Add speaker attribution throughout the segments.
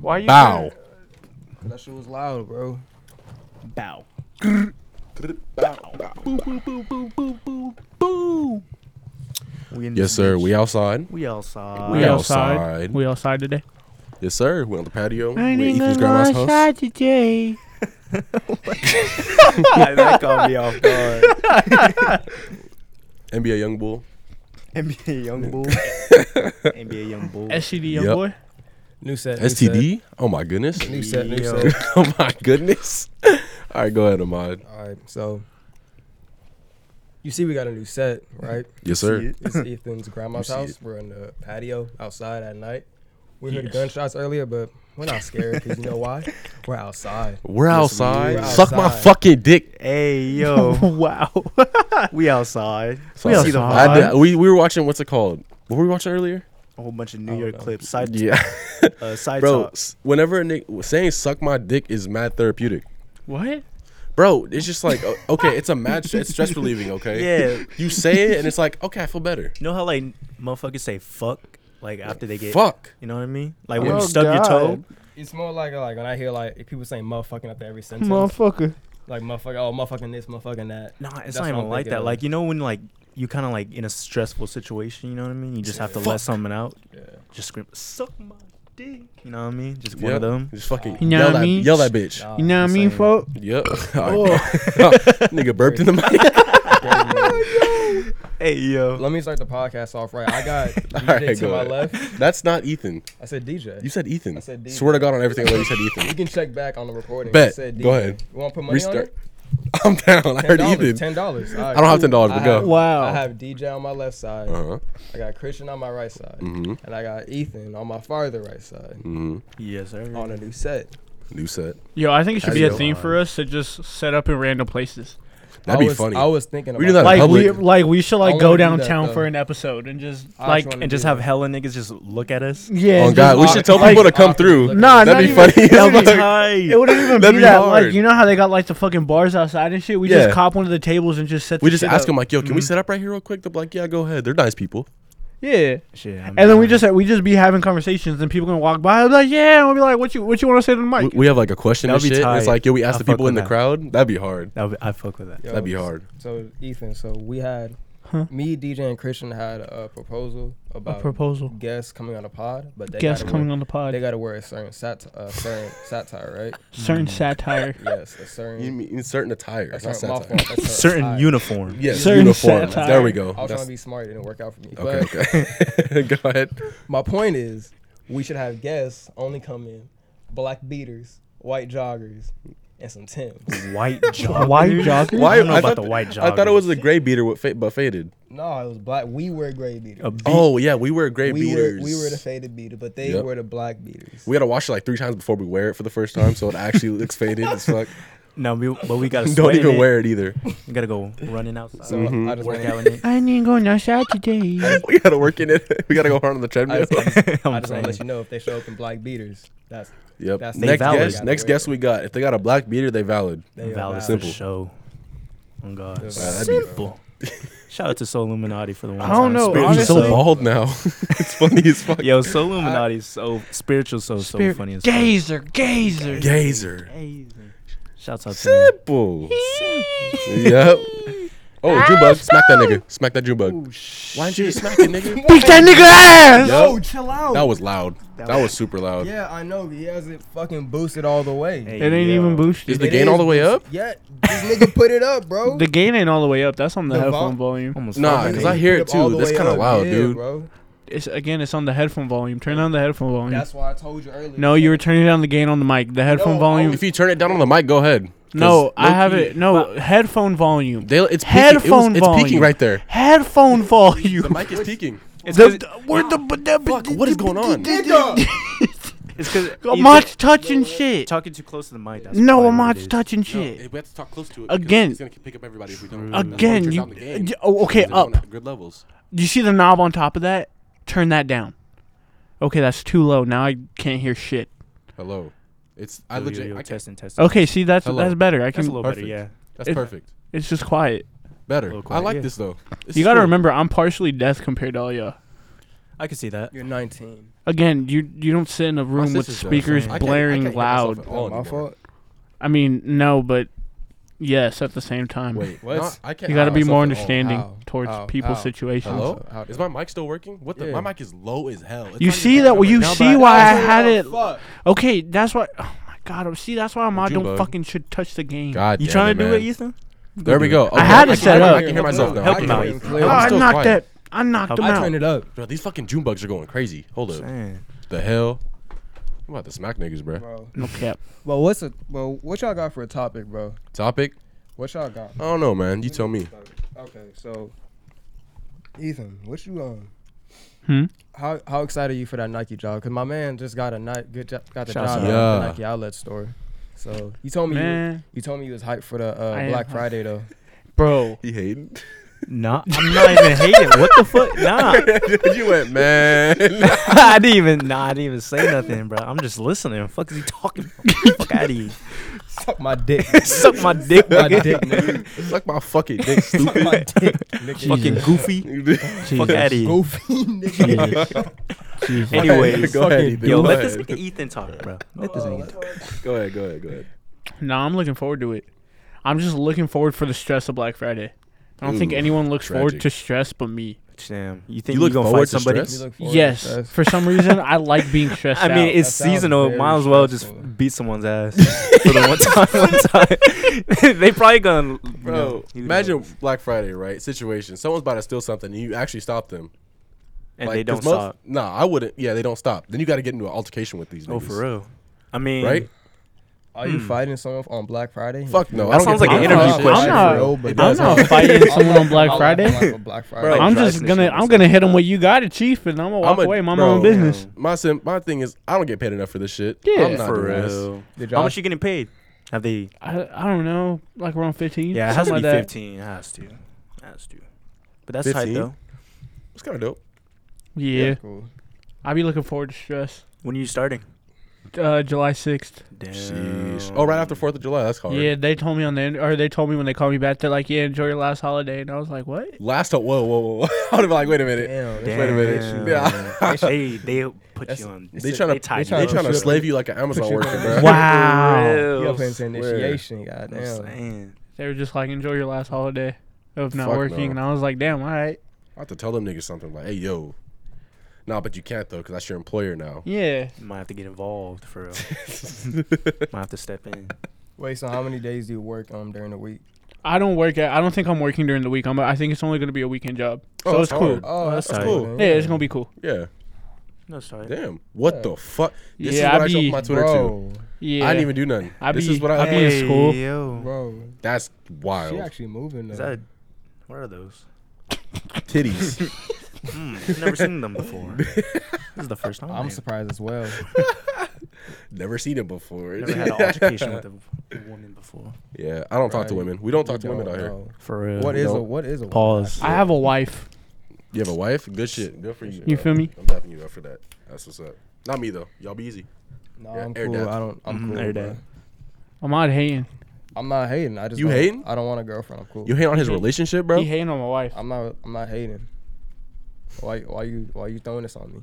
Speaker 1: Why you
Speaker 2: Bow.
Speaker 3: That shit was loud, bro.
Speaker 4: Bow. We in
Speaker 2: Yes,
Speaker 4: this
Speaker 2: sir.
Speaker 4: bitch.
Speaker 2: We outside.
Speaker 4: We outside.
Speaker 2: We outside.
Speaker 5: We outside today.
Speaker 2: Yes, sir. We on the patio.
Speaker 5: I
Speaker 2: We at
Speaker 5: ain't
Speaker 2: Ethan's
Speaker 5: gonna go
Speaker 2: grandma's house.
Speaker 5: outside today.
Speaker 4: that caught me off guard.
Speaker 2: NBA young bull.
Speaker 4: NBA young bull. NBA young bull.
Speaker 5: SCD young
Speaker 2: Yep.
Speaker 5: boy.
Speaker 3: New set. new set.
Speaker 2: STD. Oh my goodness.
Speaker 3: New set. New
Speaker 4: Yo.
Speaker 3: set.
Speaker 2: oh my goodness. All right, go ahead, Ahmad.
Speaker 3: All right, so you see, we got a new set, right?
Speaker 2: Yes, sir.
Speaker 3: It's Ethan's grandma's
Speaker 2: You see
Speaker 3: house. We're in the patio outside at night. We heard
Speaker 5: Yes.
Speaker 3: gunshots earlier, but we're not scared because you know why? We're outside.
Speaker 2: We're outside.
Speaker 3: We're
Speaker 2: Suck my
Speaker 3: outside.
Speaker 2: fucking dick.
Speaker 4: Hey yo,
Speaker 5: wow.
Speaker 4: we outside.
Speaker 2: So
Speaker 4: we
Speaker 2: I-
Speaker 4: outside. See the
Speaker 2: I
Speaker 4: vibe.
Speaker 2: did- we we were watching what's it called? What were we watching earlier?
Speaker 4: A whole bunch of New
Speaker 3: Oh,
Speaker 4: York
Speaker 3: no.
Speaker 4: clips. Side,
Speaker 2: Yeah,
Speaker 4: uh, side
Speaker 2: bro.
Speaker 4: talk.
Speaker 2: s- Whenever a nigga saying "suck my dick" is mad therapeutic,
Speaker 5: What?
Speaker 2: bro. It's just like o- okay, it's a mad. It's stress relieving. Okay.
Speaker 4: Yeah.
Speaker 2: You say it and it's like okay, I feel better.
Speaker 4: You know how like motherfuckers say fuck like after they get
Speaker 2: Fuck.
Speaker 4: You know what I mean? Like when
Speaker 5: Oh,
Speaker 4: you stub your toe.
Speaker 5: God.
Speaker 3: It's more like like when I hear like if people saying motherfucking after every sentence,
Speaker 5: Motherfucker.
Speaker 3: like motherfucker, oh motherfucking this, motherfucking that.
Speaker 4: Nah, it's
Speaker 3: That's
Speaker 4: not
Speaker 3: what
Speaker 4: even
Speaker 3: I'm
Speaker 4: like
Speaker 3: thinking
Speaker 4: that.
Speaker 3: of.
Speaker 4: Like you know when like you kind of like in a stressful situation. You know what I mean? You just have to let something out.
Speaker 3: Yeah.
Speaker 4: Just scream, suck my dick. You know what I mean? Just one
Speaker 2: Yep.
Speaker 4: of them.
Speaker 2: Just fucking
Speaker 5: You know
Speaker 2: yell
Speaker 5: what I
Speaker 2: that
Speaker 5: mean?
Speaker 2: yell that bitch.
Speaker 3: Nah,
Speaker 5: You know what I mean, Oh.
Speaker 3: same.
Speaker 5: folk?
Speaker 2: Yep. Nigga burped in the mic.
Speaker 4: Hey yo.
Speaker 3: Let me start the podcast off right. I got DJ
Speaker 2: All right,
Speaker 3: to
Speaker 2: go
Speaker 3: my
Speaker 2: ahead.
Speaker 3: left.
Speaker 2: That's not Ethan.
Speaker 3: I said DJ.
Speaker 2: You said Ethan.
Speaker 3: I said DJ.
Speaker 2: Swear to God on everything I love, you said
Speaker 3: you
Speaker 2: Ethan.
Speaker 3: can check back on the recording.
Speaker 2: Bet.
Speaker 3: I said DJ.
Speaker 2: Go ahead.
Speaker 3: You want to put money on
Speaker 2: Restart.
Speaker 3: it?
Speaker 2: I'm down. I heard
Speaker 3: $10,
Speaker 2: Ethan.
Speaker 3: Ten dollars.
Speaker 2: I don't have ten dollars,
Speaker 3: I
Speaker 2: but go.
Speaker 3: have- I
Speaker 5: Wow.
Speaker 3: have DJ on my left side.
Speaker 2: Uh huh.
Speaker 3: I got Christian on my right side,
Speaker 2: Mm-hmm.
Speaker 3: and I got Ethan on my farther right side
Speaker 2: Mm-hmm.
Speaker 4: Yes sir.
Speaker 3: on a new set.
Speaker 2: New set.
Speaker 5: Yo, I think it should be a
Speaker 2: Yo.
Speaker 5: theme for us to just set up in random places.
Speaker 2: That'd
Speaker 3: I
Speaker 2: be
Speaker 3: was,
Speaker 2: funny.
Speaker 3: I was thinking about
Speaker 2: We do that in
Speaker 5: Like we,
Speaker 2: public.
Speaker 5: like we should
Speaker 3: I
Speaker 5: like
Speaker 3: wanna
Speaker 5: go
Speaker 3: do that,
Speaker 5: downtown
Speaker 3: though.
Speaker 5: for an episode and just
Speaker 3: I
Speaker 5: like
Speaker 3: wanna
Speaker 4: And just
Speaker 3: do
Speaker 4: have
Speaker 3: that.
Speaker 4: hella niggas just look at us.
Speaker 5: yeah.
Speaker 2: oh
Speaker 5: just,
Speaker 2: God, we
Speaker 5: like-
Speaker 2: should tell
Speaker 5: like-
Speaker 2: people to come
Speaker 3: like-
Speaker 2: through.
Speaker 5: Nah,
Speaker 2: That'd be
Speaker 5: it's not
Speaker 2: funny.
Speaker 5: even-
Speaker 2: as
Speaker 5: That'd be-
Speaker 2: fuck.
Speaker 5: It wouldn't even
Speaker 2: That'd
Speaker 5: be,
Speaker 2: be
Speaker 5: that.
Speaker 2: hard.
Speaker 5: Like you know how they got like the fucking bars outside and shit. We
Speaker 2: Yeah.
Speaker 5: just cop one of the tables and just set.
Speaker 2: we
Speaker 5: the
Speaker 2: just
Speaker 5: shit
Speaker 2: ask
Speaker 5: up. Mm-hmm.
Speaker 2: them like, "Yo, can we
Speaker 3: Mm-hmm.
Speaker 2: sit up right here real quick?" They're like, "Yeah, go ahead. They're nice people."
Speaker 5: Yeah.
Speaker 4: Shit. I
Speaker 5: And then we
Speaker 4: mean,
Speaker 5: just we just be having conversations and people gonna walk by. I'm like, yeah. And we'll be like, what you what you want to say to the
Speaker 2: We,
Speaker 5: mic?
Speaker 2: we have like a question and
Speaker 4: That'd be
Speaker 2: shit. and It's
Speaker 4: tight.
Speaker 2: like, yo, we ask
Speaker 4: I
Speaker 2: the
Speaker 4: fuck
Speaker 2: people in the
Speaker 4: with that.
Speaker 2: crowd. That'd be hard.
Speaker 4: that would be- I fuck with that.
Speaker 3: Yo,
Speaker 2: That'd be hard.
Speaker 3: So Ethan, so we had
Speaker 5: Huh?
Speaker 3: me, DJ, and Christian had a proposal
Speaker 5: A
Speaker 3: about
Speaker 5: proposal.
Speaker 3: guests coming on the pod, but they
Speaker 5: Guests
Speaker 3: gotta
Speaker 5: coming
Speaker 3: wear,
Speaker 5: on the
Speaker 3: They
Speaker 5: pod.
Speaker 3: gotta wear a certain sat- uh, certain satire, right?
Speaker 5: Certain satire.
Speaker 3: Yes, a certain.
Speaker 2: Mm. You mean certain attire,
Speaker 3: a
Speaker 2: not
Speaker 3: certain, my
Speaker 2: satire.
Speaker 3: fault, a
Speaker 4: Certain
Speaker 3: attire.
Speaker 4: uniform.
Speaker 2: Yes,
Speaker 5: Certain
Speaker 2: uniform.
Speaker 5: satire.
Speaker 2: There we
Speaker 3: I
Speaker 2: go.
Speaker 3: was trying
Speaker 2: That's-
Speaker 3: to be smart, it didn't work out for me.
Speaker 2: Okay,
Speaker 3: But
Speaker 2: okay. go ahead.
Speaker 3: my point is, we should have guests only come in black beaters, white joggers, and some Tims.
Speaker 4: White joggers.
Speaker 5: White joggers?
Speaker 4: Why? I don't know
Speaker 2: I
Speaker 4: about
Speaker 2: thought-
Speaker 4: the white joggers.
Speaker 2: I thought it was a gray beater with fa- but faded.
Speaker 3: No, it was black. We were gray beaters.
Speaker 4: A beat.
Speaker 2: Oh yeah, we wear gray
Speaker 3: we
Speaker 2: beaters.
Speaker 3: were we were the faded beater, but they
Speaker 2: Yep.
Speaker 3: were the black beaters.
Speaker 2: We gotta wash it like three times before we wear it for the first time, so it actually looks faded as fuck.
Speaker 4: No, we, but we gotta.
Speaker 2: Don't
Speaker 4: sweat in
Speaker 2: even
Speaker 4: it.
Speaker 2: wear it either.
Speaker 4: We gotta go running outside.
Speaker 3: so Mm-hmm. I just
Speaker 4: work
Speaker 3: wanted,
Speaker 4: out in it.
Speaker 5: I ain't going outside today.
Speaker 2: we gotta work in it. We gotta go hard on the
Speaker 3: I
Speaker 2: treadmill.
Speaker 3: just, I just
Speaker 4: I'm
Speaker 3: wanna let you
Speaker 4: saying.
Speaker 3: know if they show up in black beaters, that's
Speaker 2: Yep.
Speaker 3: That's- they
Speaker 2: Next
Speaker 4: valid.
Speaker 2: guess.
Speaker 3: Gotta
Speaker 2: Next
Speaker 3: wear
Speaker 2: guess
Speaker 3: it.
Speaker 2: we got. If they got a black beater, they valid.
Speaker 3: they are
Speaker 4: Valid
Speaker 3: valid.
Speaker 4: for
Speaker 2: Simple.
Speaker 4: show. Oh God.
Speaker 3: Yeah,
Speaker 2: that'd be-
Speaker 4: Simple. Shout out to Soul Illuminati for the one.
Speaker 5: I don't
Speaker 4: time.
Speaker 5: know,
Speaker 4: Spiritual
Speaker 2: He's so
Speaker 5: honestly-
Speaker 4: soul.
Speaker 2: bald now. it's funny as fuck.
Speaker 4: Yo, Soul Illuminati is so spiritual. So so funny. As fuck.
Speaker 5: Gazer, gazer.
Speaker 2: Gazer.
Speaker 4: Gazer. Shouts out to him.
Speaker 2: Simple. yep. Oh, June bug. Smack that nigga. Smack that June bug. Why didn't you smack it, nigga?
Speaker 5: Beat that nigga ass.
Speaker 2: Yup.
Speaker 3: Oh,
Speaker 1: Oh,
Speaker 3: chill out.
Speaker 2: That was loud. That, was super loud.
Speaker 3: yeah, I know. He hasn't fucking boosted all the way.
Speaker 4: Hey,
Speaker 5: It ain't
Speaker 4: yo.
Speaker 5: even
Speaker 2: Is
Speaker 5: boosted.
Speaker 2: the
Speaker 3: It
Speaker 2: gain all
Speaker 3: is
Speaker 2: the way up?
Speaker 3: Yeah, this nigga put it up, bro.
Speaker 5: The gain ain't all the way up. That's on the,
Speaker 3: The vol-
Speaker 5: headphone volume.
Speaker 4: Almost
Speaker 2: Nah,
Speaker 4: fucking
Speaker 2: because I
Speaker 4: eight.
Speaker 3: Put
Speaker 2: hear it
Speaker 3: it all
Speaker 2: too.
Speaker 3: the
Speaker 2: That's
Speaker 3: way
Speaker 2: kind of
Speaker 3: up.
Speaker 2: loud,
Speaker 3: Yeah,
Speaker 2: dude.
Speaker 3: Bro.
Speaker 5: It's again, it's on the headphone volume. Turn on the headphone volume.
Speaker 3: That's why I told you earlier.
Speaker 5: no, you were turning down the gain on the mic. The headphone
Speaker 3: No,
Speaker 5: volume.
Speaker 2: If you turn it down on the mic, go ahead. 'Cause
Speaker 5: no, I
Speaker 2: low-key,
Speaker 5: have it. No, headphone volume.
Speaker 2: They, it's peaking. It was,
Speaker 5: Headphone
Speaker 2: it's peaking
Speaker 5: volume.
Speaker 2: right there.
Speaker 5: headphone volume.
Speaker 2: mic is peaking.
Speaker 5: It's the, where the
Speaker 2: Fuck, what is going on?
Speaker 3: Nigga!
Speaker 4: It's because
Speaker 5: I'm not touching shit.
Speaker 4: talking too close to the mic. That's
Speaker 5: No,
Speaker 4: probably
Speaker 5: I'm
Speaker 4: what
Speaker 5: not
Speaker 4: it is.
Speaker 5: touching shit.
Speaker 2: we have to talk close to it.
Speaker 5: because Again. it's
Speaker 2: gonna pick up everybody if we don't.
Speaker 5: Again, you. d- Oh, okay, up.
Speaker 2: Good levels.
Speaker 5: You see the knob on top of that? Turn that down. Okay, that's too low. Now I can't hear shit.
Speaker 2: Hello. It's I
Speaker 4: Yo, yo,
Speaker 2: legit.
Speaker 4: yo,
Speaker 2: I can't,
Speaker 4: testing, testing.
Speaker 5: Okay, see that's
Speaker 2: Hello.
Speaker 5: that's better. I
Speaker 4: that's a
Speaker 5: can.
Speaker 4: little
Speaker 2: Perfect.
Speaker 4: better. Yeah.
Speaker 2: that's
Speaker 5: it-
Speaker 2: perfect.
Speaker 5: It's just quiet.
Speaker 2: Better.
Speaker 4: little
Speaker 2: I
Speaker 4: quiet,
Speaker 2: like
Speaker 4: yeah.
Speaker 2: this though. This
Speaker 5: you
Speaker 2: is
Speaker 5: gotta
Speaker 2: cool.
Speaker 5: remember, I'm partially deaf compared to all y'all.
Speaker 4: I could see that.
Speaker 3: You're 19.
Speaker 5: Again, you you don't sit in a room with
Speaker 4: sister's
Speaker 5: speakers
Speaker 4: saying- I
Speaker 2: can't-
Speaker 5: blaring
Speaker 2: can't hear myself
Speaker 5: loud.
Speaker 2: at all
Speaker 1: Oh, my
Speaker 2: anymore.
Speaker 1: fault.
Speaker 5: I mean, no, but yes, at the same time.
Speaker 2: Wait,
Speaker 3: What?
Speaker 2: not- I can't
Speaker 5: You got to be
Speaker 2: hear
Speaker 5: more
Speaker 2: myself at all.
Speaker 5: understanding
Speaker 1: How?
Speaker 5: towards
Speaker 1: How?
Speaker 5: people's
Speaker 1: How?
Speaker 5: situations.
Speaker 2: Hello?
Speaker 1: How-
Speaker 2: Is my mic still working? What the?
Speaker 1: Yeah.
Speaker 2: My mic is low as hell.
Speaker 5: You
Speaker 2: It's not even
Speaker 5: see
Speaker 2: picking
Speaker 5: that?
Speaker 2: up
Speaker 5: Well,
Speaker 2: my-
Speaker 5: you
Speaker 2: No,
Speaker 5: see
Speaker 2: but-
Speaker 5: why I
Speaker 3: Oh,
Speaker 5: had it.
Speaker 3: fuck.
Speaker 5: Okay, that's why. Oh my god! See, that's why my
Speaker 2: you
Speaker 5: don't
Speaker 2: bug?
Speaker 5: fucking should touch the game.
Speaker 2: God
Speaker 4: You
Speaker 2: damn
Speaker 4: trying
Speaker 2: it,
Speaker 4: to do
Speaker 2: man.
Speaker 4: it, Ethan?
Speaker 2: There we go.
Speaker 5: I had
Speaker 2: Okay,
Speaker 5: it
Speaker 2: can-
Speaker 5: set
Speaker 2: I
Speaker 5: up.
Speaker 2: can hear myself now.
Speaker 4: Help
Speaker 2: I
Speaker 4: him
Speaker 2: can
Speaker 4: out,
Speaker 2: hear
Speaker 4: Ethan.
Speaker 2: myself.
Speaker 5: Oh,
Speaker 2: I'm
Speaker 5: I
Speaker 2: still
Speaker 5: knocked
Speaker 2: quiet.
Speaker 5: that. I knocked him
Speaker 3: I turned
Speaker 5: out.
Speaker 3: it up.
Speaker 2: Bro, these fucking June bugs are going crazy. Hold up.
Speaker 4: Man.
Speaker 2: The hell? I'm about to smack niggas, bro.
Speaker 1: Bro.
Speaker 5: No cap.
Speaker 1: Well, what's a well? What y'all got for a topic, bro?
Speaker 2: Topic?
Speaker 1: What y'all got?
Speaker 2: I don't know, man. You tell me.
Speaker 1: Okay, so Ethan, what you um?
Speaker 5: Hmm?
Speaker 1: How how excited are you for that Nike job? Cause my man just got a Nike good jo- got the
Speaker 5: Shouts
Speaker 1: job
Speaker 2: out.
Speaker 1: at the
Speaker 2: Yeah.
Speaker 1: Nike outlet store. So you told me you,
Speaker 5: Man,
Speaker 1: you told me you was hyped for the
Speaker 5: I
Speaker 1: uh,
Speaker 5: am
Speaker 1: Black
Speaker 5: hyped.
Speaker 1: Friday though.
Speaker 5: bro.
Speaker 2: He hated.
Speaker 4: Nah, I'm not even hating. What the fuck? Nah.
Speaker 2: you went, man.
Speaker 4: I didn't even. Nah, I didn't even say nothing, bro. I'm just listening. Fuck is he talking? about? fuck out of here.
Speaker 1: Suck my dick.
Speaker 4: Suck my dick,
Speaker 1: my
Speaker 4: nigga.
Speaker 1: dick, nigga.
Speaker 2: Suck my fucking dick,
Speaker 1: Suck
Speaker 2: stupid.
Speaker 1: my dick, nigga.
Speaker 4: Fucking
Speaker 5: Jesus.
Speaker 4: goofy. Fuck out of here.
Speaker 1: Goofy, nigga.
Speaker 5: Jesus.
Speaker 4: Anyways,
Speaker 2: go ahead, Ethan.
Speaker 4: yo,
Speaker 2: go,
Speaker 4: let this
Speaker 2: ahead.
Speaker 4: nigga Ethan talk, bro. Let this nigga talk.
Speaker 2: go ahead. Go ahead. Go ahead.
Speaker 5: No, I'm looking forward to it. I'm just looking forward for the stress of Black Friday. I don't think
Speaker 2: Ooh,
Speaker 5: anyone looks forward
Speaker 2: tragic.
Speaker 5: to stress but me.
Speaker 4: Damn, you think
Speaker 2: You
Speaker 4: you,
Speaker 2: look
Speaker 4: gonna
Speaker 2: forward
Speaker 4: fight
Speaker 2: to
Speaker 4: somebody?
Speaker 2: stress?
Speaker 1: You look forward to
Speaker 5: yes,
Speaker 1: that.
Speaker 5: for some reason I like being stressed
Speaker 4: I mean,
Speaker 5: out.
Speaker 4: it's
Speaker 1: That sounds
Speaker 4: seasonal.
Speaker 1: very
Speaker 4: Might as well just
Speaker 1: stressful.
Speaker 4: beat someone's ass for the one time. One time, they probably gonna. you know,
Speaker 2: Bro,
Speaker 4: you know,
Speaker 2: imagine Black Friday, right? Situation. Someone's about to steal something, and you actually stop them.
Speaker 4: and
Speaker 2: Like,
Speaker 4: they
Speaker 2: 'cause
Speaker 4: don't
Speaker 2: most-
Speaker 4: stop.
Speaker 2: Nah, I wouldn't. Yeah, they don't stop. Then you got to get into an altercation with these.
Speaker 4: Oh,
Speaker 2: niggas,
Speaker 4: for real. I mean, Hmm.
Speaker 2: Right?
Speaker 1: Are you fighting someone on Black Friday?
Speaker 2: Fuck no.
Speaker 4: That
Speaker 2: I don't
Speaker 4: sounds
Speaker 2: get
Speaker 4: like an
Speaker 2: paid for
Speaker 4: interview
Speaker 2: that shit.
Speaker 4: question.
Speaker 5: I'm
Speaker 2: For
Speaker 5: not-
Speaker 2: real, but it
Speaker 5: I'm
Speaker 2: does
Speaker 5: not
Speaker 2: happen.
Speaker 5: fighting someone on Black Friday.
Speaker 1: Friday. Black Friday.
Speaker 4: Bro,
Speaker 5: I'm
Speaker 4: drive
Speaker 5: just
Speaker 4: this
Speaker 5: gonna
Speaker 4: shit
Speaker 5: I'm gonna hit him where you got it, chief, and I'm gonna walk
Speaker 2: I'm a-
Speaker 5: away, mind my
Speaker 2: bro.
Speaker 5: own business.
Speaker 2: My sim, my thing is, I don't get paid enough for this shit.
Speaker 5: Yeah.
Speaker 2: I'm not
Speaker 4: for
Speaker 2: doing this.
Speaker 4: real.
Speaker 1: Did
Speaker 4: How
Speaker 1: y'all-
Speaker 4: much you getting paid? Have they?
Speaker 5: I, I don't know, like around 15.
Speaker 4: Yeah, it has
Speaker 5: something
Speaker 4: to be
Speaker 5: like that.
Speaker 4: fifteen. It has to. It has to. But that's tight
Speaker 2: 15?
Speaker 4: though.
Speaker 2: It's kind of dope.
Speaker 5: Yeah,
Speaker 1: Cool.
Speaker 5: I be looking forward to stress.
Speaker 4: When are you starting?
Speaker 5: Uh, July 6th.
Speaker 4: Damn.
Speaker 2: Sheesh. Oh, right after Fourth of July. That's hard.
Speaker 5: Yeah, they told me on the end, or they told me when they called me back. They're like, "Yeah, enjoy your last holiday," and I was like, "What?"
Speaker 2: Last time, whoa, whoa, whoa. I would have been like, wait a minute.
Speaker 1: Damn.
Speaker 4: Damn.
Speaker 2: Wait a minute. Yeah.
Speaker 4: they they put
Speaker 1: That's-
Speaker 4: you on.
Speaker 2: They trying to
Speaker 4: tied
Speaker 2: they
Speaker 4: you up.
Speaker 2: trying to
Speaker 1: Put
Speaker 2: slave you like an Amazon
Speaker 1: you
Speaker 2: worker,
Speaker 1: on-
Speaker 2: bro.
Speaker 5: Wow.
Speaker 1: You up into
Speaker 4: That's
Speaker 1: initiation,
Speaker 4: what I'm
Speaker 1: goddamn.
Speaker 4: saying.
Speaker 5: They were just like, "Enjoy your last holiday of not
Speaker 2: Fuck
Speaker 5: working,"
Speaker 2: no.
Speaker 5: and I was like, "Damn, all right,
Speaker 2: I have to tell them niggas something like, hey, yo. Nah, but you can't though, because that's your employer now.
Speaker 5: yeah."
Speaker 4: You might have to get involved for real. might have to step in.
Speaker 1: Wait, so how many days do you work um during the week?
Speaker 5: I don't work. At, I don't think I'm working during the week. I'm. I think it's only gonna be a weekend job. so it's
Speaker 2: that's
Speaker 5: cool.
Speaker 2: hard.
Speaker 1: Oh,
Speaker 4: that's tight.
Speaker 2: cool.
Speaker 1: then.
Speaker 5: Yeah, it's gonna be cool.
Speaker 2: Yeah.
Speaker 4: No, sorry.
Speaker 2: Damn. What
Speaker 1: Yeah.
Speaker 2: the fuck? This
Speaker 5: Yeah,
Speaker 2: is what
Speaker 5: I
Speaker 2: I, show
Speaker 5: be-
Speaker 2: up on my Twitter too.
Speaker 1: bro,
Speaker 5: Yeah.
Speaker 2: I didn't even do nothing.
Speaker 5: I
Speaker 2: this
Speaker 5: be-
Speaker 2: is what I,
Speaker 5: I be- in school.
Speaker 4: Yo.
Speaker 1: bro.
Speaker 2: That's wild.
Speaker 1: She actually moving though.
Speaker 4: Is that what are those?
Speaker 2: Titties.
Speaker 4: Hmm, I've never seen them before. this is the first time.
Speaker 1: I'm
Speaker 4: I'm
Speaker 1: surprised as well.
Speaker 2: Never seen it before.
Speaker 4: never had an altercation with a woman before.
Speaker 2: yeah, I don't talk to
Speaker 1: Right.
Speaker 2: women. We don't talk
Speaker 1: You
Speaker 2: to women
Speaker 1: don't
Speaker 2: out here.
Speaker 1: know.
Speaker 4: For real.
Speaker 1: What is a
Speaker 2: don't.
Speaker 1: what is a
Speaker 4: Pause.
Speaker 5: I have a wife.
Speaker 2: You have a wife? Good shit. Good for you.
Speaker 5: You
Speaker 2: bro.
Speaker 5: feel me?
Speaker 2: I'm dapping you up for that. That's what's up. Not me though. Y'all be easy.
Speaker 1: No,
Speaker 2: Yeah,
Speaker 1: I'm
Speaker 2: air
Speaker 1: cool.
Speaker 2: dap.
Speaker 1: I don't. I'm
Speaker 4: Mhm,
Speaker 1: cool.
Speaker 4: air
Speaker 1: bro.
Speaker 4: dap.
Speaker 5: I'm not hating.
Speaker 1: I'm not hating. I just
Speaker 2: You
Speaker 1: don't-
Speaker 2: hating?
Speaker 1: I don't want a girlfriend. I'm cool.
Speaker 2: You hate on his relationship, bro?
Speaker 5: He hating on my wife.
Speaker 1: I'm not. I'm not hating. Why? Why you? Why you throwing this on me?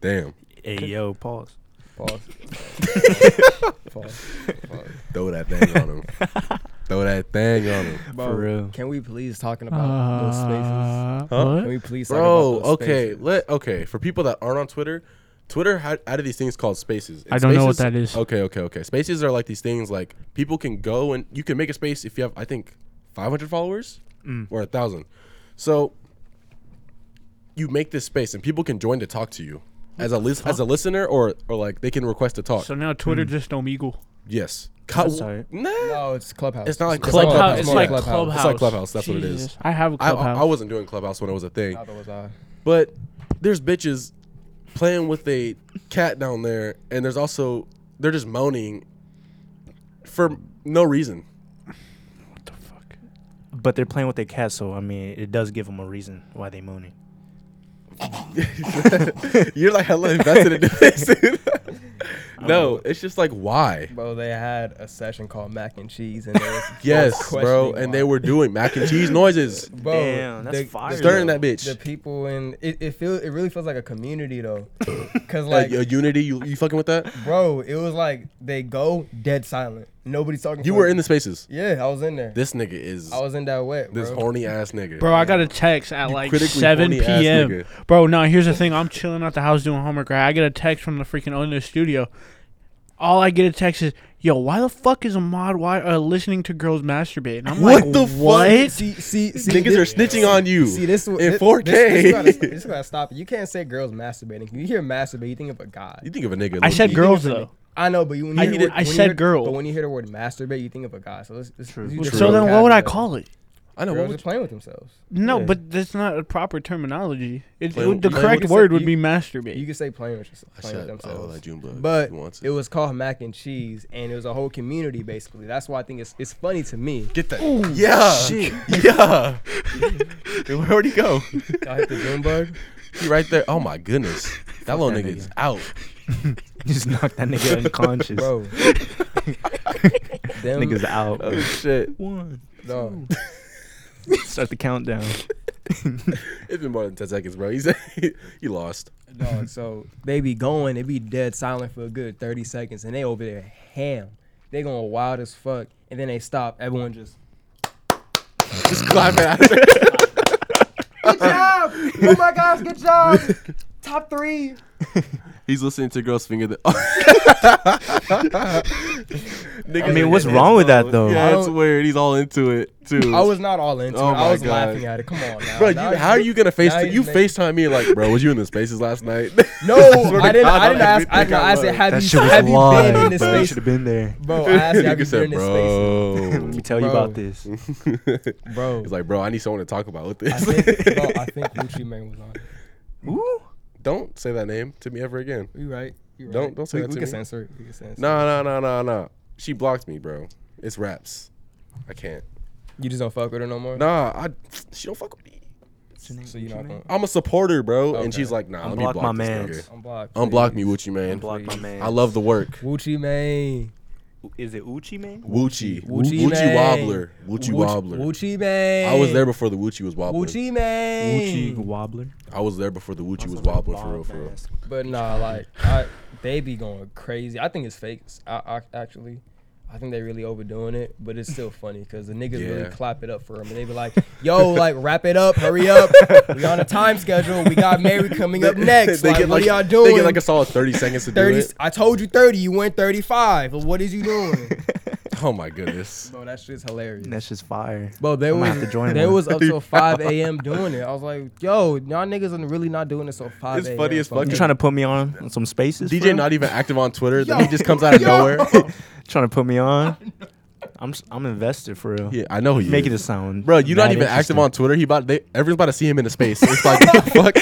Speaker 2: Damn.
Speaker 4: Hey yo, pause.
Speaker 1: Pause. Pause. Pause.
Speaker 2: Throw that thing on him. Throw that thing on him.
Speaker 1: Bro,
Speaker 4: real.
Speaker 1: Can we please talking about those spaces?
Speaker 5: Uh,
Speaker 2: Huh?
Speaker 1: Can
Speaker 5: what?
Speaker 1: we please talk
Speaker 2: Bro,
Speaker 1: about those
Speaker 2: okay.
Speaker 1: spaces?
Speaker 2: Let okay. For people that aren't on Twitter, Twitter had added these things called spaces. And
Speaker 5: I don't know what
Speaker 2: spaces-
Speaker 5: that is.
Speaker 2: Okay, okay, okay. Spaces are like these things like people can go and you can make a space if you have I think 500 followers
Speaker 4: Mm.
Speaker 2: or a 1000. So you make this space and people can join to talk to you. As a lis- as a listener or or like they can request to talk. Mm.
Speaker 5: So now Twitter just don't eagle.
Speaker 2: yes.
Speaker 4: That's
Speaker 2: Co-
Speaker 4: tight.
Speaker 2: Nah.
Speaker 1: No, it's Clubhouse.
Speaker 2: It's not like
Speaker 1: more
Speaker 2: Clubhouse. Clubhouse.
Speaker 5: It's
Speaker 1: more
Speaker 5: like
Speaker 2: Yeah.
Speaker 5: clubhouse.
Speaker 2: It's like Clubhouse. That's what it is.
Speaker 5: Jesus. I have a
Speaker 2: I,
Speaker 5: clubhouse.
Speaker 2: I I wasn't doing Clubhouse when it was a thing,
Speaker 1: Neither was I.
Speaker 2: but there's bitches playing with a cat down there, and there's also they're just moaning for no reason.
Speaker 5: what the fuck?
Speaker 4: But they're playing with their cat, so I mean, it does give them a reason why they moaning.
Speaker 2: You're like hella invested into this. dude. no, it's just like why?
Speaker 3: Bro, they had a session called Mac and Cheese, and they was
Speaker 2: Yes, bro.
Speaker 3: questioning
Speaker 2: And
Speaker 3: why.
Speaker 2: they were doing mac and cheese noises
Speaker 3: Bro,
Speaker 4: Damn, that's fire,
Speaker 2: during that bitch.
Speaker 3: The people in it, it feel it really feels like a community though, cause
Speaker 2: like
Speaker 3: like
Speaker 2: a unity, you, you fucking with that?
Speaker 3: bro, it was like they go dead silent. Nobody's talking.
Speaker 2: You
Speaker 3: for-
Speaker 2: were in the spaces.
Speaker 3: Yeah, I was in there.
Speaker 2: This nigga is
Speaker 3: I was in that wet, bro.
Speaker 2: this horny ass nigga.
Speaker 5: Bro, I got a text at like
Speaker 2: critically
Speaker 5: 7
Speaker 2: horny ass
Speaker 5: p.m.
Speaker 2: nigga.
Speaker 5: Bro, no, here's the thing. I'm chilling at the house doing homework, right? I get a text from the freaking owner of the studio. All I get a text is, yo, why the fuck is a mod why, uh, listening to girls masturbate? And I'm
Speaker 2: What
Speaker 5: like,
Speaker 2: the fuck?
Speaker 5: what?
Speaker 3: see, see, see,
Speaker 2: Niggas
Speaker 3: thi-
Speaker 2: are snitching on you
Speaker 3: See this
Speaker 2: in
Speaker 3: thi- this-
Speaker 2: 4K.
Speaker 3: This, this, gotta, st- this gotta stop. You can't say girls masturbating. You hear masturbate, you think of a guy.
Speaker 2: you think of a nigga?
Speaker 5: I
Speaker 2: Lil
Speaker 5: said
Speaker 2: D.
Speaker 5: girls, though.
Speaker 3: I know, but you, when you
Speaker 5: I
Speaker 3: hear the
Speaker 5: did-
Speaker 3: word-
Speaker 5: I
Speaker 3: when you
Speaker 5: said
Speaker 3: hear-
Speaker 5: girl.
Speaker 3: But when you hear the word masturbate, you think of a guy. So let's, let's, you just
Speaker 5: So then what would I call it?
Speaker 2: I know. What
Speaker 3: Girls are
Speaker 2: would
Speaker 3: playing with themselves.
Speaker 5: No,
Speaker 2: Yeah.
Speaker 5: but that's not a proper terminology. It,
Speaker 2: Play
Speaker 5: it would- the
Speaker 2: with-
Speaker 5: correct
Speaker 3: you said-
Speaker 5: word would
Speaker 3: you-
Speaker 5: be
Speaker 3: You
Speaker 5: masturbate.
Speaker 3: could say playing with, yourself,
Speaker 2: I
Speaker 3: playing with
Speaker 2: said, oh,
Speaker 3: themselves.
Speaker 2: that June bug.
Speaker 3: But
Speaker 2: He wants
Speaker 3: it was called mac and cheese, and it was a whole community basically. That's why I think it's it's funny to me.
Speaker 2: Get that. yeah. Yeah. Where'd he go?
Speaker 3: I hit the Zoom bug.
Speaker 2: He right there. Oh my goodness. That little
Speaker 4: that
Speaker 2: nigga is out.
Speaker 4: Just knock that nigga unconscious.
Speaker 3: bro. them,
Speaker 4: Nigga's out. bro.
Speaker 2: Oh, shit.
Speaker 4: One.
Speaker 3: dog.
Speaker 4: Start the countdown.
Speaker 2: It's been more than ten seconds, bro. He's he lost.
Speaker 3: dog. So they be going, they be dead silent for a good thirty seconds, and they over there ham. They going wild as fuck, and then they stop. Everyone just
Speaker 2: Just clapping. after.
Speaker 3: good job. Oh my gosh, good job. Top three.
Speaker 2: He's listening to girls finger the. Nigga,
Speaker 4: I mean, what's wrong with that though?
Speaker 2: Yeah,
Speaker 3: I
Speaker 2: it's
Speaker 3: don't-
Speaker 2: weird. He's all into it too.
Speaker 3: I was not all into
Speaker 2: Oh
Speaker 3: it.
Speaker 2: my
Speaker 3: I was
Speaker 2: God.
Speaker 3: laughing at it. Come on, now.
Speaker 2: Bro, you,
Speaker 3: Now
Speaker 2: how are you gonna face
Speaker 3: now
Speaker 2: you
Speaker 3: just make-
Speaker 2: Facetime me like, bro? Was you in the spaces last night?
Speaker 3: No,
Speaker 2: swear to
Speaker 3: I didn't.
Speaker 2: God,
Speaker 3: I didn't
Speaker 2: I
Speaker 3: ask. I,
Speaker 2: think
Speaker 3: no,
Speaker 2: I
Speaker 3: I said,
Speaker 2: was.
Speaker 3: have
Speaker 4: That
Speaker 3: you
Speaker 4: shit was
Speaker 3: have you been in
Speaker 4: live,
Speaker 3: this
Speaker 4: bro. You should
Speaker 3: space,
Speaker 4: have been there.
Speaker 3: bro? I asked, have you
Speaker 2: Nigga
Speaker 3: been in
Speaker 2: said,
Speaker 3: this space,
Speaker 4: Let me
Speaker 2: bro.
Speaker 4: tell you
Speaker 3: Bro.
Speaker 4: about this.
Speaker 3: bro?
Speaker 2: He's like, bro, I need someone to talk about with
Speaker 3: I
Speaker 2: this.
Speaker 3: think, bro, I think Gucci Mane was on. it.
Speaker 4: Ooh.
Speaker 2: don't say that name to me ever again.
Speaker 3: You right? You right?
Speaker 2: Don't- don't say
Speaker 3: we,
Speaker 2: that
Speaker 3: we
Speaker 2: to
Speaker 3: can
Speaker 2: me.
Speaker 3: censor it. We can censor. it.
Speaker 2: No, no, no, no, no. She blocked me, bro. It's raps. I can't.
Speaker 3: you just don't fuck with her no more.
Speaker 2: Nah, I. She don't fuck with me.
Speaker 3: so you're not going.
Speaker 2: I'm a supporter, bro. And
Speaker 3: Okay.
Speaker 2: she's like, nah, let me
Speaker 4: Unblock
Speaker 2: block
Speaker 4: my
Speaker 2: this
Speaker 4: mans.
Speaker 2: nigga.
Speaker 3: Unblock.
Speaker 2: Unblock me, Woochie man.
Speaker 4: Block my man.
Speaker 2: I love the work.
Speaker 3: Gucci Mane.
Speaker 4: Is it Uchi man?
Speaker 2: Woochie.
Speaker 3: Woochie
Speaker 2: Woochie
Speaker 3: man.
Speaker 2: Wobbler. Woochie
Speaker 3: Gucci-
Speaker 2: Wobbler.
Speaker 3: Gucci Mane.
Speaker 2: I was there before the Woochie was wobbling.
Speaker 3: Gucci Mane.
Speaker 4: Uchi wobbler.
Speaker 2: I was there before the Woochie was
Speaker 4: Sounds like
Speaker 2: wobbling for real,
Speaker 4: bomb
Speaker 2: for real.
Speaker 4: ass.
Speaker 3: But nah, like I, they be going crazy. I think it's fake. I, I actually, I think they really overdoing it, but it's still funny because the niggas
Speaker 2: Yeah.
Speaker 3: really clap it up for them. And they be like, "Yo, like wrap it up, hurry up. We on a time schedule. We got married coming up next. like, what y'all doing?
Speaker 2: They get like a solid 30 seconds to
Speaker 3: thirty.
Speaker 2: do it.
Speaker 3: I told you thirty. You went thirty-five. What is you doing?
Speaker 2: Oh my goodness.
Speaker 3: Bro, that shit's hilarious.
Speaker 4: That's just fire.
Speaker 3: Bro, they
Speaker 4: I'm gonna
Speaker 3: was
Speaker 4: have to join
Speaker 3: they
Speaker 4: one.
Speaker 3: was up till five a.m. doing it. I was like, "Yo, y'all niggas are really not doing this till five
Speaker 2: It's
Speaker 3: a.m.
Speaker 2: funny as
Speaker 3: Fuck
Speaker 2: fuck.
Speaker 4: You
Speaker 3: it.
Speaker 4: trying to put me on on some spaces?
Speaker 2: DJ
Speaker 4: bro?
Speaker 2: not even active on Twitter. Then
Speaker 3: Yo.
Speaker 2: he just comes out of
Speaker 3: Yo.
Speaker 2: nowhere.
Speaker 4: trying to put me on. I'm s- I'm invested for real.
Speaker 2: yeah, I know he
Speaker 4: Make it
Speaker 2: is.
Speaker 4: a sound.
Speaker 2: Bro, you're not
Speaker 4: mad
Speaker 2: even active
Speaker 4: interesting.
Speaker 2: on Twitter. He about they everyone's about to see him in the space. It's like fuck.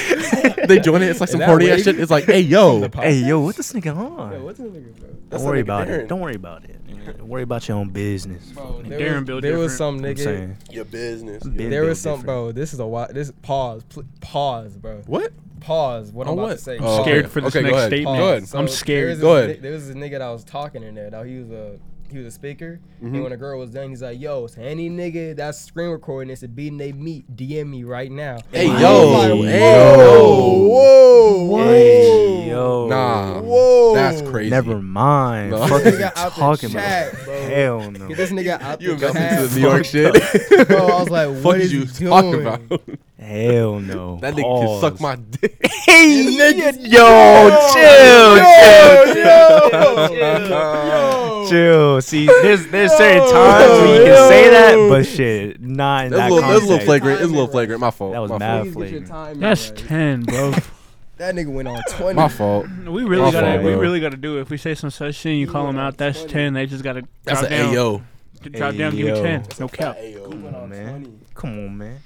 Speaker 2: They join it. It's like some
Speaker 3: that
Speaker 2: horny ass
Speaker 3: wig?
Speaker 2: shit. It's like, hey yo,
Speaker 4: Hey, yo, what this nigga on?
Speaker 3: Yo, what's this nigga, bro?
Speaker 2: That's
Speaker 4: Don't
Speaker 2: that
Speaker 4: worry
Speaker 2: nigga
Speaker 4: about
Speaker 2: Darren.
Speaker 4: it. Don't worry about it. man. Worry about your own business.
Speaker 3: Bro,
Speaker 4: Fuck,
Speaker 3: there
Speaker 5: Darren
Speaker 3: was,
Speaker 5: built
Speaker 3: there was
Speaker 5: different.
Speaker 3: some
Speaker 4: I'm
Speaker 3: nigga.
Speaker 4: saying.
Speaker 2: your business.
Speaker 4: Been
Speaker 3: There
Speaker 4: built
Speaker 3: was some,
Speaker 4: different.
Speaker 3: bro. This is a wild. This pause, pl- pause, bro.
Speaker 2: What?
Speaker 3: Pause. What I'm
Speaker 2: On
Speaker 3: about
Speaker 2: what?
Speaker 3: to say.
Speaker 2: I'm
Speaker 3: Pause.
Speaker 5: scared for this
Speaker 2: Okay, go
Speaker 5: next
Speaker 2: ahead.
Speaker 5: statement.
Speaker 2: Go ahead.
Speaker 5: I'm
Speaker 3: There
Speaker 5: scared.
Speaker 3: was,
Speaker 2: Go
Speaker 3: this,
Speaker 2: ahead.
Speaker 3: ni- there was this nigga that was talking in there. Though he was a he was a speaker,
Speaker 2: Mm-hmm.
Speaker 3: and when a girl was done, he's like, "Yo, so any nigga that's screen recording this and beating they meat, DM me right now."
Speaker 2: Hey
Speaker 3: And I was
Speaker 2: yo,
Speaker 3: like,
Speaker 2: hey
Speaker 3: whoa,
Speaker 2: yo.
Speaker 3: whoa, whoa.
Speaker 4: Hey, yo.
Speaker 2: Nah,
Speaker 3: Whoa.
Speaker 2: that's crazy.
Speaker 4: Never mind.
Speaker 2: No.
Speaker 4: Fuck
Speaker 3: This
Speaker 4: is you
Speaker 3: nigga out the
Speaker 4: talking
Speaker 3: chat,
Speaker 4: about?
Speaker 3: bro.
Speaker 4: Hell no.
Speaker 3: Get this nigga out
Speaker 2: You
Speaker 3: the
Speaker 2: invested into
Speaker 3: chat.
Speaker 2: the New York shit.
Speaker 3: bro. I was like,
Speaker 2: Fuck
Speaker 3: "What
Speaker 2: is
Speaker 3: is
Speaker 2: you
Speaker 3: he
Speaker 2: talking
Speaker 3: doing?"
Speaker 2: about?
Speaker 4: Hell no.
Speaker 2: That nigga can suck
Speaker 4: Pause.
Speaker 2: my dick.
Speaker 4: Hey, nigga. Yo, chill, chill. Chill. See, there's there's certain times where you can say that, but shit, not in
Speaker 2: That's
Speaker 4: that
Speaker 2: a little, that's a little
Speaker 4: context.
Speaker 2: flagrant. It's a little flagrant. My fault.
Speaker 4: That was
Speaker 2: my
Speaker 4: mad
Speaker 2: fault.
Speaker 3: Please get your
Speaker 4: flavor.
Speaker 3: timing
Speaker 5: That's
Speaker 3: right.
Speaker 5: 10, bro.
Speaker 3: That nigga went on 20.
Speaker 2: My fault.
Speaker 5: we really
Speaker 2: Oh. My
Speaker 5: gotta
Speaker 2: fault,
Speaker 5: we
Speaker 2: bro.
Speaker 5: really gotta do it. If we say some such shit and you call them out, that's 10. They just gotta
Speaker 2: That's
Speaker 5: drop
Speaker 2: an
Speaker 5: down.
Speaker 2: AO.
Speaker 5: Drop down, give me
Speaker 4: Ayo.
Speaker 5: 10. No cap.
Speaker 2: Ayo.
Speaker 4: Come on, man. Come on, man.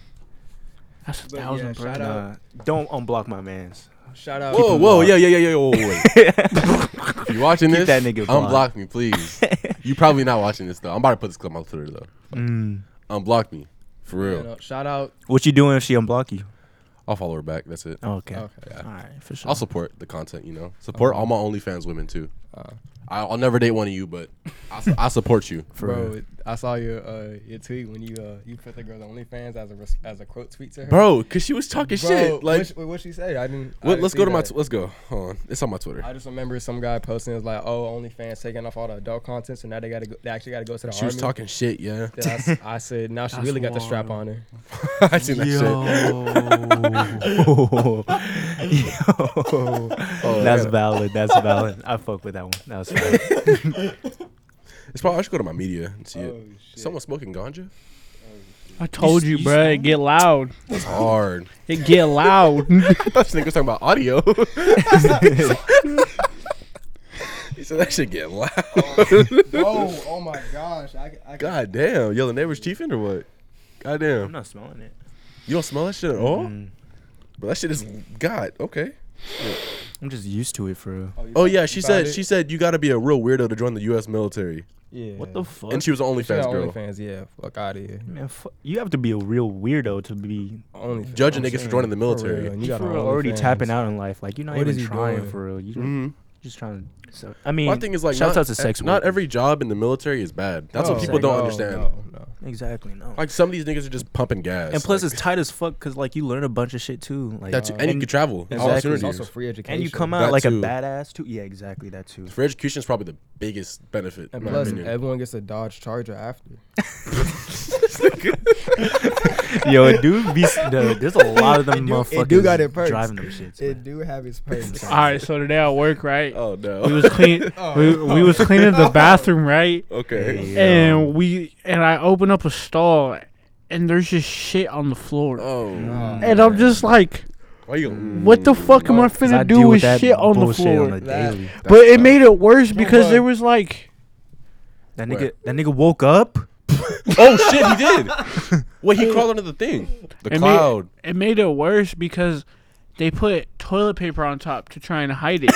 Speaker 5: That's a
Speaker 3: But yeah,
Speaker 5: thousand, bro.
Speaker 3: shout
Speaker 4: Nah, don't unblock my man's.
Speaker 3: Shout out.
Speaker 2: Whoa, whoa, yeah, yeah, yeah, yeah. Whoa, whoa, wait. if you watching
Speaker 4: Keep that
Speaker 2: this,
Speaker 4: nigga
Speaker 2: unblock
Speaker 4: blocked.
Speaker 2: me, please. you probably not watching this though. I'm about to put this clip on Twitter
Speaker 4: Mm.
Speaker 2: though. Unblock me, for
Speaker 3: You
Speaker 2: real.
Speaker 3: know, shout out.
Speaker 4: What you doing if she unblock you?
Speaker 2: I'll follow her back. That's it.
Speaker 4: Okay.
Speaker 3: Okay.
Speaker 4: All right, for sure.
Speaker 2: I'll support the content. You know, support all my OnlyFans women too.
Speaker 1: Uh.
Speaker 2: I- I'll never date one of you, but I, su- I support you.
Speaker 4: for
Speaker 3: Bro,
Speaker 4: real.
Speaker 3: it- I saw your uh, your tweet when you uh, you put the girl's OnlyFans as a res- as a quote tweet to her.
Speaker 2: bro. Cause she was talking
Speaker 3: Bro,
Speaker 2: shit. Like,
Speaker 3: what, she- what she say? I didn't. I
Speaker 2: Let-
Speaker 3: didn't
Speaker 2: let's
Speaker 3: see
Speaker 2: go to my.
Speaker 3: that.
Speaker 2: Tw- let's go. Hold on, it's on my Twitter.
Speaker 3: I just remember some guy posting it's like, "Oh, OnlyFans taking off all the adult content, so now they gotta go, they actually gotta go to the
Speaker 2: she
Speaker 3: army."
Speaker 2: was talking shit. Yeah,
Speaker 3: Then I, s- I said, "Now she
Speaker 5: That's
Speaker 3: really got the strap
Speaker 5: wild.
Speaker 3: on her."
Speaker 2: I seen that shit.
Speaker 4: Yo. Yo.
Speaker 2: Oh,
Speaker 4: That's
Speaker 2: yeah.
Speaker 4: valid. That's valid. I fuck with that one. That was valid.
Speaker 2: It's probably I should go to my media and see
Speaker 3: Oh
Speaker 2: it.
Speaker 3: shit!
Speaker 2: Someone smoking ganja?
Speaker 5: I told
Speaker 4: s-
Speaker 5: you,
Speaker 4: you
Speaker 5: bruh, It
Speaker 4: saw
Speaker 5: get loud.
Speaker 2: That's hard.
Speaker 5: It get loud.
Speaker 2: I thought this nigga was talking about audio. he said that shit get loud.
Speaker 3: oh, oh my gosh! I, I
Speaker 2: God damn, yo, the neighbor's chiefing or what? God damn,
Speaker 4: I'm not smelling it.
Speaker 2: you don't smell that shit at all.
Speaker 4: Mm.
Speaker 2: But that shit is God. Okay.
Speaker 4: I'm just used to it for real.
Speaker 2: Oh yeah, she said
Speaker 3: it?
Speaker 2: she said you got to be a real weirdo to join the U.S. military,
Speaker 3: yeah.
Speaker 4: What the fuck?
Speaker 2: and she was an
Speaker 3: She got
Speaker 2: OnlyFans girl.
Speaker 3: OnlyFans, yeah. Fuck out of here.
Speaker 4: Man, fu- you have to be a real weirdo to be
Speaker 3: OnlyFans.
Speaker 2: Judging
Speaker 3: I'm
Speaker 2: niggas for
Speaker 3: saying,
Speaker 2: joining the military.
Speaker 3: real, and
Speaker 4: you
Speaker 3: got
Speaker 4: for
Speaker 3: an
Speaker 4: real already
Speaker 3: OnlyFans.
Speaker 4: tapping out in life. Like you're not
Speaker 3: What
Speaker 4: even
Speaker 3: is he
Speaker 4: trying
Speaker 3: doing?
Speaker 4: for real. You
Speaker 2: Mm-hmm.
Speaker 4: just trying to. So, I mean,
Speaker 2: My thing is like,
Speaker 4: shouts
Speaker 2: not, e-
Speaker 4: out to sex
Speaker 2: Not
Speaker 4: workers.
Speaker 2: every job in the military is bad. That's
Speaker 3: No,
Speaker 2: what people don't
Speaker 3: no,
Speaker 2: understand.
Speaker 3: No, no.
Speaker 4: exactly no.
Speaker 2: Like some of these niggas are just pumping gas.
Speaker 4: and plus,
Speaker 2: like,
Speaker 4: it's tight as fuck because like you learn a bunch of shit too. Like
Speaker 2: that's and, you
Speaker 4: and-
Speaker 2: can travel.
Speaker 3: And
Speaker 4: Exactly.
Speaker 3: It's
Speaker 2: Opportunities.
Speaker 3: also free education.
Speaker 4: and you come
Speaker 2: That
Speaker 4: out like
Speaker 2: too.
Speaker 4: a badass too. Yeah, exactly that too.
Speaker 2: For education is probably the biggest benefit.
Speaker 3: And
Speaker 2: in my
Speaker 3: plus,
Speaker 2: opinion. Oh,
Speaker 3: everyone gets a Dodge Charger after.
Speaker 4: Yo, dude, be, no, there's a lot of them
Speaker 3: do-
Speaker 4: motherfuckers
Speaker 3: it do got it perks.
Speaker 4: driving them shits. man.
Speaker 3: do have its perks.
Speaker 5: All right, so today at work, right?
Speaker 2: oh
Speaker 5: We
Speaker 2: no.
Speaker 5: was clean.
Speaker 4: Oh.
Speaker 5: we, we was cleaning the bathroom, right?
Speaker 2: Oh. okay.
Speaker 5: And we and I open up a stall, and there's just shit on the floor.
Speaker 2: Oh.
Speaker 5: and I'm just like,
Speaker 2: Why you? Mm.
Speaker 5: what the fuck am I
Speaker 4: 'Cause I
Speaker 5: finna
Speaker 4: deal
Speaker 5: do with
Speaker 4: that
Speaker 5: shit on the
Speaker 4: bullshit
Speaker 5: floor?
Speaker 4: on a
Speaker 3: That-
Speaker 4: daily.
Speaker 5: but it made it worse because
Speaker 3: bud.
Speaker 5: there was like,
Speaker 4: That
Speaker 2: Where?
Speaker 4: nigga, that nigga woke up.
Speaker 2: oh shit, he did. Wait, he crawled under the thing. The
Speaker 5: It made-
Speaker 2: cloud.
Speaker 5: it made it worse because they put toilet paper on top to try and hide it.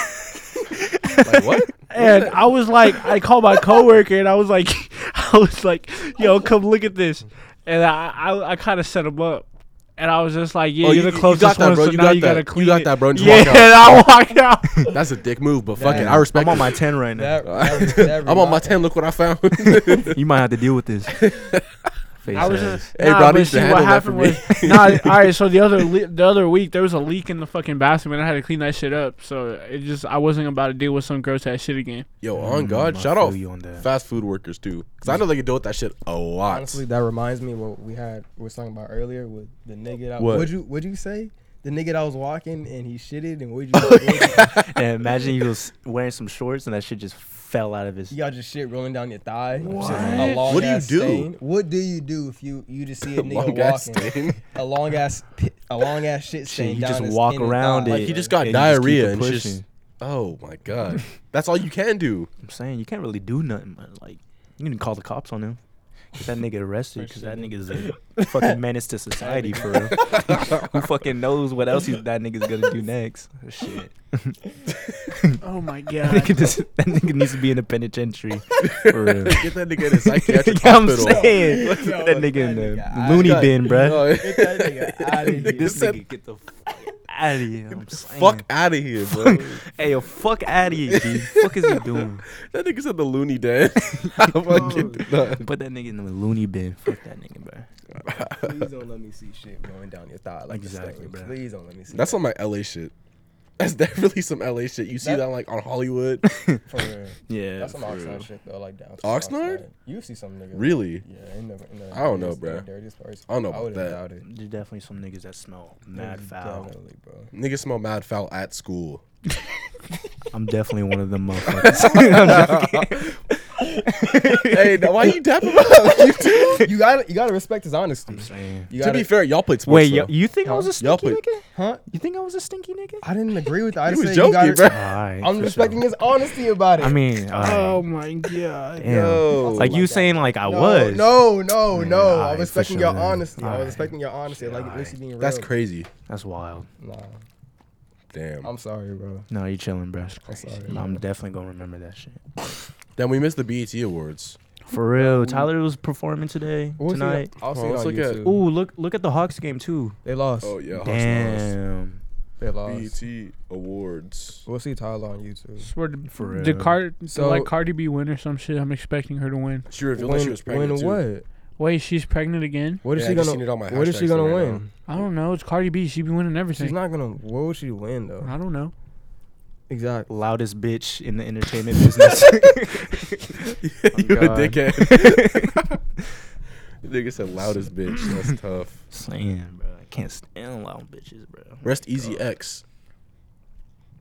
Speaker 2: like what?
Speaker 5: And I was like, I called my coworker and I was like, I was like, yo, come look at this. And I, I, I kind of set him up. And I was just like, yeah,
Speaker 2: Oh,
Speaker 5: you're
Speaker 2: you-
Speaker 5: the
Speaker 2: you
Speaker 5: closest
Speaker 2: got that,
Speaker 5: one,
Speaker 2: bro.
Speaker 5: so
Speaker 2: You
Speaker 5: now
Speaker 2: got
Speaker 5: you
Speaker 2: that.
Speaker 5: gotta
Speaker 2: You
Speaker 5: clean
Speaker 2: got
Speaker 5: it.
Speaker 2: that, bro, and just
Speaker 5: Yeah,
Speaker 2: walk out.
Speaker 5: and I walked out.
Speaker 2: That's a dick move, but fuck it. I
Speaker 3: Damn.
Speaker 2: respect.
Speaker 4: I'm on my
Speaker 2: it.
Speaker 4: ten right now.
Speaker 3: That, that was- that
Speaker 2: I'm on my
Speaker 3: reminds-
Speaker 2: ten. Look what I found.
Speaker 4: You might have to deal with this. Face
Speaker 5: I was
Speaker 4: ass.
Speaker 5: just,
Speaker 2: Hey,
Speaker 5: nah,
Speaker 2: bro, I
Speaker 5: but
Speaker 2: need you to
Speaker 5: see
Speaker 2: handle
Speaker 5: what
Speaker 2: that
Speaker 5: happened was,
Speaker 2: for me.
Speaker 5: nah, all right. So the other le- the other week there was a leak in the fucking bathroom, and I had to clean that shit up. So it just I wasn't about to deal with some gross ass shit again.
Speaker 2: Yo,
Speaker 5: Mm,
Speaker 2: on God,
Speaker 4: I
Speaker 2: shout
Speaker 4: feel
Speaker 2: out
Speaker 4: you on that.
Speaker 2: fast food workers too, because I know they can deal with that shit a lot.
Speaker 3: Honestly, that reminds me what we had we was talking about earlier with the nigga. That,
Speaker 2: What?
Speaker 3: would you would you say the nigga that was walking and he shitted and would you?
Speaker 4: And imagine you was wearing some shorts and that shit just fell out of his.
Speaker 3: You got just shit rolling down your thigh. What?
Speaker 2: What do you do?
Speaker 3: What do you do if you you just see a nigga
Speaker 2: Long ass
Speaker 3: walking? A long ass pi- a long ass shit stain.
Speaker 4: you
Speaker 3: down
Speaker 4: just
Speaker 3: his
Speaker 4: walk
Speaker 3: inner
Speaker 4: around
Speaker 3: thigh.
Speaker 4: it.
Speaker 2: Like he just
Speaker 4: Yeah,
Speaker 2: got
Speaker 4: you just keep
Speaker 2: diarrhea
Speaker 4: it
Speaker 2: and it's just.
Speaker 4: pushing.
Speaker 2: Oh my god, that's all you can do.
Speaker 4: I'm saying you can't really do nothing. But like you can call the cops on him. Get that nigga arrested because that nigga's a fucking menace to society for real. Who fucking knows what else he, that nigga's gonna do next? Shit.
Speaker 5: Oh my
Speaker 4: That
Speaker 5: god.
Speaker 4: nigga, just, that nigga needs to be in a penitentiary for real.
Speaker 2: Get that nigga in a psychiatric
Speaker 4: Yeah, I'm
Speaker 2: hospital.
Speaker 4: saying
Speaker 3: Yo,
Speaker 4: that nigga in
Speaker 3: that
Speaker 4: the
Speaker 3: nigga,
Speaker 4: loony
Speaker 2: I-
Speaker 4: bin, bruh.
Speaker 2: No,
Speaker 3: Get that nigga out of here.
Speaker 4: This
Speaker 2: said-
Speaker 4: nigga get the fuck out of here. I'm saying.
Speaker 2: fuck out of here, bro.
Speaker 4: Hey, yo, fuck out of here, G. Fuck is he doing?
Speaker 2: that nigga said the loony dead. I fucking did not.
Speaker 4: Put that nigga in the loony bin. Fuck that nigga, bruh.
Speaker 3: Please don't let me see shit rolling down your thigh like
Speaker 4: Exactly,
Speaker 3: exactly,
Speaker 4: bruh.
Speaker 3: Please don't let me see.
Speaker 2: That's
Speaker 3: that.
Speaker 2: on my LA shit. That's definitely some LA shit. You see
Speaker 3: That-
Speaker 2: that, like on Hollywood.
Speaker 3: for real.
Speaker 4: Yeah.
Speaker 3: That's some
Speaker 4: for real.
Speaker 3: Oxnard shit though, like down.
Speaker 2: Oxnard?
Speaker 3: You see some nigga.
Speaker 2: really?
Speaker 3: Yeah, ain't never. ain't never
Speaker 2: I don't know,
Speaker 3: dirtiest-
Speaker 2: bruh.
Speaker 3: dirtiest person.
Speaker 2: I don't know
Speaker 3: I
Speaker 2: about
Speaker 3: wouldn't
Speaker 2: that.
Speaker 3: doubt it.
Speaker 4: There's definitely some niggas that smell mad
Speaker 3: Most
Speaker 4: foul.
Speaker 3: Definitely, bro.
Speaker 2: Niggas smell mad foul at school.
Speaker 4: I'm definitely one of them motherfuckers.
Speaker 2: hey, now why you tapping up? You too?
Speaker 3: you gotta you gotta respect his honesty.
Speaker 4: Saying.
Speaker 3: You
Speaker 2: To
Speaker 3: gotta,
Speaker 2: be fair, y'all played sports.
Speaker 4: Wait,
Speaker 2: Wait,
Speaker 4: yo, you think I was a
Speaker 2: Y'all
Speaker 4: stinky
Speaker 2: put-
Speaker 4: nigga?
Speaker 3: huh?
Speaker 4: You think I was a stinky nigga?
Speaker 3: I didn't agree with that. I
Speaker 2: you
Speaker 3: just
Speaker 2: was
Speaker 3: said you
Speaker 2: joking,
Speaker 3: gotta,
Speaker 2: bro.
Speaker 4: Alright,
Speaker 3: I'm
Speaker 4: for
Speaker 3: respecting
Speaker 4: sure.
Speaker 3: his honesty about it.
Speaker 4: I mean, alright.
Speaker 5: Oh my god.
Speaker 4: damn.
Speaker 2: Yo.
Speaker 4: Like
Speaker 3: Oh my
Speaker 4: you
Speaker 3: God.
Speaker 4: saying, like I
Speaker 3: no,
Speaker 4: was.
Speaker 3: No, no,
Speaker 4: Man,
Speaker 3: no. I
Speaker 4: alright,
Speaker 3: was
Speaker 4: for
Speaker 3: respecting
Speaker 4: sure.
Speaker 3: your honesty. I was
Speaker 4: Alright.
Speaker 3: respecting your honesty. Like at least you being real.
Speaker 2: That's crazy.
Speaker 4: That's wild.
Speaker 3: Nah,
Speaker 2: Damn.
Speaker 3: I'm sorry, bro.
Speaker 4: No, you chilling, bro.
Speaker 3: I'm sorry.
Speaker 4: I'm definitely gonna remember that shit.
Speaker 2: Then we missed the BET E awards.
Speaker 4: For real, Tyler was performing today
Speaker 1: What was he-
Speaker 4: tonight.
Speaker 1: I'll see
Speaker 2: Oh,
Speaker 1: it
Speaker 2: let's
Speaker 1: on
Speaker 2: look at-
Speaker 1: YouTube.
Speaker 4: Ooh, look look at the Hawks game too.
Speaker 3: They lost.
Speaker 2: Oh yeah, Hawks lost.
Speaker 4: Damn.
Speaker 3: They lost.
Speaker 2: BET Awards.
Speaker 1: We'll see Tyler on YouTube.
Speaker 5: Swear to,
Speaker 4: For
Speaker 5: for
Speaker 4: real.
Speaker 5: did Cardi did,
Speaker 3: So-
Speaker 5: like Cardi B win or some shit? I'm expecting her to win.
Speaker 2: She revealed that she was pregnant too.
Speaker 3: what?
Speaker 5: Wait, she's pregnant again?
Speaker 3: What is
Speaker 2: Yeah, I
Speaker 3: she
Speaker 2: just
Speaker 3: gonna?
Speaker 2: seen it on my
Speaker 3: what is she
Speaker 2: hashtags
Speaker 3: gonna
Speaker 2: right now.
Speaker 3: win?
Speaker 5: I don't know. It's Cardi B. She be winning everything.
Speaker 3: She's not gonna. What will she win though?
Speaker 5: I don't know.
Speaker 3: Exactly.
Speaker 4: Loudest bitch in the entertainment business. Oh,
Speaker 2: you a
Speaker 4: God.
Speaker 2: dickhead. Nigga said loudest bitch. That's tough.
Speaker 4: Saying, bro, I can't stand loud bitches, bro.
Speaker 2: Rest easy X.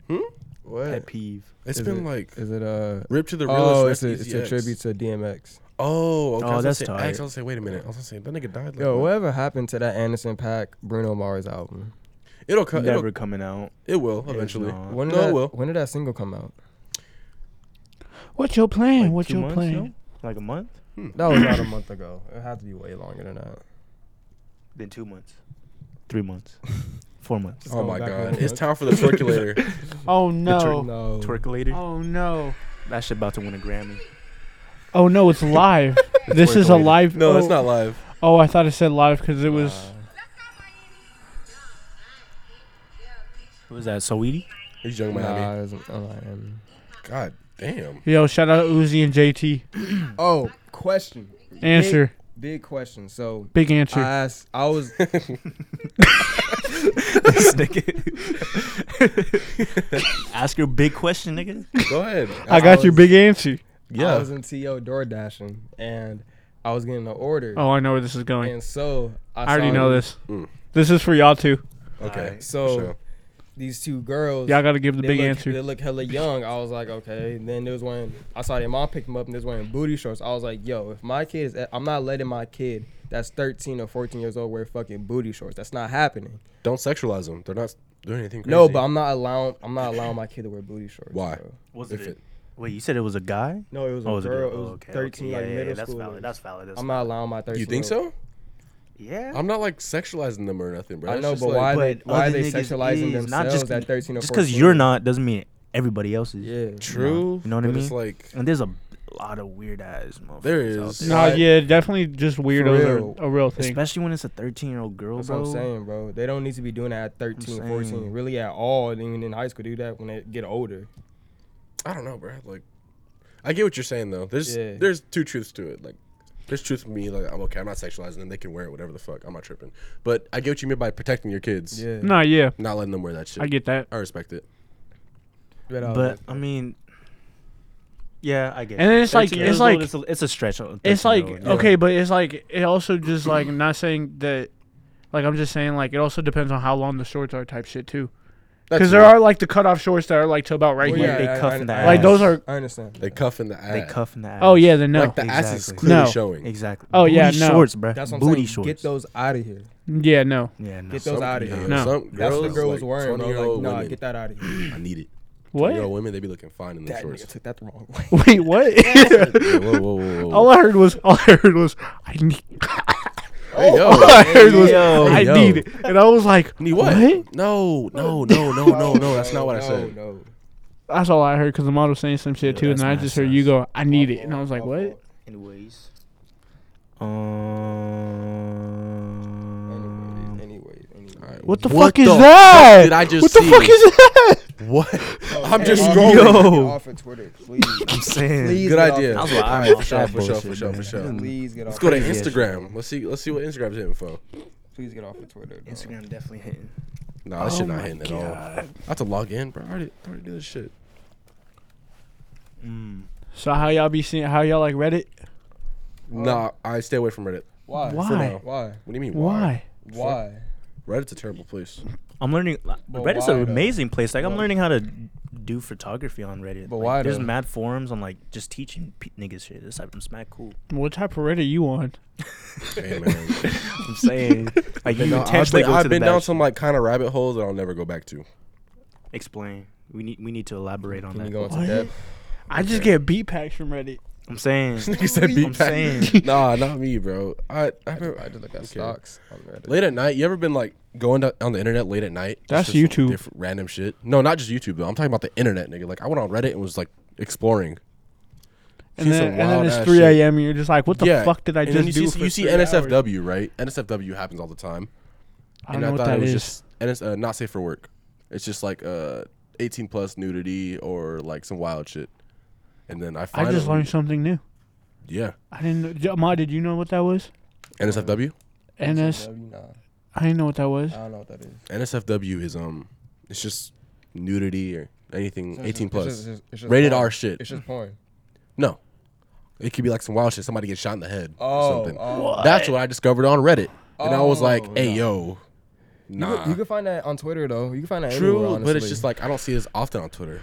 Speaker 2: Hmm?
Speaker 3: What?
Speaker 4: Pet peeve.
Speaker 2: It's
Speaker 1: Is
Speaker 2: been
Speaker 1: it-
Speaker 2: like
Speaker 1: Is it uh?
Speaker 2: ripped to the realest.
Speaker 1: Oh,
Speaker 2: Rest
Speaker 1: it's a,
Speaker 2: Easy
Speaker 1: it's a
Speaker 2: X.
Speaker 1: tribute to DMX.
Speaker 2: Oh, okay.
Speaker 4: Oh,
Speaker 2: I was gonna
Speaker 4: that's
Speaker 2: say
Speaker 4: tight.
Speaker 2: X. I was gonna say, wait a minute. I was gonna say that nigga died. Like,
Speaker 1: Yo,
Speaker 2: what?
Speaker 1: whatever happened to that Anderson Pack Bruno Mars album?
Speaker 2: It'll come.
Speaker 4: Never
Speaker 2: It'll,
Speaker 4: coming out.
Speaker 2: it will
Speaker 4: It's
Speaker 2: eventually.
Speaker 4: not.
Speaker 1: When did
Speaker 2: No, it
Speaker 1: that,
Speaker 2: will.
Speaker 1: When did that single come out?
Speaker 5: What's your plan?
Speaker 4: Like
Speaker 5: What's
Speaker 4: two
Speaker 5: your
Speaker 4: months,
Speaker 5: plan?
Speaker 4: no? Like a month?
Speaker 1: That was about a month ago. It had to be way longer than that.
Speaker 4: Been two months. Three months. Four months.
Speaker 2: Oh my
Speaker 1: Going back a
Speaker 2: god,
Speaker 1: little
Speaker 2: it's
Speaker 1: bit.
Speaker 2: time for the circulator.
Speaker 5: Oh
Speaker 4: tur-
Speaker 5: no.
Speaker 1: No.
Speaker 4: Twerk later.
Speaker 5: Oh no.
Speaker 4: That shit about to win a Grammy.
Speaker 5: Oh no, it's live. this
Speaker 4: worth
Speaker 5: is
Speaker 4: the
Speaker 5: a
Speaker 4: wait.
Speaker 5: live
Speaker 2: no,
Speaker 5: oh,
Speaker 2: it's not live.
Speaker 5: Oh, I thought it said live because it was
Speaker 4: What was that, Saweetie?
Speaker 2: He's young Miami.
Speaker 1: Nah, it wasn't- oh, I am.
Speaker 2: God damn.
Speaker 5: Yo, shout out Uzi and JT.
Speaker 3: Oh, question.
Speaker 5: Answer.
Speaker 3: Big question. So
Speaker 5: Big answer.
Speaker 3: I asked. I was.
Speaker 4: This nigga. Ask your big question, nigga.
Speaker 2: Go ahead.
Speaker 5: I got your
Speaker 3: was-
Speaker 5: big answer.
Speaker 3: I
Speaker 2: Yeah.
Speaker 3: was in TO door dashing, and I was getting an order.
Speaker 5: Oh, I know where this is going.
Speaker 3: And so I,
Speaker 5: I already
Speaker 3: saw
Speaker 5: know
Speaker 3: these-
Speaker 5: this.
Speaker 2: Mm.
Speaker 5: This is for y'all too.
Speaker 2: Okay.
Speaker 3: So
Speaker 2: sure.
Speaker 3: these two girls.
Speaker 5: Y'all got to give the
Speaker 3: they
Speaker 5: big
Speaker 3: look,
Speaker 5: answer.
Speaker 3: They look hella young. I was like, okay. And then there was one. I saw their mom pick them up, and there's one in booty shorts. I was like, yo, if my kid is, I'm not letting my kid that's 13 or 14 years old wear fucking booty shorts. That's not happening.
Speaker 2: Don't sexualize them. They're not doing anything crazy.
Speaker 3: No, but I'm not allowing. I'm not allowing my kid to wear booty shorts.
Speaker 2: Why?
Speaker 3: bro.
Speaker 4: Was
Speaker 2: If it-
Speaker 4: Wait, you said it was a guy?
Speaker 3: No, it was a
Speaker 4: Oh, it was a
Speaker 3: girl.
Speaker 4: girl.
Speaker 3: It was
Speaker 4: Oh, okay, okay.
Speaker 3: 13,
Speaker 4: Yeah,
Speaker 3: like
Speaker 4: yeah, yeah,
Speaker 3: middle
Speaker 4: that's
Speaker 3: school.
Speaker 4: valid, that's valid, that's
Speaker 3: I'm not allowing my 13.
Speaker 2: you think so?
Speaker 4: Yeah.
Speaker 2: I'm not like sexualizing them or nothing, bro.
Speaker 3: I
Speaker 2: It's
Speaker 3: know,
Speaker 2: just
Speaker 3: but
Speaker 2: like-
Speaker 3: why? They,
Speaker 4: But
Speaker 3: why are
Speaker 4: other
Speaker 3: they
Speaker 4: niggas
Speaker 3: sexualizing
Speaker 4: is,
Speaker 3: themselves
Speaker 4: not just-
Speaker 3: at 13 or 14?
Speaker 4: Just because you're not doesn't mean everybody else is.
Speaker 3: Yeah.
Speaker 2: True.
Speaker 4: You know what I
Speaker 2: but It's
Speaker 4: mean?
Speaker 2: like
Speaker 4: And there's a lot of weird ass motherfuckers.
Speaker 2: There
Speaker 4: out
Speaker 2: is.
Speaker 4: there.
Speaker 5: No,
Speaker 3: Like-
Speaker 5: yeah, definitely just weirdos
Speaker 3: real.
Speaker 5: are a real thing.
Speaker 4: Especially when it's a 13 year old girl,
Speaker 3: That's
Speaker 4: bro.
Speaker 3: what I'm saying, bro. They don't need to be doing that at 13,
Speaker 4: saying.
Speaker 3: 14, really at all. And even in high school, do that when they get older.
Speaker 2: I don't know, bro. Like, I get what you're saying though. There's
Speaker 3: Yeah.
Speaker 2: there's two truths to it. Like, there's truth for me. Like, I'm okay. I'm not sexualizing them. They can wear it, whatever the fuck. I'm not tripping. But I get what you mean by protecting your kids.
Speaker 3: Yeah.
Speaker 5: No, yeah,
Speaker 2: Not letting them wear that shit.
Speaker 5: I
Speaker 2: I,
Speaker 5: get that.
Speaker 2: respect it.
Speaker 4: But I mean, yeah, I get.
Speaker 5: And
Speaker 4: it.
Speaker 5: then it's like-
Speaker 4: 13 years
Speaker 5: it's like-
Speaker 4: old, it's a, it's a stretch. on a
Speaker 5: It's like
Speaker 4: 13-year-old, yeah.
Speaker 5: okay, but it's like it also just like not saying that. Like I'm just saying, like it also depends on how long the shorts are, type shit too.
Speaker 2: That's
Speaker 5: Because there
Speaker 2: it.
Speaker 5: are like the cutoff shorts that are like to about right
Speaker 4: Well, yeah.
Speaker 5: here.
Speaker 4: they cuff in the
Speaker 5: Like those are.
Speaker 3: I understand.
Speaker 2: they cuff in the ass.
Speaker 4: they cuff in the ass.
Speaker 5: Oh yeah, then no.
Speaker 2: Like the ass is
Speaker 4: Exactly.
Speaker 2: clearly
Speaker 5: No.
Speaker 2: showing.
Speaker 4: exactly.
Speaker 5: Oh, yeah,
Speaker 4: Booty
Speaker 5: no. Mm,
Speaker 4: shorts, bro.
Speaker 3: That's what I'm
Speaker 4: Booty
Speaker 3: saying.
Speaker 4: shorts.
Speaker 3: Get those out of here.
Speaker 5: yeah, no.
Speaker 4: yeah, no.
Speaker 3: Get those
Speaker 2: Some-
Speaker 3: out of
Speaker 2: yeah,
Speaker 3: here.
Speaker 5: No.
Speaker 2: Some
Speaker 3: That's what the
Speaker 2: girls,
Speaker 3: girl
Speaker 2: like,
Speaker 3: was wearing, bro.
Speaker 2: 20-year-old
Speaker 3: Like, nah,
Speaker 2: women.
Speaker 3: get that out of here.
Speaker 2: I need it. Your
Speaker 5: What?
Speaker 2: women, they be looking fine in them
Speaker 3: That nigga
Speaker 2: shorts.
Speaker 3: took that the wrong way.
Speaker 5: Wait, what?
Speaker 2: Yeah, whoa, whoa, whoa, whoa.
Speaker 5: all I heard was all I heard was I need.
Speaker 2: Hey, yo.
Speaker 5: all I heard was
Speaker 4: yo.
Speaker 5: I
Speaker 2: Yo.
Speaker 5: need it, and I was like,
Speaker 2: Need what?
Speaker 5: what?
Speaker 2: No, no, no, no, no, no. That's not what I
Speaker 3: no,
Speaker 2: said.
Speaker 3: No, no.
Speaker 5: That's all I heard because the mod was saying some shit
Speaker 4: Yeah,
Speaker 5: too, and
Speaker 4: that's
Speaker 5: then I
Speaker 4: not
Speaker 5: just heard
Speaker 4: sense.
Speaker 5: you go, I need it, and I was like,
Speaker 3: My
Speaker 5: what?
Speaker 3: fault.
Speaker 4: Anyways. Um.
Speaker 3: Anyways, anyways, anyways.
Speaker 5: What the
Speaker 2: What
Speaker 5: fuck is
Speaker 2: the
Speaker 5: that?
Speaker 2: fuck did I just
Speaker 5: What the
Speaker 2: see?
Speaker 5: fuck is that?
Speaker 2: What? I'm just
Speaker 3: Oh, Hey,
Speaker 2: scrolling.
Speaker 3: get
Speaker 4: Yo.
Speaker 3: off of Twitter, please.
Speaker 4: I'm saying.
Speaker 3: Please
Speaker 2: Good
Speaker 3: get off
Speaker 2: idea.
Speaker 3: of
Speaker 4: That's
Speaker 3: Twitter.
Speaker 4: what I'm
Speaker 2: Alright,
Speaker 4: off
Speaker 2: for sure,
Speaker 4: that
Speaker 2: for sure,
Speaker 4: bullshit,
Speaker 2: for sure,
Speaker 4: man.
Speaker 2: for sure.
Speaker 3: Please get off.
Speaker 2: Let's go to
Speaker 4: Crazy as shit.
Speaker 2: Instagram. Let's see. Let's see what Instagram's hitting for.
Speaker 3: Please get off of Twitter. Bro.
Speaker 4: Instagram definitely hitting.
Speaker 2: Nah, that
Speaker 5: Oh
Speaker 2: shit not
Speaker 5: my
Speaker 2: hitting at all. I have to log in, bro. I already, I already do this shit.
Speaker 4: Mm.
Speaker 5: So how y'all be seeing? How y'all like Reddit?
Speaker 2: Nah, I stay away from Reddit.
Speaker 3: Why?
Speaker 5: Why?
Speaker 3: Why?
Speaker 2: What do you mean?
Speaker 5: Why?
Speaker 3: Why?
Speaker 2: Reddit's a terrible place.
Speaker 4: I'm learning. like,
Speaker 3: But
Speaker 4: Reddit's
Speaker 3: why,
Speaker 4: an
Speaker 3: though?
Speaker 4: amazing place. Like I'm
Speaker 3: Well-
Speaker 4: learning how to do photography on Reddit.
Speaker 3: But
Speaker 4: Like,
Speaker 3: why,
Speaker 4: There's
Speaker 3: though?
Speaker 4: mad forums on like just teaching pe- niggas shit. This type of smack cool.
Speaker 5: What type of Reddit you on?
Speaker 2: Hey, man.
Speaker 4: I'm saying like you
Speaker 2: No, I've
Speaker 4: intentionally
Speaker 2: been,
Speaker 4: go
Speaker 2: I've
Speaker 4: to
Speaker 2: been
Speaker 4: the
Speaker 2: down
Speaker 4: down
Speaker 2: some like kind of rabbit holes that I'll never go back to.
Speaker 4: Explain. We need we need to elaborate on
Speaker 3: Can you
Speaker 4: that.
Speaker 3: go into
Speaker 5: What?
Speaker 3: depth?
Speaker 5: I just get beat packs from Reddit.
Speaker 4: I'm saying.
Speaker 2: Nigga said
Speaker 4: I'm
Speaker 2: beat back.
Speaker 4: saying.
Speaker 2: Nah, not me, bro. I I,
Speaker 3: I do,
Speaker 2: remember-
Speaker 3: I do look at
Speaker 2: Okay.
Speaker 3: stocks on Reddit.
Speaker 2: Late at night, you ever been like going to, on the internet late at night? It's
Speaker 5: That's
Speaker 2: just, like,
Speaker 5: YouTube.
Speaker 2: different- random shit. No, not just YouTube though. I'm talking about the internet, nigga. Like I went on Reddit and was like exploring.
Speaker 5: and
Speaker 2: She's
Speaker 5: then
Speaker 2: some
Speaker 5: and then
Speaker 2: wild
Speaker 5: it's
Speaker 2: ass
Speaker 5: 3
Speaker 2: shit.
Speaker 5: a.m. and you're just like, what the
Speaker 2: Yeah,
Speaker 5: fuck did I
Speaker 2: and
Speaker 5: just
Speaker 2: then you
Speaker 5: do?
Speaker 2: see,
Speaker 5: for
Speaker 2: you see
Speaker 5: three hours?
Speaker 2: NSFW, right? NSFW happens all the time.
Speaker 5: I don't
Speaker 2: and
Speaker 5: know
Speaker 2: I
Speaker 5: what
Speaker 2: thought
Speaker 5: that
Speaker 2: it was
Speaker 5: is.
Speaker 2: just and it's uh, not safe for work. It's just like uh, 18 plus nudity or like some wild shit. And then I
Speaker 5: I
Speaker 2: finally
Speaker 5: just learned something new.
Speaker 2: yeah
Speaker 5: I didn't. know- J- Ma, did you know what that was?
Speaker 2: NSFW.
Speaker 5: NS.
Speaker 3: Nah,
Speaker 5: I didn't know what that was.
Speaker 3: I don't know what that is.
Speaker 2: NSFW is um it's just nudity or anything
Speaker 3: It's
Speaker 2: 18
Speaker 3: just- it's
Speaker 2: plus
Speaker 3: just- it's just
Speaker 2: rated
Speaker 3: porn.
Speaker 2: R shit.
Speaker 3: It's just porn.
Speaker 2: No, it could be like some wild shit. Somebody gets shot in the head or
Speaker 3: Oh,
Speaker 2: something.
Speaker 3: oh.
Speaker 2: That's what I discovered on Reddit, and I was like,
Speaker 3: Oh,
Speaker 2: hey
Speaker 3: no.
Speaker 2: yo,
Speaker 3: You,
Speaker 2: nah.
Speaker 3: can, you can find that on Twitter though. You can find that
Speaker 2: True,
Speaker 3: anywhere, honestly.
Speaker 2: but it's just like I don't see it as often on Twitter.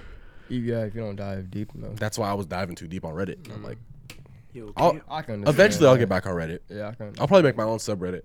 Speaker 3: yeah, if you don't dive deep enough.
Speaker 2: That's why I was diving too deep on Reddit. I'm like,
Speaker 4: Yo,
Speaker 2: I'll,
Speaker 3: I can. understand
Speaker 2: eventually I'll
Speaker 3: that.
Speaker 2: get back on Reddit.
Speaker 3: Yeah, I can.
Speaker 2: I'll probably make my own subreddit.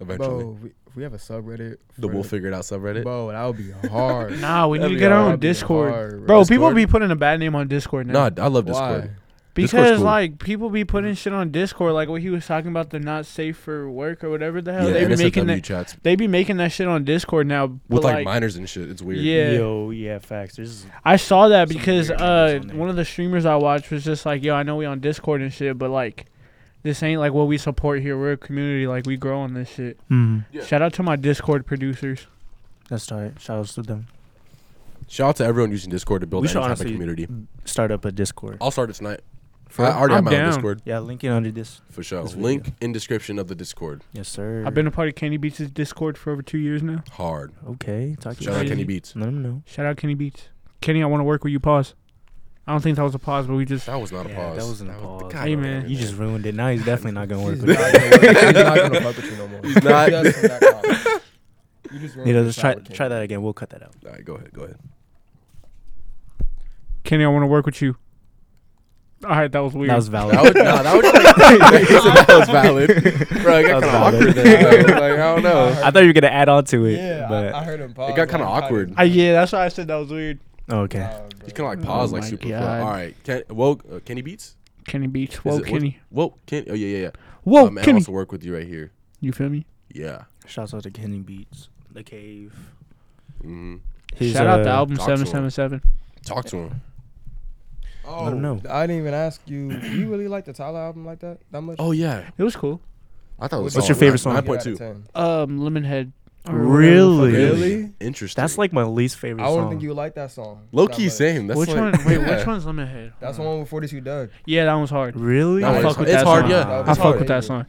Speaker 2: Eventually,
Speaker 3: Bro, we, we have a subreddit.
Speaker 2: the
Speaker 3: for
Speaker 2: we'll figure it out subreddit.
Speaker 3: Bro, that would be hard.
Speaker 5: Nah, we need
Speaker 3: That'd
Speaker 5: to
Speaker 3: be
Speaker 5: get our
Speaker 3: hard.
Speaker 5: own
Speaker 3: That'd be
Speaker 5: Discord,
Speaker 3: hard,
Speaker 5: bro.
Speaker 3: bro.
Speaker 5: People
Speaker 2: Discord?
Speaker 5: be putting a bad name on Discord now.
Speaker 2: Nah, I love Discord.
Speaker 3: Why?
Speaker 5: Because
Speaker 2: cool.
Speaker 5: like people be putting shit on Discord, like what he was talking about, the not safe for work or whatever the hell.
Speaker 2: yeah,
Speaker 5: they be
Speaker 2: NSFW
Speaker 5: making that.
Speaker 2: chats
Speaker 5: They be making that shit on Discord now.
Speaker 2: with
Speaker 5: but,
Speaker 2: like, minors and shit. It's weird.
Speaker 5: yeah.
Speaker 4: Yo, yeah, facts. There's
Speaker 5: I saw that
Speaker 4: Some
Speaker 5: because
Speaker 4: weird numbers
Speaker 5: uh,
Speaker 4: on there.
Speaker 5: one of the streamers I watched was just like, "Yo, I know we on Discord and shit, but like, this ain't like what we support here. We're a community. Like, we grow on this shit."
Speaker 4: Mm-hmm.
Speaker 2: Yeah.
Speaker 5: Shout out to my Discord producers.
Speaker 4: that's all right. Shout outs to them.
Speaker 2: Shout out to everyone using Discord to build
Speaker 4: We
Speaker 2: that
Speaker 4: should
Speaker 2: type of
Speaker 4: honestly-
Speaker 2: community.
Speaker 4: Start up a Discord.
Speaker 2: I'll start it tonight.
Speaker 4: For-
Speaker 2: I already
Speaker 5: I'm
Speaker 2: have my
Speaker 5: down.
Speaker 2: own Discord
Speaker 4: Yeah, link it under this.
Speaker 2: for sure.
Speaker 4: This
Speaker 2: Link in description of the Discord.
Speaker 4: Yes, sir.
Speaker 5: I've been a part of Kenny Beats' Discord for over two years now.
Speaker 2: Hard.
Speaker 4: okay. Talk to
Speaker 2: Shout out
Speaker 5: Crazy.
Speaker 2: Kenny Beats.
Speaker 4: Let them know.
Speaker 5: Shout out Kenny Beats. Kenny, I want to work with you. Pause. I don't think that was a pause, but we just.
Speaker 2: That was not a
Speaker 4: Yeah,
Speaker 2: pause.
Speaker 4: that wasn't a pause.
Speaker 2: God
Speaker 5: Hey,
Speaker 2: damn
Speaker 5: man.
Speaker 2: it.
Speaker 4: You just ruined it. Now he's definitely not gonna work
Speaker 3: He's
Speaker 4: with
Speaker 3: not
Speaker 4: you.
Speaker 3: gonna- he's not gonna fuck with you no more.
Speaker 2: He's not.
Speaker 3: Just from that comment. You just ruined
Speaker 4: You know,
Speaker 3: the
Speaker 4: let's try
Speaker 3: sour candy.
Speaker 4: try that again. We'll cut that out.
Speaker 2: All right, go ahead. Go ahead.
Speaker 5: Kenny, I want to work with you. All right, that was weird.
Speaker 4: That was valid.
Speaker 2: That would, nah, that would that was valid. Bro, it
Speaker 4: That
Speaker 2: got
Speaker 4: was
Speaker 2: kind of
Speaker 4: valid.
Speaker 2: awkward there. though. Like, I don't know.
Speaker 4: I thought you were gonna add on to it.
Speaker 3: Yeah, I-
Speaker 4: but
Speaker 3: I, heard him pause.
Speaker 2: It got kind of
Speaker 3: like, how did-
Speaker 2: awkward.
Speaker 5: I, yeah, that's why I said that was weird.
Speaker 4: Oh, okay.
Speaker 3: Nah, bro.
Speaker 2: You can like pause
Speaker 5: Oh
Speaker 2: like
Speaker 5: my
Speaker 2: super. fast.
Speaker 5: God.
Speaker 2: All right. Can, well, uh, Kenny Beats.
Speaker 5: Kenny Beats.
Speaker 2: Is
Speaker 5: Whoa,
Speaker 2: it- what-
Speaker 5: Kenny.
Speaker 2: Whoa, Kenny. Oh yeah, yeah, yeah.
Speaker 5: Whoa,
Speaker 2: um, and
Speaker 5: Kenny.
Speaker 2: also work with you right here.
Speaker 5: You feel me?
Speaker 2: Yeah.
Speaker 4: Shouts out to Kenny Beats, The Cave.
Speaker 2: hmm
Speaker 4: His,
Speaker 5: Shout out
Speaker 4: uh,
Speaker 5: to album
Speaker 2: talk to him.
Speaker 5: seven seven seven.
Speaker 2: Talk to him.
Speaker 3: Oh,
Speaker 4: don't know.
Speaker 3: I didn't even ask you. Do you really like the Tyler album like that? That much?
Speaker 2: Oh yeah.
Speaker 5: It was cool.
Speaker 2: I thought it was.
Speaker 4: What's your
Speaker 2: solid.
Speaker 4: favorite song?
Speaker 2: Nine- Nine
Speaker 3: Get out
Speaker 2: point
Speaker 3: of
Speaker 2: two.
Speaker 3: 10.
Speaker 5: Um, Lemonhead. or whatever the fuck
Speaker 4: Really?
Speaker 5: it is.
Speaker 3: Really?
Speaker 2: Interesting.
Speaker 4: That's like my least favorite
Speaker 3: I
Speaker 4: song.
Speaker 3: wouldn't think you would like that song.
Speaker 2: low
Speaker 3: that
Speaker 2: key
Speaker 3: much.
Speaker 2: same. That's
Speaker 5: which
Speaker 2: like,
Speaker 5: one? Wait,
Speaker 2: yeah.
Speaker 5: which one's Lemonhead?
Speaker 3: That's the one with 42 Doug.
Speaker 5: Yeah, that one's hard.
Speaker 4: Really?
Speaker 2: That
Speaker 5: I
Speaker 2: one's
Speaker 5: fuck
Speaker 2: hard.
Speaker 5: with
Speaker 2: It's
Speaker 5: that
Speaker 2: hard,
Speaker 5: song.
Speaker 2: yeah.
Speaker 3: That
Speaker 5: I
Speaker 3: was
Speaker 5: fuck
Speaker 3: hard.
Speaker 5: with that song.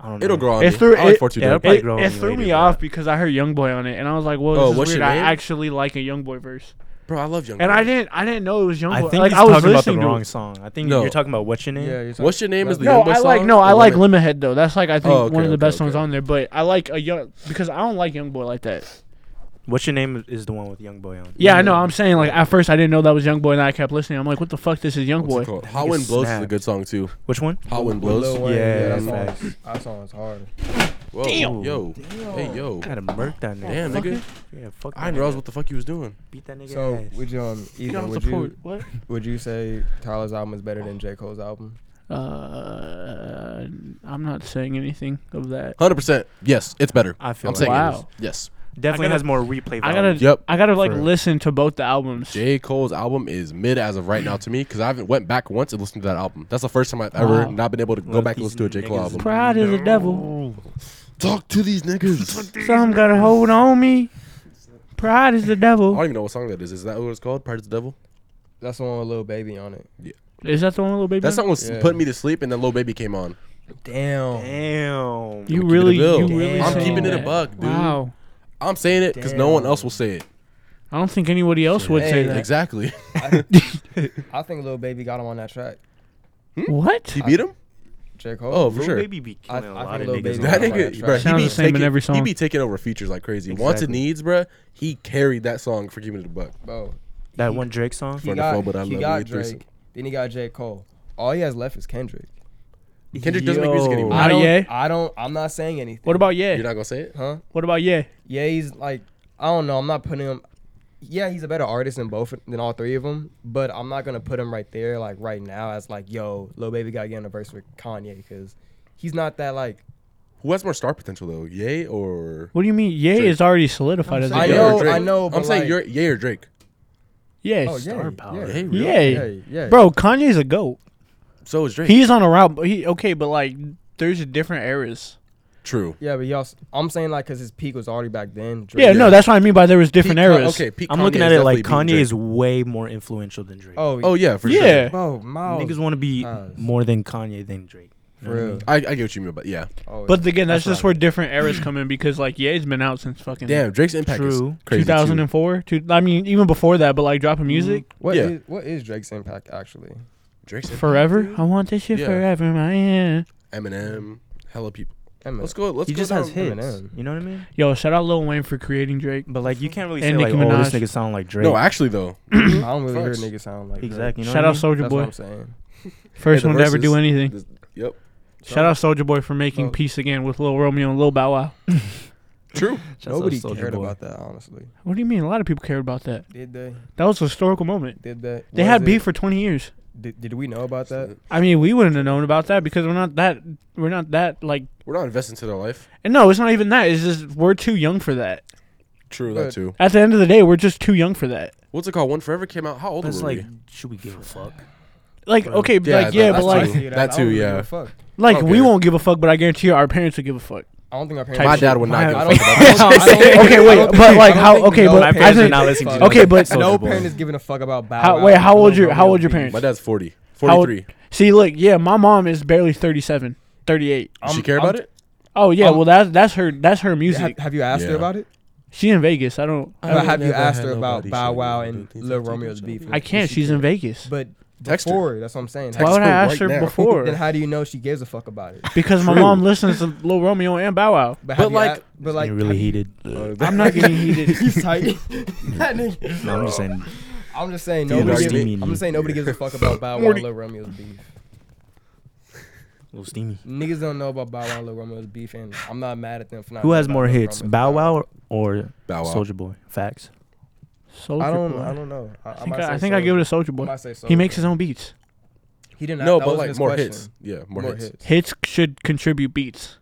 Speaker 4: I don't know.
Speaker 2: It'll grow on
Speaker 5: It's
Speaker 2: me.
Speaker 5: through-
Speaker 2: I like
Speaker 5: it-
Speaker 2: 42
Speaker 4: yeah,
Speaker 2: Doug.
Speaker 4: it'll probably
Speaker 5: It,
Speaker 4: grow on
Speaker 5: it
Speaker 4: me
Speaker 5: threw
Speaker 4: later,
Speaker 5: me
Speaker 4: but-
Speaker 5: off because I heard YoungBoy on it, and I was like, "Whoa, this
Speaker 2: Oh,
Speaker 5: is
Speaker 2: what's your
Speaker 5: weird. I
Speaker 2: name?
Speaker 5: actually like a YoungBoy verse."
Speaker 2: Bro, I love Young.
Speaker 5: And
Speaker 2: Boy.
Speaker 5: I didn't, I didn't know it was YoungBoy.
Speaker 4: I think
Speaker 5: like
Speaker 4: he's
Speaker 5: I
Speaker 4: talking
Speaker 5: was
Speaker 4: about the
Speaker 5: listening to
Speaker 4: wrong
Speaker 5: it.
Speaker 4: song. I think
Speaker 2: No.
Speaker 4: you're talking about what's your name?
Speaker 3: Yeah. You're talking-
Speaker 2: What's your name? Is the
Speaker 5: No,
Speaker 2: Youngboy
Speaker 5: I like
Speaker 2: song?
Speaker 5: no,
Speaker 2: The
Speaker 5: I
Speaker 2: one
Speaker 5: like
Speaker 2: that-
Speaker 5: Lemonhead though. That's like I think
Speaker 2: okay,
Speaker 5: one of the
Speaker 2: okay,
Speaker 5: best songs
Speaker 2: okay.
Speaker 5: on there. But I like a young because I don't like YoungBoy like that.
Speaker 4: What's your name is the one with Young Boy on.
Speaker 5: Yeah, I
Speaker 2: Oh,
Speaker 5: know. I'm saying like at first I didn't know that was Youngboy, and I kept listening. I'm like, "What the fuck? This is
Speaker 2: What's it
Speaker 5: Youngboy."
Speaker 2: called?
Speaker 4: That
Speaker 2: Hot
Speaker 4: nigga
Speaker 2: Wind Blows is a
Speaker 4: snapped.
Speaker 2: good song too.
Speaker 4: Which one?
Speaker 2: Hot Wind
Speaker 3: With Lil
Speaker 2: Blows.
Speaker 3: Wayne,
Speaker 4: Yeah,
Speaker 3: that
Speaker 4: facts.
Speaker 3: song, that song is hard.
Speaker 2: Whoa,
Speaker 4: Damn.
Speaker 2: yo, hey, yo,
Speaker 4: Gotta murk that nigga.
Speaker 2: damn,
Speaker 5: Fuck
Speaker 2: nigga.
Speaker 5: it.
Speaker 4: Yeah, fuck.
Speaker 2: I
Speaker 4: that
Speaker 2: didn't realize
Speaker 4: nigga.
Speaker 2: what the fuck you was doing.
Speaker 4: beat that nigga.
Speaker 3: So,
Speaker 4: ass.
Speaker 3: would you um,
Speaker 5: You
Speaker 3: Ethan,
Speaker 5: don't
Speaker 3: would
Speaker 5: support
Speaker 3: you
Speaker 5: what?
Speaker 3: would you say Tyler's album is better than J Cole's album?
Speaker 5: Uh, I'm not saying anything of that.
Speaker 2: Hundred percent. Yes, it's better.
Speaker 4: I feel
Speaker 2: I'm
Speaker 4: like
Speaker 2: saying
Speaker 5: Wow.
Speaker 2: it is. Yes.
Speaker 4: definitely
Speaker 5: I gotta-
Speaker 4: has more replay.
Speaker 5: I
Speaker 4: value.
Speaker 5: gotta,
Speaker 2: Yep.
Speaker 5: I gotta like
Speaker 4: For-
Speaker 5: listen to both the albums.
Speaker 2: J. Cole's album is mid as of right now to me because I haven't went back once and listened to that album. That's the first time I've ever
Speaker 5: Wow.
Speaker 2: not been able to go
Speaker 4: Well,
Speaker 2: back and
Speaker 4: these
Speaker 2: listen to a J. Cole
Speaker 4: niggas-
Speaker 2: album.
Speaker 5: Pride is the devil.
Speaker 2: Talk to these niggas.
Speaker 5: Some gotta hold on me. Pride is the
Speaker 2: I
Speaker 5: devil.
Speaker 2: don't even know what song that is. Is that what it's called? Pride is the Devil?
Speaker 3: That's the one with Lil Baby on it.
Speaker 5: Is that the one, little baby?
Speaker 2: That song was
Speaker 3: Yeah.
Speaker 2: putting me to sleep, and then Lil Baby came on.
Speaker 3: Damn.
Speaker 4: Damn.
Speaker 5: you
Speaker 2: Keep it a
Speaker 5: really,
Speaker 2: bill.
Speaker 5: you really.
Speaker 4: Damn.
Speaker 2: I'm
Speaker 5: saying
Speaker 2: keeping it a
Speaker 5: that.
Speaker 2: buck, dude.
Speaker 5: Wow.
Speaker 2: I'm saying it because no one else will say it.
Speaker 5: I don't think anybody else would say
Speaker 3: Hey,
Speaker 5: that.
Speaker 2: Exactly.
Speaker 3: I think Lil Baby got him on that track.
Speaker 5: What?
Speaker 2: he beat him?
Speaker 3: J Cole.
Speaker 2: Oh, for
Speaker 4: Lil
Speaker 2: sure.
Speaker 4: Baby be killing
Speaker 3: I
Speaker 4: a
Speaker 3: think
Speaker 4: lot of
Speaker 3: Lil
Speaker 4: niggas.
Speaker 3: Baby-
Speaker 2: That
Speaker 4: on
Speaker 3: That's
Speaker 2: nigga,
Speaker 3: right.
Speaker 2: bro, he
Speaker 5: Sounds
Speaker 2: be,
Speaker 5: the same in
Speaker 2: taking,
Speaker 5: every
Speaker 2: he
Speaker 5: song.
Speaker 2: be taking over features like crazy. Wants and
Speaker 4: Exactly.
Speaker 2: needs, bro. He carried that song for giving it a buck.
Speaker 3: bro.
Speaker 4: That one Drake song.
Speaker 3: He
Speaker 2: For the
Speaker 3: got,
Speaker 2: flow, but I
Speaker 3: he
Speaker 2: love
Speaker 3: got
Speaker 2: weed threesome.
Speaker 3: Drake. Then he got J Cole. All he has left is Kendrick.
Speaker 2: Kendrick doesn't make music
Speaker 4: Yo.
Speaker 2: anymore.
Speaker 5: Not
Speaker 3: I don't.
Speaker 5: Ye?
Speaker 3: I don't. I'm not saying anything.
Speaker 5: What about
Speaker 2: You're
Speaker 5: yeah?
Speaker 2: not gonna say it?
Speaker 3: Huh?
Speaker 5: What about yeah?
Speaker 3: Yeah, he's like. I don't know. I'm not putting him. Yeah, he's a better artist than both than all three of them. But I'm not gonna put him right there like right now as like yo, Lil Baby got to get on a verse with Kanye because he's not that like.
Speaker 2: Who has more star potential though? Yay or
Speaker 5: What do you mean? Yeah
Speaker 2: Drake.
Speaker 5: is already solidified as a
Speaker 3: I
Speaker 2: Ye
Speaker 5: guy.
Speaker 2: or
Speaker 3: know,
Speaker 2: Drake?
Speaker 3: I know,
Speaker 2: I'm
Speaker 3: but
Speaker 2: saying
Speaker 3: like-
Speaker 2: you're Yay or Drake.
Speaker 5: Yes.
Speaker 3: Oh yeah,
Speaker 4: Star
Speaker 3: yeah,
Speaker 4: power.
Speaker 2: Yay,
Speaker 5: Yeah.
Speaker 3: yeah, yeah.
Speaker 5: Bro, Kanye's a goat.
Speaker 2: So is Drake.
Speaker 5: He's on a route, but he okay, but like there's different eras.
Speaker 2: True.
Speaker 3: Yeah, but y'all, I'm saying like because his peak was already back then. Drake-
Speaker 5: Yeah, no, that's what I mean by there was different
Speaker 2: Pete Con-
Speaker 5: eras.
Speaker 2: okay, Pete
Speaker 4: I'm looking
Speaker 2: Kanye
Speaker 4: at
Speaker 2: is
Speaker 4: it like
Speaker 2: definitely beating
Speaker 4: Kanye
Speaker 2: Drake.
Speaker 4: is way more influential than Drake.
Speaker 3: Oh,
Speaker 2: Oh yeah, for
Speaker 5: Yeah.
Speaker 2: sure.
Speaker 3: bro, Miles. Uh,
Speaker 4: Niggas want to be
Speaker 3: Miles.
Speaker 4: more than Kanye than Drake. Mm-hmm. You know
Speaker 3: For
Speaker 4: what I
Speaker 3: real.
Speaker 4: mean?
Speaker 2: I, I get what you mean, but yeah,
Speaker 3: Oh,
Speaker 5: But again, that's,
Speaker 3: That's
Speaker 5: just
Speaker 3: what I
Speaker 5: where different eras come in because like Ye's been out since fucking
Speaker 2: damn, Drake's impact
Speaker 4: True.
Speaker 2: is crazy.
Speaker 5: two
Speaker 2: too.
Speaker 5: thousand and four. Two, I mean, even before that, but like dropping music
Speaker 3: Mm-hmm. what
Speaker 2: yeah.
Speaker 3: is- what is Drake's impact actually?
Speaker 2: Drake's impact,
Speaker 5: forever.
Speaker 2: dude.
Speaker 5: I want this shit
Speaker 2: Yeah.
Speaker 5: forever, man.
Speaker 2: Eminem, hella people.
Speaker 3: Eminem.
Speaker 2: Let's go. Let's
Speaker 4: He
Speaker 2: go
Speaker 4: just has hits.
Speaker 2: down-
Speaker 3: Eminem.
Speaker 4: You know what I mean?
Speaker 5: Yo, shout out Lil Wayne for creating Drake.
Speaker 4: But like, you can't really say
Speaker 5: And Nicki
Speaker 4: like, oh, this
Speaker 5: Minaj.
Speaker 4: nigga sound like Drake.
Speaker 2: No, actually though,
Speaker 3: I don't really hear
Speaker 2: Facts.
Speaker 3: niggas sound like Drake.
Speaker 4: exactly. You know
Speaker 5: shout
Speaker 4: what
Speaker 5: out
Speaker 4: I mean?
Speaker 5: Soldier
Speaker 3: That's
Speaker 5: Boy,
Speaker 3: what I'm saying.
Speaker 5: first
Speaker 2: the
Speaker 5: one to ever do
Speaker 2: verses-
Speaker 5: anything.
Speaker 2: this- yep,
Speaker 5: Shout out Soldier Boy for making
Speaker 3: Oh.
Speaker 5: peace again with Lil Romeo and Lil Bow Wow.
Speaker 2: true.
Speaker 4: Shout out
Speaker 3: Nobody
Speaker 4: Soulja
Speaker 3: cared
Speaker 4: Boy.
Speaker 3: about that honestly.
Speaker 5: What do you mean? A lot of people cared about that.
Speaker 3: Did they?
Speaker 5: That was a historical moment.
Speaker 3: Did that?
Speaker 5: They
Speaker 3: was
Speaker 5: had
Speaker 3: it-
Speaker 5: beef for twenty years.
Speaker 3: Did, did we know about that?
Speaker 5: I mean, we wouldn't have known about that because we're not that we're not that like.
Speaker 2: We're not investing to their life.
Speaker 5: And no, it's not even that. It's just we're too young for that.
Speaker 2: True that
Speaker 3: But-
Speaker 2: too.
Speaker 5: At the end of the day, we're just too young for that.
Speaker 2: What's it called? One Forever came out. How old
Speaker 4: That's
Speaker 2: were
Speaker 4: like,
Speaker 2: we?
Speaker 4: should we give a fuck?
Speaker 5: Like okay,
Speaker 2: Yeah,
Speaker 5: like yeah,
Speaker 2: that-
Speaker 5: but
Speaker 2: that's
Speaker 5: like
Speaker 2: true.
Speaker 3: I-
Speaker 2: that
Speaker 3: I
Speaker 2: too,
Speaker 3: don't really
Speaker 2: yeah.
Speaker 3: give a fuck.
Speaker 5: like
Speaker 2: Okay.
Speaker 5: we won't give a fuck, but I guarantee you, our parents would give a fuck.
Speaker 3: I don't think our parents.
Speaker 2: My dad would not
Speaker 5: My-
Speaker 2: give
Speaker 3: I
Speaker 2: a
Speaker 3: don't.
Speaker 2: fuck
Speaker 3: I don't- I don't-
Speaker 5: Okay, wait,
Speaker 3: I don't
Speaker 5: but,
Speaker 3: think-
Speaker 5: like,
Speaker 3: I don't
Speaker 5: how-
Speaker 3: think
Speaker 5: okay,
Speaker 3: no
Speaker 5: but
Speaker 4: My
Speaker 5: I
Speaker 4: parents
Speaker 5: think-
Speaker 4: are not listening to
Speaker 3: fuck.
Speaker 4: this.
Speaker 5: Okay, but-
Speaker 4: Soulja
Speaker 3: no
Speaker 4: Boy.
Speaker 3: parent is giving a fuck about Bow
Speaker 5: How-
Speaker 3: Wow.
Speaker 5: wait, how old
Speaker 3: Lil
Speaker 5: your- how
Speaker 3: Romeo
Speaker 5: old your
Speaker 3: beef.
Speaker 5: parents?
Speaker 2: My dad's 40,
Speaker 5: How old-
Speaker 2: 43.
Speaker 5: See, look, yeah, my mom is barely 37, 38.
Speaker 2: Does she
Speaker 3: I'm-
Speaker 2: care
Speaker 3: I'm-
Speaker 2: about it?
Speaker 5: Oh yeah,
Speaker 3: Um,
Speaker 5: well that's that's her that's her
Speaker 3: Have,
Speaker 5: music.
Speaker 3: have you asked her
Speaker 2: Yeah.
Speaker 3: about it?
Speaker 5: She's in Vegas. I don't.
Speaker 2: I
Speaker 3: But
Speaker 5: I,
Speaker 2: would
Speaker 5: don't-
Speaker 3: have you
Speaker 2: never
Speaker 3: asked
Speaker 2: have
Speaker 3: her about
Speaker 2: nobody
Speaker 3: Bow
Speaker 2: show me
Speaker 3: Wow
Speaker 2: what
Speaker 3: and
Speaker 2: they think
Speaker 3: Lil
Speaker 2: of
Speaker 3: Romeo's
Speaker 2: themselves.
Speaker 3: beef?
Speaker 5: I can't.
Speaker 3: She
Speaker 5: She's in
Speaker 3: cares.
Speaker 5: Vegas.
Speaker 3: But
Speaker 2: Text her.
Speaker 3: before, that's what I'm saying.
Speaker 5: Why would I
Speaker 2: her
Speaker 5: ask
Speaker 2: right
Speaker 5: her
Speaker 2: now.
Speaker 5: before?
Speaker 3: Then how do you know she gives a fuck about it?
Speaker 5: because my
Speaker 2: True.
Speaker 5: mom listens to Lil Romeo and Bow Wow.
Speaker 3: But,
Speaker 2: But
Speaker 3: have you
Speaker 2: like-
Speaker 3: a- but like,
Speaker 4: Getting really
Speaker 3: have you-
Speaker 4: heated.
Speaker 5: I'm not getting heated.
Speaker 3: He's tight. That nigga-
Speaker 4: No, I'm just saying.
Speaker 3: I'm just saying
Speaker 4: Dude,
Speaker 3: nobody.
Speaker 2: that's
Speaker 3: gives-
Speaker 4: mean.
Speaker 3: I'm just saying nobody gives a fuck about Bow Wow and
Speaker 2: Morty.
Speaker 3: Lil Romeo's beef.
Speaker 4: Little steamy.
Speaker 3: Niggas don't know about Bow Wow and Lil Romeo's beef, and I'm not mad at them for not.
Speaker 4: Who
Speaker 3: knowing
Speaker 4: has
Speaker 3: about
Speaker 4: more
Speaker 3: Lil
Speaker 4: hits,
Speaker 3: Romeo's
Speaker 4: Bow
Speaker 3: beef.
Speaker 4: Wow or
Speaker 2: Bow Wow.
Speaker 4: Soldier Boy? Facts.
Speaker 5: Soldier
Speaker 3: I don't.
Speaker 5: Boy.
Speaker 3: I don't know. I, I
Speaker 5: think
Speaker 3: might
Speaker 5: I, I
Speaker 3: say
Speaker 5: think I give it
Speaker 3: Soulja.
Speaker 5: a Soldier
Speaker 3: I
Speaker 5: Boy.
Speaker 3: might say
Speaker 5: He
Speaker 3: Soulja.
Speaker 5: makes his own beats.
Speaker 3: He did not.
Speaker 2: No,
Speaker 3: that
Speaker 2: but
Speaker 3: was
Speaker 2: like
Speaker 3: his
Speaker 2: more
Speaker 3: question.
Speaker 2: hits. Yeah, more,
Speaker 3: More,
Speaker 2: hits.
Speaker 3: hits.
Speaker 5: Hits should contribute beats.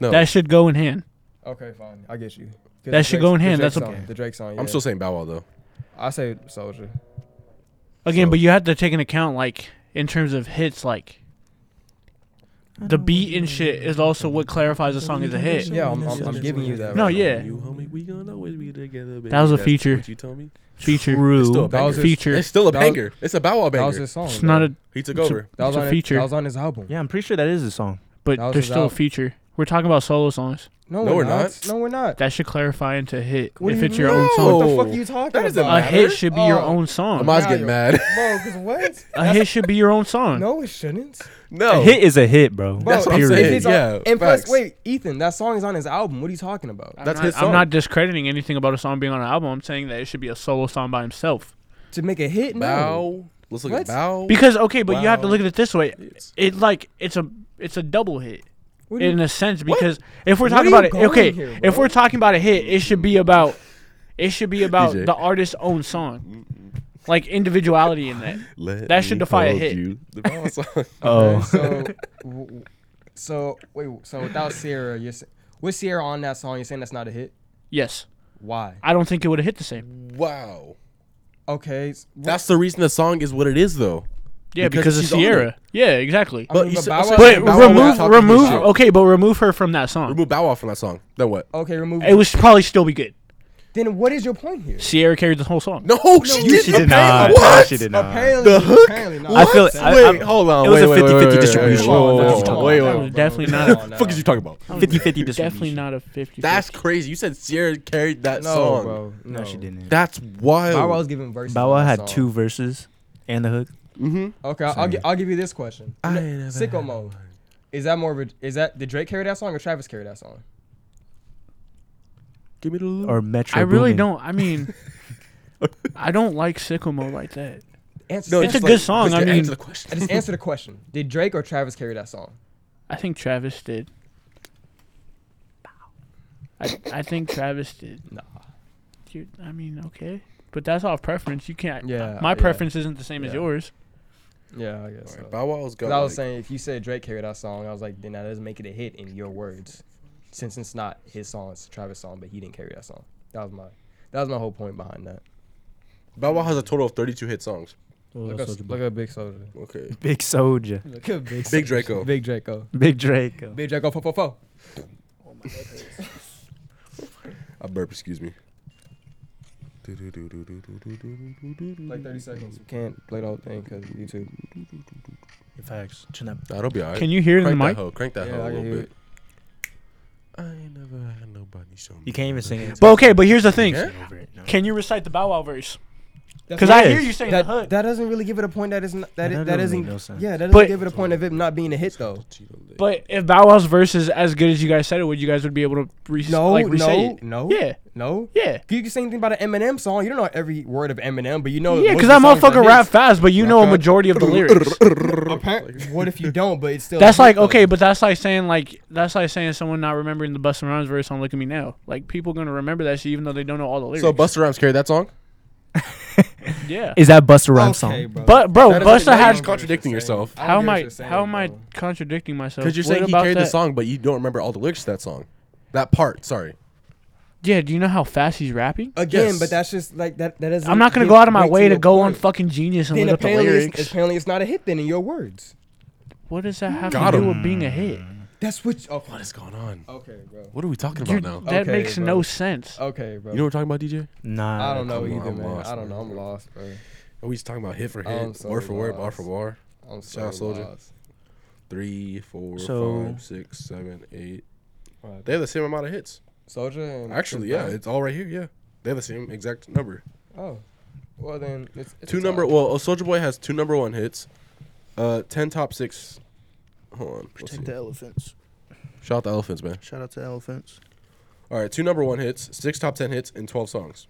Speaker 2: No,
Speaker 5: That should go in hand.
Speaker 3: Okay, fine. I get you. 'Cause
Speaker 5: That
Speaker 3: the
Speaker 5: should
Speaker 3: Drake's-
Speaker 5: go in
Speaker 3: the
Speaker 5: hand,
Speaker 3: Drake
Speaker 5: that's
Speaker 3: song,
Speaker 4: okay.
Speaker 3: The Drake song.
Speaker 2: I'm
Speaker 3: yeah.
Speaker 2: still saying Bow Wow though.
Speaker 3: I say Soldier.
Speaker 5: Again,
Speaker 2: So-
Speaker 5: but you have to take into account like in terms of hits, like the beat and shit is also what clarifies a song is a hit.
Speaker 3: Yeah, I'm- I'm- I'm giving you that
Speaker 5: No, right yeah. now.
Speaker 2: You, homie, we gonna always be together, baby.
Speaker 5: was a
Speaker 2: That's
Speaker 5: feature.
Speaker 2: What you told me?
Speaker 5: Feature.
Speaker 4: True.
Speaker 2: It's still a
Speaker 3: That was
Speaker 2: banger.
Speaker 3: his-
Speaker 5: Feature.
Speaker 2: It's still a
Speaker 3: that was-
Speaker 2: banger. It's a Bow Wow
Speaker 3: That was
Speaker 2: banger.
Speaker 3: his song.
Speaker 5: It's
Speaker 3: bro.
Speaker 5: not a
Speaker 2: He took
Speaker 5: it's a-
Speaker 2: over.
Speaker 3: That was
Speaker 5: it's a
Speaker 3: on
Speaker 5: feature.
Speaker 3: His, that was on his album.
Speaker 4: Yeah, I'm pretty sure that is a song.
Speaker 5: but
Speaker 3: That was
Speaker 5: there's
Speaker 3: his
Speaker 5: still a
Speaker 3: album.
Speaker 5: feature. We're talking about solo songs.
Speaker 3: No,
Speaker 2: No,
Speaker 3: we're
Speaker 2: we're
Speaker 3: not.
Speaker 2: not.
Speaker 3: No, we're not.
Speaker 5: That should clarify into hit
Speaker 3: What do
Speaker 5: if
Speaker 3: you Oh.
Speaker 5: it's your own
Speaker 2: mean?
Speaker 5: song.
Speaker 3: What the
Speaker 2: No.
Speaker 3: fuck are you talking
Speaker 2: That doesn't
Speaker 3: about?
Speaker 5: A
Speaker 2: matter.
Speaker 5: hit should be your
Speaker 3: Oh.
Speaker 5: own song.
Speaker 2: Amaz
Speaker 3: now
Speaker 2: getting
Speaker 3: you're-
Speaker 2: mad.
Speaker 3: Bro, because what?
Speaker 5: A hit should be your own song.
Speaker 3: No, it shouldn't.
Speaker 2: no,
Speaker 4: A hit is a hit, bro.
Speaker 3: Bro,
Speaker 2: That's what I'm
Speaker 3: if
Speaker 2: saying.
Speaker 3: it's on-
Speaker 2: Yeah,
Speaker 3: and plus,
Speaker 2: facts.
Speaker 3: wait, Ethan, that song is on his album. What are you talking about?
Speaker 5: I'm
Speaker 2: that's
Speaker 5: not,
Speaker 2: his
Speaker 5: I'm
Speaker 2: song.
Speaker 5: not discrediting anything about a song being on an album. I'm saying that it should be a solo song by himself.
Speaker 3: To make a hit? No.
Speaker 2: Bow. Let's look
Speaker 3: What?
Speaker 2: at Bow.
Speaker 5: Because okay, but you have to
Speaker 2: Wow.
Speaker 5: look at it this way.
Speaker 2: It's-
Speaker 5: It like it's a it's a double hit.
Speaker 3: What do you-
Speaker 5: in a sense
Speaker 2: What?
Speaker 5: because if we're
Speaker 3: Where
Speaker 5: talking
Speaker 3: are
Speaker 5: about
Speaker 3: you
Speaker 5: it,
Speaker 3: going
Speaker 5: okay,
Speaker 3: here,
Speaker 5: if
Speaker 3: bro?
Speaker 5: we're talking about a hit, it should be about it should be about
Speaker 2: DJ.
Speaker 5: the artist's own song, like individuality in that.
Speaker 2: Let
Speaker 5: that should
Speaker 2: me
Speaker 5: defy a
Speaker 2: hold
Speaker 5: hit.
Speaker 2: you. The Bow Wow song.
Speaker 4: Oh,
Speaker 3: So, w- w- so wait. So without Sierra, you're sa- with Sierra on that song, you're saying that's not a hit?
Speaker 5: Yes,
Speaker 3: Why?
Speaker 5: I don't think it would have hit the same.
Speaker 2: Wow.
Speaker 3: Okay. s- wh-
Speaker 2: That's the reason the song is what it is though.
Speaker 5: Yeah,
Speaker 2: Because
Speaker 5: because, of
Speaker 2: she's on it.
Speaker 5: Sierra. Yeah, exactly.
Speaker 3: I mean,
Speaker 2: But you
Speaker 3: but
Speaker 2: said-
Speaker 3: Bow Wow-
Speaker 5: But
Speaker 2: Bow Wow
Speaker 5: remove
Speaker 2: was talking
Speaker 5: remove
Speaker 2: shit.
Speaker 5: okay, but remove her from that song.
Speaker 2: remove Bow Wow from that song. Then what?
Speaker 3: Okay, remove.
Speaker 5: It would probably still be good.
Speaker 3: then what is your point here?
Speaker 5: Sierra carried the whole song.
Speaker 2: No, she,
Speaker 4: you, she
Speaker 2: didn't.
Speaker 4: did not.
Speaker 2: What?
Speaker 4: She did not.
Speaker 3: Apparently,
Speaker 2: The hook?
Speaker 3: Apparently not.
Speaker 4: I feel- I-
Speaker 2: wait,
Speaker 4: I'm-
Speaker 2: hold on.
Speaker 4: it was
Speaker 2: wait,
Speaker 4: a
Speaker 2: wait, wait,
Speaker 4: 50-50
Speaker 2: wait, wait,
Speaker 4: distribution.
Speaker 2: Whoa, whoa,
Speaker 4: That's what
Speaker 2: whoa,
Speaker 4: you're talking
Speaker 2: wait,
Speaker 5: about.
Speaker 2: wait,
Speaker 5: That
Speaker 2: wait.
Speaker 5: was definitely
Speaker 3: Come
Speaker 5: not a-
Speaker 3: on now.
Speaker 2: Fuck is you talking about?
Speaker 4: 50-50 distribution.
Speaker 5: Definitely not a fifty.
Speaker 2: That's
Speaker 5: 50.
Speaker 2: crazy. You said Sierra carried that
Speaker 3: No,
Speaker 2: song.
Speaker 3: bro.
Speaker 4: No, she didn't.
Speaker 2: That's wild.
Speaker 3: Bow Wow's giving verses. on
Speaker 4: Bow Wow
Speaker 3: that
Speaker 4: had
Speaker 3: song. Oh.
Speaker 4: two verses and the hook.
Speaker 2: mm-hmm.
Speaker 3: Okay, I'll, I'll, gi- I'll give you this question.
Speaker 2: I
Speaker 3: No,
Speaker 2: ain't never
Speaker 3: Sicko
Speaker 2: had
Speaker 3: mode. Is that more of a? Is that did Drake carry that song or Travis carry that song?
Speaker 2: Give me the loop.
Speaker 4: Or Metro.
Speaker 5: I really
Speaker 4: Boomin.
Speaker 5: don't. I mean, I don't like Sycamore like that.
Speaker 3: Answer.
Speaker 2: No,
Speaker 5: It's a
Speaker 2: just
Speaker 3: answer,
Speaker 5: good
Speaker 2: like-
Speaker 5: song,
Speaker 2: just
Speaker 5: I
Speaker 2: to
Speaker 5: mean-
Speaker 2: answer the
Speaker 3: I
Speaker 2: question.
Speaker 3: just answer the question. Did Drake or Travis carry that song?
Speaker 5: I think Travis did. I, I think Travis did.
Speaker 3: Nah.
Speaker 5: Dude, I mean, okay. But that's all preference. You can't.
Speaker 3: Yeah,
Speaker 5: My
Speaker 3: yeah.
Speaker 5: preference isn't the same as
Speaker 3: Yeah.
Speaker 5: yours.
Speaker 3: Yeah, I guess. So.
Speaker 2: Bow Wow's got.
Speaker 3: Because I was
Speaker 2: like-
Speaker 3: saying, if you said Drake carried that song, I was like, then that doesn't make it a hit in your words, since it's not his song, it's Travis' song, but he didn't carry that song. That was my, that was my whole point behind that.
Speaker 2: Bow Wow has a total of 32 hit songs.
Speaker 4: Oh,
Speaker 1: Look up, look up Big Soda.
Speaker 2: Okay.
Speaker 4: Big Soldier,
Speaker 3: Look up Big
Speaker 2: Big Draco.
Speaker 3: Big Draco.
Speaker 4: Big Draco.
Speaker 3: Big Draco. Fo fo fo.
Speaker 2: I burp. Excuse me.
Speaker 3: Like 30 seconds. You can't play the whole thing because YouTube.
Speaker 4: Facts.
Speaker 2: That'll be alright.
Speaker 5: Can you hear it in the
Speaker 2: Crank that
Speaker 5: mic?
Speaker 2: hoe. Crank that
Speaker 3: Yeah,
Speaker 2: hoe
Speaker 3: I
Speaker 2: a
Speaker 3: can
Speaker 2: little
Speaker 3: hear
Speaker 2: bit. I ain't never had nobody show me.
Speaker 4: You can't even sing it.
Speaker 5: But okay, but here's the thing.
Speaker 2: Yeah?
Speaker 4: Over it, no.
Speaker 5: Can you recite the Bow Wow verse?
Speaker 3: That's
Speaker 5: Because
Speaker 3: not-
Speaker 5: I hear
Speaker 4: Yes.
Speaker 5: you saying the
Speaker 3: that
Speaker 5: hood.
Speaker 3: that doesn't really give it a point that is not, that
Speaker 4: That
Speaker 3: it, that
Speaker 4: don't make
Speaker 3: isn't
Speaker 4: no sense.
Speaker 3: yeah that doesn't
Speaker 5: But-
Speaker 3: give it a point of it not being a hit though.
Speaker 5: but if Bow Wow's verse is as good as you guys said it would, you guys would be able to re-
Speaker 3: No,
Speaker 5: like, recite
Speaker 3: no,
Speaker 5: it.
Speaker 3: no,
Speaker 5: Yeah,
Speaker 3: no.
Speaker 5: yeah.
Speaker 3: You can say anything about an Eminem song. You don't know every word of Eminem, but you know.
Speaker 5: yeah,
Speaker 3: most
Speaker 5: because
Speaker 3: of the
Speaker 5: that
Speaker 3: songs
Speaker 5: motherfucker
Speaker 3: hits.
Speaker 5: rap fast, but you know a
Speaker 3: Okay.
Speaker 5: majority of the lyrics.
Speaker 3: Apparent- what if you don't? But it's still.
Speaker 5: That's
Speaker 3: a hit,
Speaker 5: like
Speaker 3: though.
Speaker 5: okay, but that's like saying like that's like saying someone not remembering the Busta Rhymes verse on "Look at Me Now." Like people gonna remember that shit even though they don't know all the lyrics.
Speaker 2: So Buster Rhymes carried that song.
Speaker 5: yeah,
Speaker 4: Is that Busta Rhymes
Speaker 3: Okay,
Speaker 4: song?
Speaker 3: bro.
Speaker 5: but bro,
Speaker 2: That is-
Speaker 5: Busta
Speaker 2: that
Speaker 5: had
Speaker 2: is contradicting yourself.
Speaker 5: how am I how am I contradicting myself?
Speaker 2: Because you're
Speaker 5: What
Speaker 2: saying he
Speaker 5: about
Speaker 2: carried the
Speaker 5: that-
Speaker 2: song, but you don't remember all the lyrics to that song. That part, sorry.
Speaker 5: Yeah, do you know how fast he's rapping?
Speaker 3: Again,
Speaker 2: Yes.
Speaker 3: but that's just like that. That is.
Speaker 5: I'm not gonna go out of my way to go on fucking Genius and
Speaker 3: Then
Speaker 5: look up the
Speaker 3: apparently, it's,
Speaker 5: lyrics.
Speaker 3: apparently, it's not a hit. Then in your words,
Speaker 5: What does that have
Speaker 2: Got
Speaker 5: to do
Speaker 2: him.
Speaker 5: with being a hit?
Speaker 3: that's what. Oh,
Speaker 2: What is going on?
Speaker 3: okay, bro.
Speaker 2: What are we talking
Speaker 5: You're-
Speaker 2: about now?
Speaker 5: That
Speaker 3: Okay,
Speaker 5: makes
Speaker 3: bro.
Speaker 5: no sense.
Speaker 3: Okay, bro.
Speaker 2: You know what we're talking about, DJ?
Speaker 4: Nah.
Speaker 3: I don't know
Speaker 2: come on,
Speaker 3: either,
Speaker 2: I'm
Speaker 3: man.
Speaker 2: lost,
Speaker 3: I don't know.
Speaker 2: man.
Speaker 3: I'm lost, bro.
Speaker 2: Are we just talking about hit for
Speaker 3: I'm
Speaker 2: hit,
Speaker 3: so
Speaker 2: word for word, bar
Speaker 3: lost.
Speaker 2: for bar?
Speaker 3: I'm so
Speaker 2: Shout out Soulja.
Speaker 3: lost.
Speaker 2: Three, four,
Speaker 4: So-
Speaker 2: five, six, seven, eight.
Speaker 3: Right.
Speaker 2: They have the same amount of hits.
Speaker 3: Soldier. And
Speaker 2: Actually, yeah, it's all right here. Yeah, they have the same exact number.
Speaker 3: Oh, well then it's, it's
Speaker 2: two
Speaker 3: a tie.
Speaker 2: number. Well, Soldier Boy has two number one hits. Uh, ten top six. Hold on. let's see.
Speaker 6: Protect the elephants.
Speaker 2: Shout out the elephants, man.
Speaker 6: Shout out to elephants.
Speaker 2: All right, two number one hits, six top ten hits, and twelve songs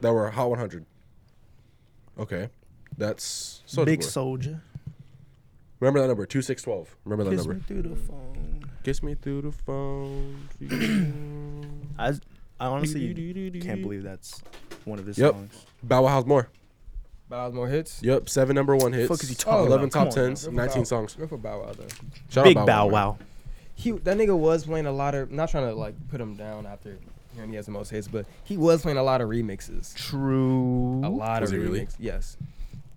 Speaker 2: that were Hot 100. Okay, that's Soulja
Speaker 6: Big
Speaker 2: Boy.
Speaker 6: soldier.
Speaker 2: Remember that number two six twelve. Remember that
Speaker 6: Kiss
Speaker 2: number.
Speaker 6: me through the phone.
Speaker 2: Kiss me through the phone.
Speaker 4: I, I honestly can't believe that's one of his
Speaker 2: Yep.
Speaker 4: songs.
Speaker 2: Bow Wow has more.
Speaker 3: Bow Wow's more hits. Oh,
Speaker 2: Yep, seven number one hits.
Speaker 4: Fuck is he talking
Speaker 2: Eleven
Speaker 4: about? Come
Speaker 2: top
Speaker 4: on now.
Speaker 2: tens,
Speaker 3: Good for
Speaker 2: nineteen
Speaker 3: Bow-
Speaker 2: songs.
Speaker 3: Good for Bow Wow though.
Speaker 2: Shout
Speaker 4: Big
Speaker 2: out
Speaker 4: Bow
Speaker 2: man.
Speaker 4: Wow.
Speaker 3: He that nigga was playing a lot of. Not trying to like put him down after hearing he has the most hits, but he was playing a lot of remixes.
Speaker 4: True.
Speaker 3: A lot
Speaker 2: Was
Speaker 3: of
Speaker 2: he
Speaker 3: remixes.
Speaker 2: really?
Speaker 3: Yes.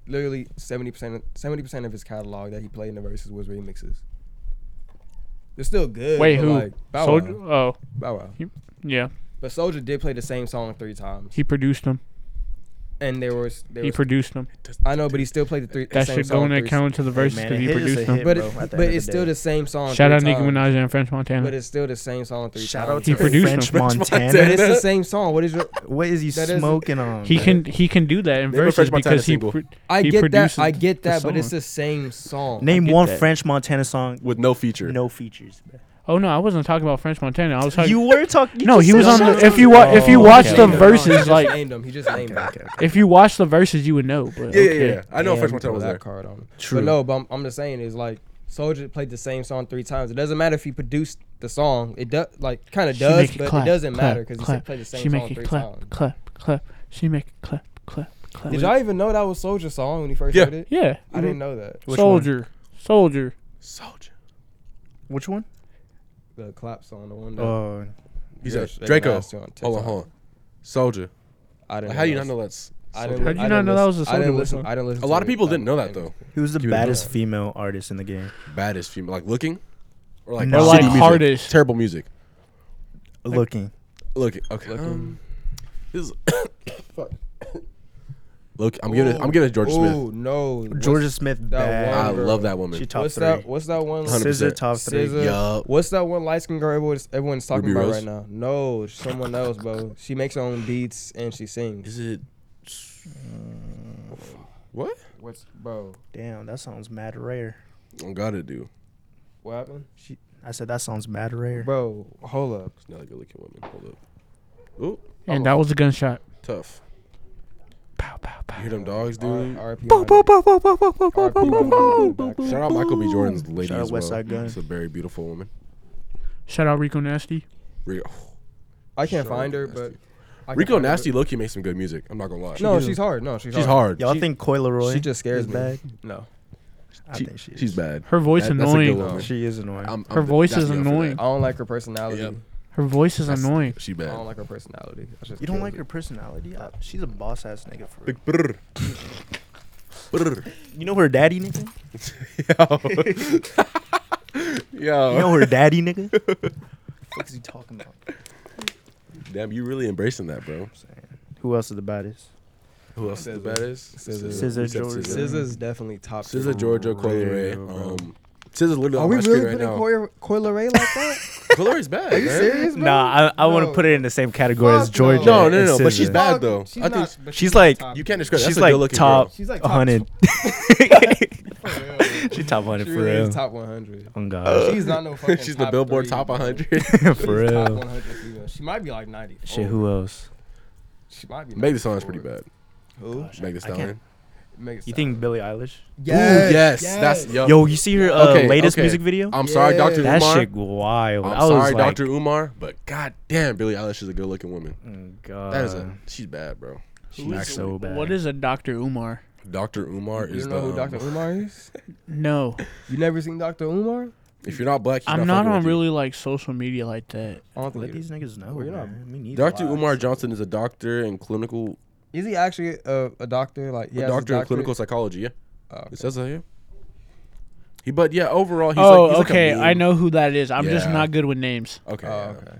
Speaker 3: Literally seventy percent seventy percent of his catalog that he played in the verses was remixes. They're still good.
Speaker 5: Wait,
Speaker 3: but,
Speaker 5: who?
Speaker 3: Like, Bow
Speaker 5: Soldier?
Speaker 3: Wow.
Speaker 5: Oh,
Speaker 3: Bow Wow.
Speaker 5: yeah,
Speaker 3: But Soldier did play the same song three times,
Speaker 5: he produced them.
Speaker 3: and there was there
Speaker 5: He
Speaker 3: was.
Speaker 5: produced them.
Speaker 3: I know, but he still played the three.
Speaker 5: That
Speaker 3: the same
Speaker 5: should go
Speaker 3: song
Speaker 5: in the
Speaker 3: three-
Speaker 5: account to the verses
Speaker 4: man,
Speaker 5: because he
Speaker 4: it is a
Speaker 5: produced them.
Speaker 4: hit.
Speaker 3: But
Speaker 4: bro,
Speaker 3: it-
Speaker 4: at the
Speaker 3: but
Speaker 4: end of
Speaker 3: it's
Speaker 4: the
Speaker 3: still
Speaker 4: day.
Speaker 3: the same song.
Speaker 5: Shout
Speaker 3: three
Speaker 5: out Nicki
Speaker 3: times.
Speaker 5: Minaj and French Montana.
Speaker 3: But it's still the same song three
Speaker 4: Shout out
Speaker 3: times.
Speaker 4: to
Speaker 5: He produced
Speaker 4: French
Speaker 5: him.
Speaker 2: French
Speaker 4: Montana.
Speaker 2: Montana.
Speaker 3: But it's the same song. What is your?
Speaker 4: What is he
Speaker 3: That is-
Speaker 4: smoking on?
Speaker 5: he
Speaker 4: bro?
Speaker 5: can he can do that in
Speaker 2: Name a
Speaker 5: verses
Speaker 2: French Montana
Speaker 5: because he
Speaker 2: single.
Speaker 5: pr-
Speaker 3: I
Speaker 5: He
Speaker 3: get that.
Speaker 5: produced
Speaker 3: I get
Speaker 5: the
Speaker 3: that, but it's
Speaker 5: song.
Speaker 3: the same song.
Speaker 4: name
Speaker 5: get
Speaker 4: one
Speaker 5: that.
Speaker 4: French Montana song.
Speaker 2: with no feature.
Speaker 4: No features. bro.
Speaker 5: oh no I wasn't talking about French Montana I was talking
Speaker 4: You were talking.
Speaker 5: no he was on
Speaker 4: Shout
Speaker 5: the
Speaker 4: out
Speaker 5: if
Speaker 4: to-
Speaker 5: you wa- if you
Speaker 4: Oh,
Speaker 5: watch
Speaker 4: okay. No,
Speaker 5: the
Speaker 4: no,
Speaker 3: he
Speaker 5: verses
Speaker 3: just
Speaker 5: like
Speaker 3: named him. He just named him.
Speaker 5: if you watch the verses you would know but
Speaker 2: Yeah, yeah,
Speaker 5: okay.
Speaker 2: yeah. I know
Speaker 3: Yeah,
Speaker 2: French
Speaker 3: we
Speaker 2: Montana
Speaker 3: throw
Speaker 2: was
Speaker 3: that
Speaker 2: there.
Speaker 3: card on him.
Speaker 2: True.
Speaker 3: But no, but I'm, I'm just saying is like Soldier played the same song three times. It doesn't matter if he produced the song. It does like kind of
Speaker 5: She
Speaker 3: does,
Speaker 5: make
Speaker 3: but
Speaker 5: clap,
Speaker 3: it doesn't
Speaker 5: clap,
Speaker 3: matter because he
Speaker 5: clap.
Speaker 3: played the same
Speaker 5: she
Speaker 3: song
Speaker 5: make it
Speaker 3: three
Speaker 5: clap
Speaker 3: times.
Speaker 5: clap clap she make it clap clap clap
Speaker 3: Did y'all even know that was Soldier song when he first
Speaker 2: Yeah.
Speaker 3: heard it?
Speaker 5: yeah
Speaker 3: I didn't know that.
Speaker 4: Which one?
Speaker 5: soldier soldier
Speaker 2: Soldier.
Speaker 4: Which one?
Speaker 3: The clap song, the one that
Speaker 5: Uh,
Speaker 4: Oh,
Speaker 2: He
Speaker 3: Yeah,
Speaker 2: said
Speaker 3: they
Speaker 2: Draco. Oh,
Speaker 3: nasty on
Speaker 2: Hold on,
Speaker 3: TikTok.
Speaker 2: hold on. Soldier.
Speaker 3: I didn't.
Speaker 2: How do you
Speaker 3: that was-
Speaker 2: not know that's?
Speaker 3: I
Speaker 2: Soulja
Speaker 3: didn't.
Speaker 2: Boy?
Speaker 3: li-
Speaker 5: How did you
Speaker 3: I
Speaker 5: not
Speaker 3: didn't
Speaker 5: know that
Speaker 3: listen-
Speaker 5: was a
Speaker 3: I
Speaker 5: Soulja
Speaker 3: didn't
Speaker 5: Boy
Speaker 3: listen.
Speaker 5: song?
Speaker 3: I didn't listen.
Speaker 2: A
Speaker 3: to
Speaker 2: lot of
Speaker 3: it.
Speaker 2: people
Speaker 3: I
Speaker 2: didn't know that
Speaker 3: didn't-
Speaker 2: though.
Speaker 4: he was the
Speaker 2: He was
Speaker 4: baddest female artist in the game.
Speaker 2: Baddest female, like looking, or
Speaker 4: No. City
Speaker 5: or like
Speaker 2: shitty music?
Speaker 5: hardest
Speaker 2: terrible music.
Speaker 4: Looking.
Speaker 2: Look, okay.
Speaker 3: Looking.
Speaker 2: Um, this is fuck. Look, I'm giving it. I'm giving it to Georgia Smith.
Speaker 3: Ooh no, what's-
Speaker 4: Georgia Smith. Bad.
Speaker 2: I
Speaker 3: one girl.
Speaker 2: love that woman.
Speaker 4: She top
Speaker 3: what's
Speaker 4: three.
Speaker 3: that? What's that one?
Speaker 2: 100%.
Speaker 4: Scissor top three.
Speaker 3: Scissor.
Speaker 2: Yup.
Speaker 3: What's that one light skin girl everyone's, everyone's talking
Speaker 2: Ruby
Speaker 3: about
Speaker 2: Rose?
Speaker 3: right now? No, someone else, bro. She makes her own beats and she sings.
Speaker 2: Is it? Uh, What?
Speaker 3: What's bro?
Speaker 4: Damn, that sounds mad rare.
Speaker 2: I gotta do.
Speaker 3: What happened,
Speaker 4: She, I said that sounds mad rare.
Speaker 3: bro? Hold up.
Speaker 2: She's not a good-looking woman. Hold up. Ooh,
Speaker 5: and that was a gunshot
Speaker 2: tough.
Speaker 5: pow pow
Speaker 2: You
Speaker 5: pow
Speaker 2: hear them dogs,
Speaker 3: R-
Speaker 2: dude?
Speaker 3: R.I.P.
Speaker 5: Bow, bow, bow, bow, bow, bow, bow, bow,
Speaker 3: R.I.P.
Speaker 5: bow, bow, bow.
Speaker 2: Shout out Michael B. Jordan's lady
Speaker 4: Shout out
Speaker 2: as well.
Speaker 4: West Side Gun.
Speaker 2: She's a very beautiful woman.
Speaker 5: shout out Rico Nasty
Speaker 2: Re-
Speaker 3: I can't
Speaker 2: Shout out
Speaker 3: find her,
Speaker 2: Rico
Speaker 3: but
Speaker 2: Nasty.
Speaker 3: I can
Speaker 2: Rico
Speaker 3: find her,
Speaker 2: Nasty Loki makes some good music. I'm not gonna lie.
Speaker 3: but- No,
Speaker 4: do.
Speaker 3: she's hard. No, she's
Speaker 2: she's hard.
Speaker 4: Y'all
Speaker 3: She-
Speaker 4: think Coi Leroy?
Speaker 3: She just scares
Speaker 4: is
Speaker 3: me.
Speaker 4: bad?
Speaker 3: No,
Speaker 4: I
Speaker 2: She-
Speaker 4: think she is.
Speaker 2: she's bad.
Speaker 5: her voice
Speaker 2: That- that's a good
Speaker 5: annoying
Speaker 2: one.
Speaker 4: She is annoying.
Speaker 2: I'm-
Speaker 5: Her
Speaker 2: I'm-
Speaker 5: voice
Speaker 2: that's
Speaker 5: is
Speaker 2: me up for that.
Speaker 5: annoying.
Speaker 3: I don't like her personality.
Speaker 2: Yep.
Speaker 5: her voice is
Speaker 2: That's-
Speaker 5: annoying
Speaker 2: She
Speaker 3: I don't
Speaker 2: bad.
Speaker 3: like her personality. That just
Speaker 4: you don't
Speaker 3: kills
Speaker 4: like
Speaker 3: it.
Speaker 4: her personality? I- she's a boss ass nigga for real.
Speaker 2: Big brr.
Speaker 4: You know her daddy, nigga.
Speaker 1: Yo.
Speaker 4: You know her daddy, nigga. what fuck is he talking about?
Speaker 2: Damn, you really embracing that, bro.
Speaker 4: Who else is the baddest?
Speaker 2: Who else is the baddest?
Speaker 1: Scissor.
Speaker 4: Scissor George.
Speaker 2: Scissor.
Speaker 3: SZA's definitely top. three.
Speaker 2: Scissor, Giorgio, Coyle Ray. Um, Scissor literally
Speaker 3: Are
Speaker 2: on
Speaker 3: we really
Speaker 2: my screen right
Speaker 3: putting
Speaker 2: now.
Speaker 3: Coil, Coil Ray like that?
Speaker 2: Coyle Ray's bad.
Speaker 3: Are you
Speaker 2: man.
Speaker 3: serious, bro?
Speaker 4: Nah, I, I want to
Speaker 3: No.
Speaker 4: put it in the same category as
Speaker 3: Fuck
Speaker 4: Georgia.
Speaker 2: No, no, no,
Speaker 4: and
Speaker 2: no, but she's
Speaker 4: Scissor.
Speaker 2: bad. though.
Speaker 3: She's
Speaker 2: I think
Speaker 3: not, but
Speaker 4: she's like-
Speaker 3: top.
Speaker 2: You can't describe. That's
Speaker 4: She's
Speaker 2: a
Speaker 4: like
Speaker 2: good-looking
Speaker 4: top
Speaker 2: girl.
Speaker 3: She's like top
Speaker 4: 100.
Speaker 3: for real.
Speaker 4: she top 100
Speaker 3: She
Speaker 4: for
Speaker 3: really
Speaker 4: real.
Speaker 3: is top 100.
Speaker 4: oh god.
Speaker 3: She's not no fucking.
Speaker 2: Uh, She's the
Speaker 3: top
Speaker 2: Billboard
Speaker 3: three,
Speaker 2: Top
Speaker 3: bro.
Speaker 2: 100.
Speaker 3: She's
Speaker 4: for
Speaker 3: Top
Speaker 4: real.
Speaker 3: 100 female. She might be like 90.
Speaker 4: Shit, who else?
Speaker 3: She might be.
Speaker 2: Meg Thee Stallion's
Speaker 3: 94.
Speaker 2: pretty bad.
Speaker 3: Who?
Speaker 2: Meg Thee
Speaker 4: I can't-
Speaker 2: Stallion.
Speaker 3: Meg Thee
Speaker 4: You
Speaker 3: Stallion.
Speaker 4: think Billie Eilish?
Speaker 2: Ooh, yes, that's yo.
Speaker 4: Yo, you see her uh,
Speaker 2: Okay,
Speaker 4: latest
Speaker 2: okay.
Speaker 4: music video?
Speaker 2: I'm sorry,
Speaker 3: Yeah.
Speaker 2: Dr.
Speaker 4: that
Speaker 2: Umar.
Speaker 4: shit wild.
Speaker 2: I'm
Speaker 4: I was
Speaker 2: sorry,
Speaker 4: like,
Speaker 2: Dr. Umar, but god damn, Billie Eilish is a good-looking woman.
Speaker 4: mm, God,
Speaker 2: That is a she's bad, bro.
Speaker 4: she's so bad.
Speaker 5: What is a Dr. Umar?
Speaker 2: Dr. Umar
Speaker 3: You
Speaker 2: is
Speaker 3: don't
Speaker 2: the
Speaker 3: know who
Speaker 2: um,
Speaker 3: Dr. Umar is?
Speaker 5: No,
Speaker 3: You never seen Dr. Umar?
Speaker 2: If you're not black, he's
Speaker 5: I'm not
Speaker 2: fucking
Speaker 5: on
Speaker 2: with you.
Speaker 5: really like social media like that.
Speaker 3: I don't think
Speaker 4: Let these niggas know.
Speaker 3: Well, you're not-
Speaker 4: man. Me neither.
Speaker 2: Dr. Umar Johnson is a doctor in clinical,
Speaker 3: Is he actually a, a doctor? Like, he
Speaker 2: a
Speaker 3: has his
Speaker 2: doctor in
Speaker 3: doctorate?
Speaker 2: clinical psychology. Yeah,
Speaker 3: Oh, okay.
Speaker 2: it says that here. He, but yeah, overall, he's
Speaker 5: oh,
Speaker 2: like, he's like a
Speaker 5: okay.
Speaker 2: meme.
Speaker 5: I know who that is. I'm just
Speaker 2: Yeah.
Speaker 5: not good with names.
Speaker 2: Okay,
Speaker 3: Oh,
Speaker 2: yeah.
Speaker 3: okay.